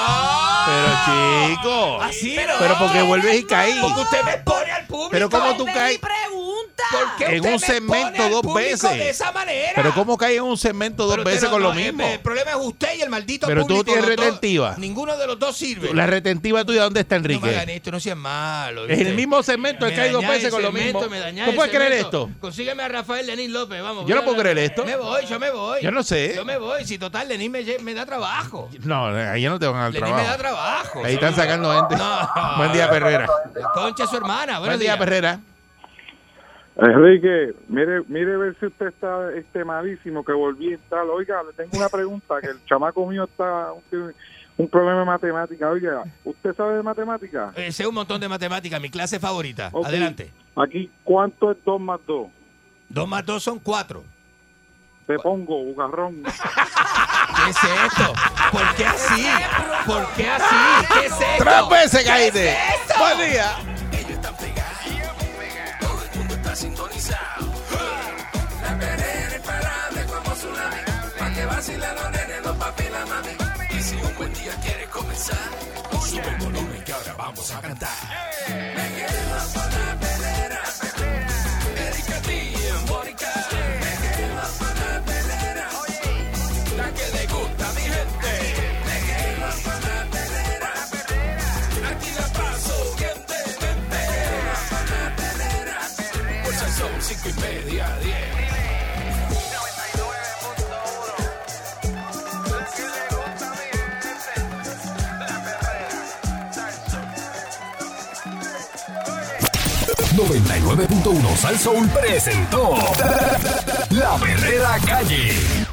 Speaker 3: Pero chico.
Speaker 6: Así
Speaker 3: Ah, Pero porque vuelves y caí.
Speaker 6: Porque usted me pone al público.
Speaker 3: Pero cómo tú caes
Speaker 4: pregunta.
Speaker 6: ¿Por qué
Speaker 3: en
Speaker 6: usted
Speaker 3: un
Speaker 6: me
Speaker 3: segmento
Speaker 6: pone al
Speaker 3: dos
Speaker 6: público
Speaker 3: veces.
Speaker 6: De esa manera.
Speaker 3: Pero cómo caes en un segmento dos
Speaker 6: Pero usted
Speaker 3: veces
Speaker 6: no-
Speaker 3: con lo
Speaker 6: no, eh,
Speaker 3: mismo.
Speaker 6: El, el problema es usted y el maldito
Speaker 3: Pero tú
Speaker 6: público.
Speaker 3: tienes
Speaker 6: los dos-
Speaker 3: retentiva.
Speaker 6: ninguno de los dos sirve.
Speaker 3: La retentiva tuya, ¿dónde está
Speaker 6: no me hagan
Speaker 3: Enrique?
Speaker 6: esto, no seas malo.
Speaker 3: Es
Speaker 6: ¿viste?
Speaker 3: el mismo segmento, él
Speaker 6: Me
Speaker 3: cae dos
Speaker 6: dañás
Speaker 3: veces
Speaker 6: el
Speaker 3: con lo
Speaker 6: segmento,
Speaker 3: mismo.
Speaker 6: me dañás
Speaker 3: ¿Tú
Speaker 6: el
Speaker 3: puedes creer
Speaker 6: segmento.
Speaker 3: esto?
Speaker 6: Consígueme a Rafael Denis López, vamos.
Speaker 3: Yo no
Speaker 6: bla,
Speaker 3: puedo
Speaker 6: bla,
Speaker 3: creer
Speaker 6: bla.
Speaker 3: esto.
Speaker 6: Me voy, yo me voy.
Speaker 3: Yo no sé.
Speaker 6: Yo me voy, si total Denis me, lle- me da trabajo.
Speaker 3: No, ahí no te van al
Speaker 6: Denis me da
Speaker 3: trabajo.
Speaker 6: trabajo.
Speaker 3: Ahí están sacando gente.
Speaker 6: No.
Speaker 3: Buen día, Perrera.
Speaker 6: La concha es su hermana.
Speaker 3: Buen
Speaker 6: Buenos
Speaker 3: día,
Speaker 6: días.
Speaker 3: Perrera.
Speaker 20: Enrique, mire, mire a ver si usted está este malísimo, que volví a tal. Oiga, le tengo una pregunta, que el chamaco mío está un, un problema de matemática. Oiga, ¿usted sabe de matemática?
Speaker 6: Eh, sé un montón de matemáticas, mi clase favorita.
Speaker 20: Ok.
Speaker 6: Adelante.
Speaker 20: Aquí, ¿cuánto es 2 más 2?
Speaker 5: 2 más 2 son 4.
Speaker 20: Te pongo, bugarrón.
Speaker 5: ¿Qué es esto? ¿Por qué así? ¿Por qué así? ¿Qué es esto?
Speaker 3: Tres veces
Speaker 5: ¿Qué
Speaker 3: caíste.
Speaker 5: es esto?
Speaker 3: Buen día.
Speaker 1: Ellos están pegados. Todo el mundo está sintonizado. La perrera imparable como tsunami. Pa' que vacilen los nenes, los papi y la mami. Y si un buen día quieres comenzar, sube el volumen que ahora vamos a cantar. Me quedo con la perrera. Erika T en Boricua. Me quedo con la perrera. La que le gusta a mi gente. Me quedo con la perrera. Aquí la paso bien de mente. Pues ahí son cinco y media, diez.
Speaker 12: Salsón. 99.1 Sal Soul presentó La Verdadera Calle.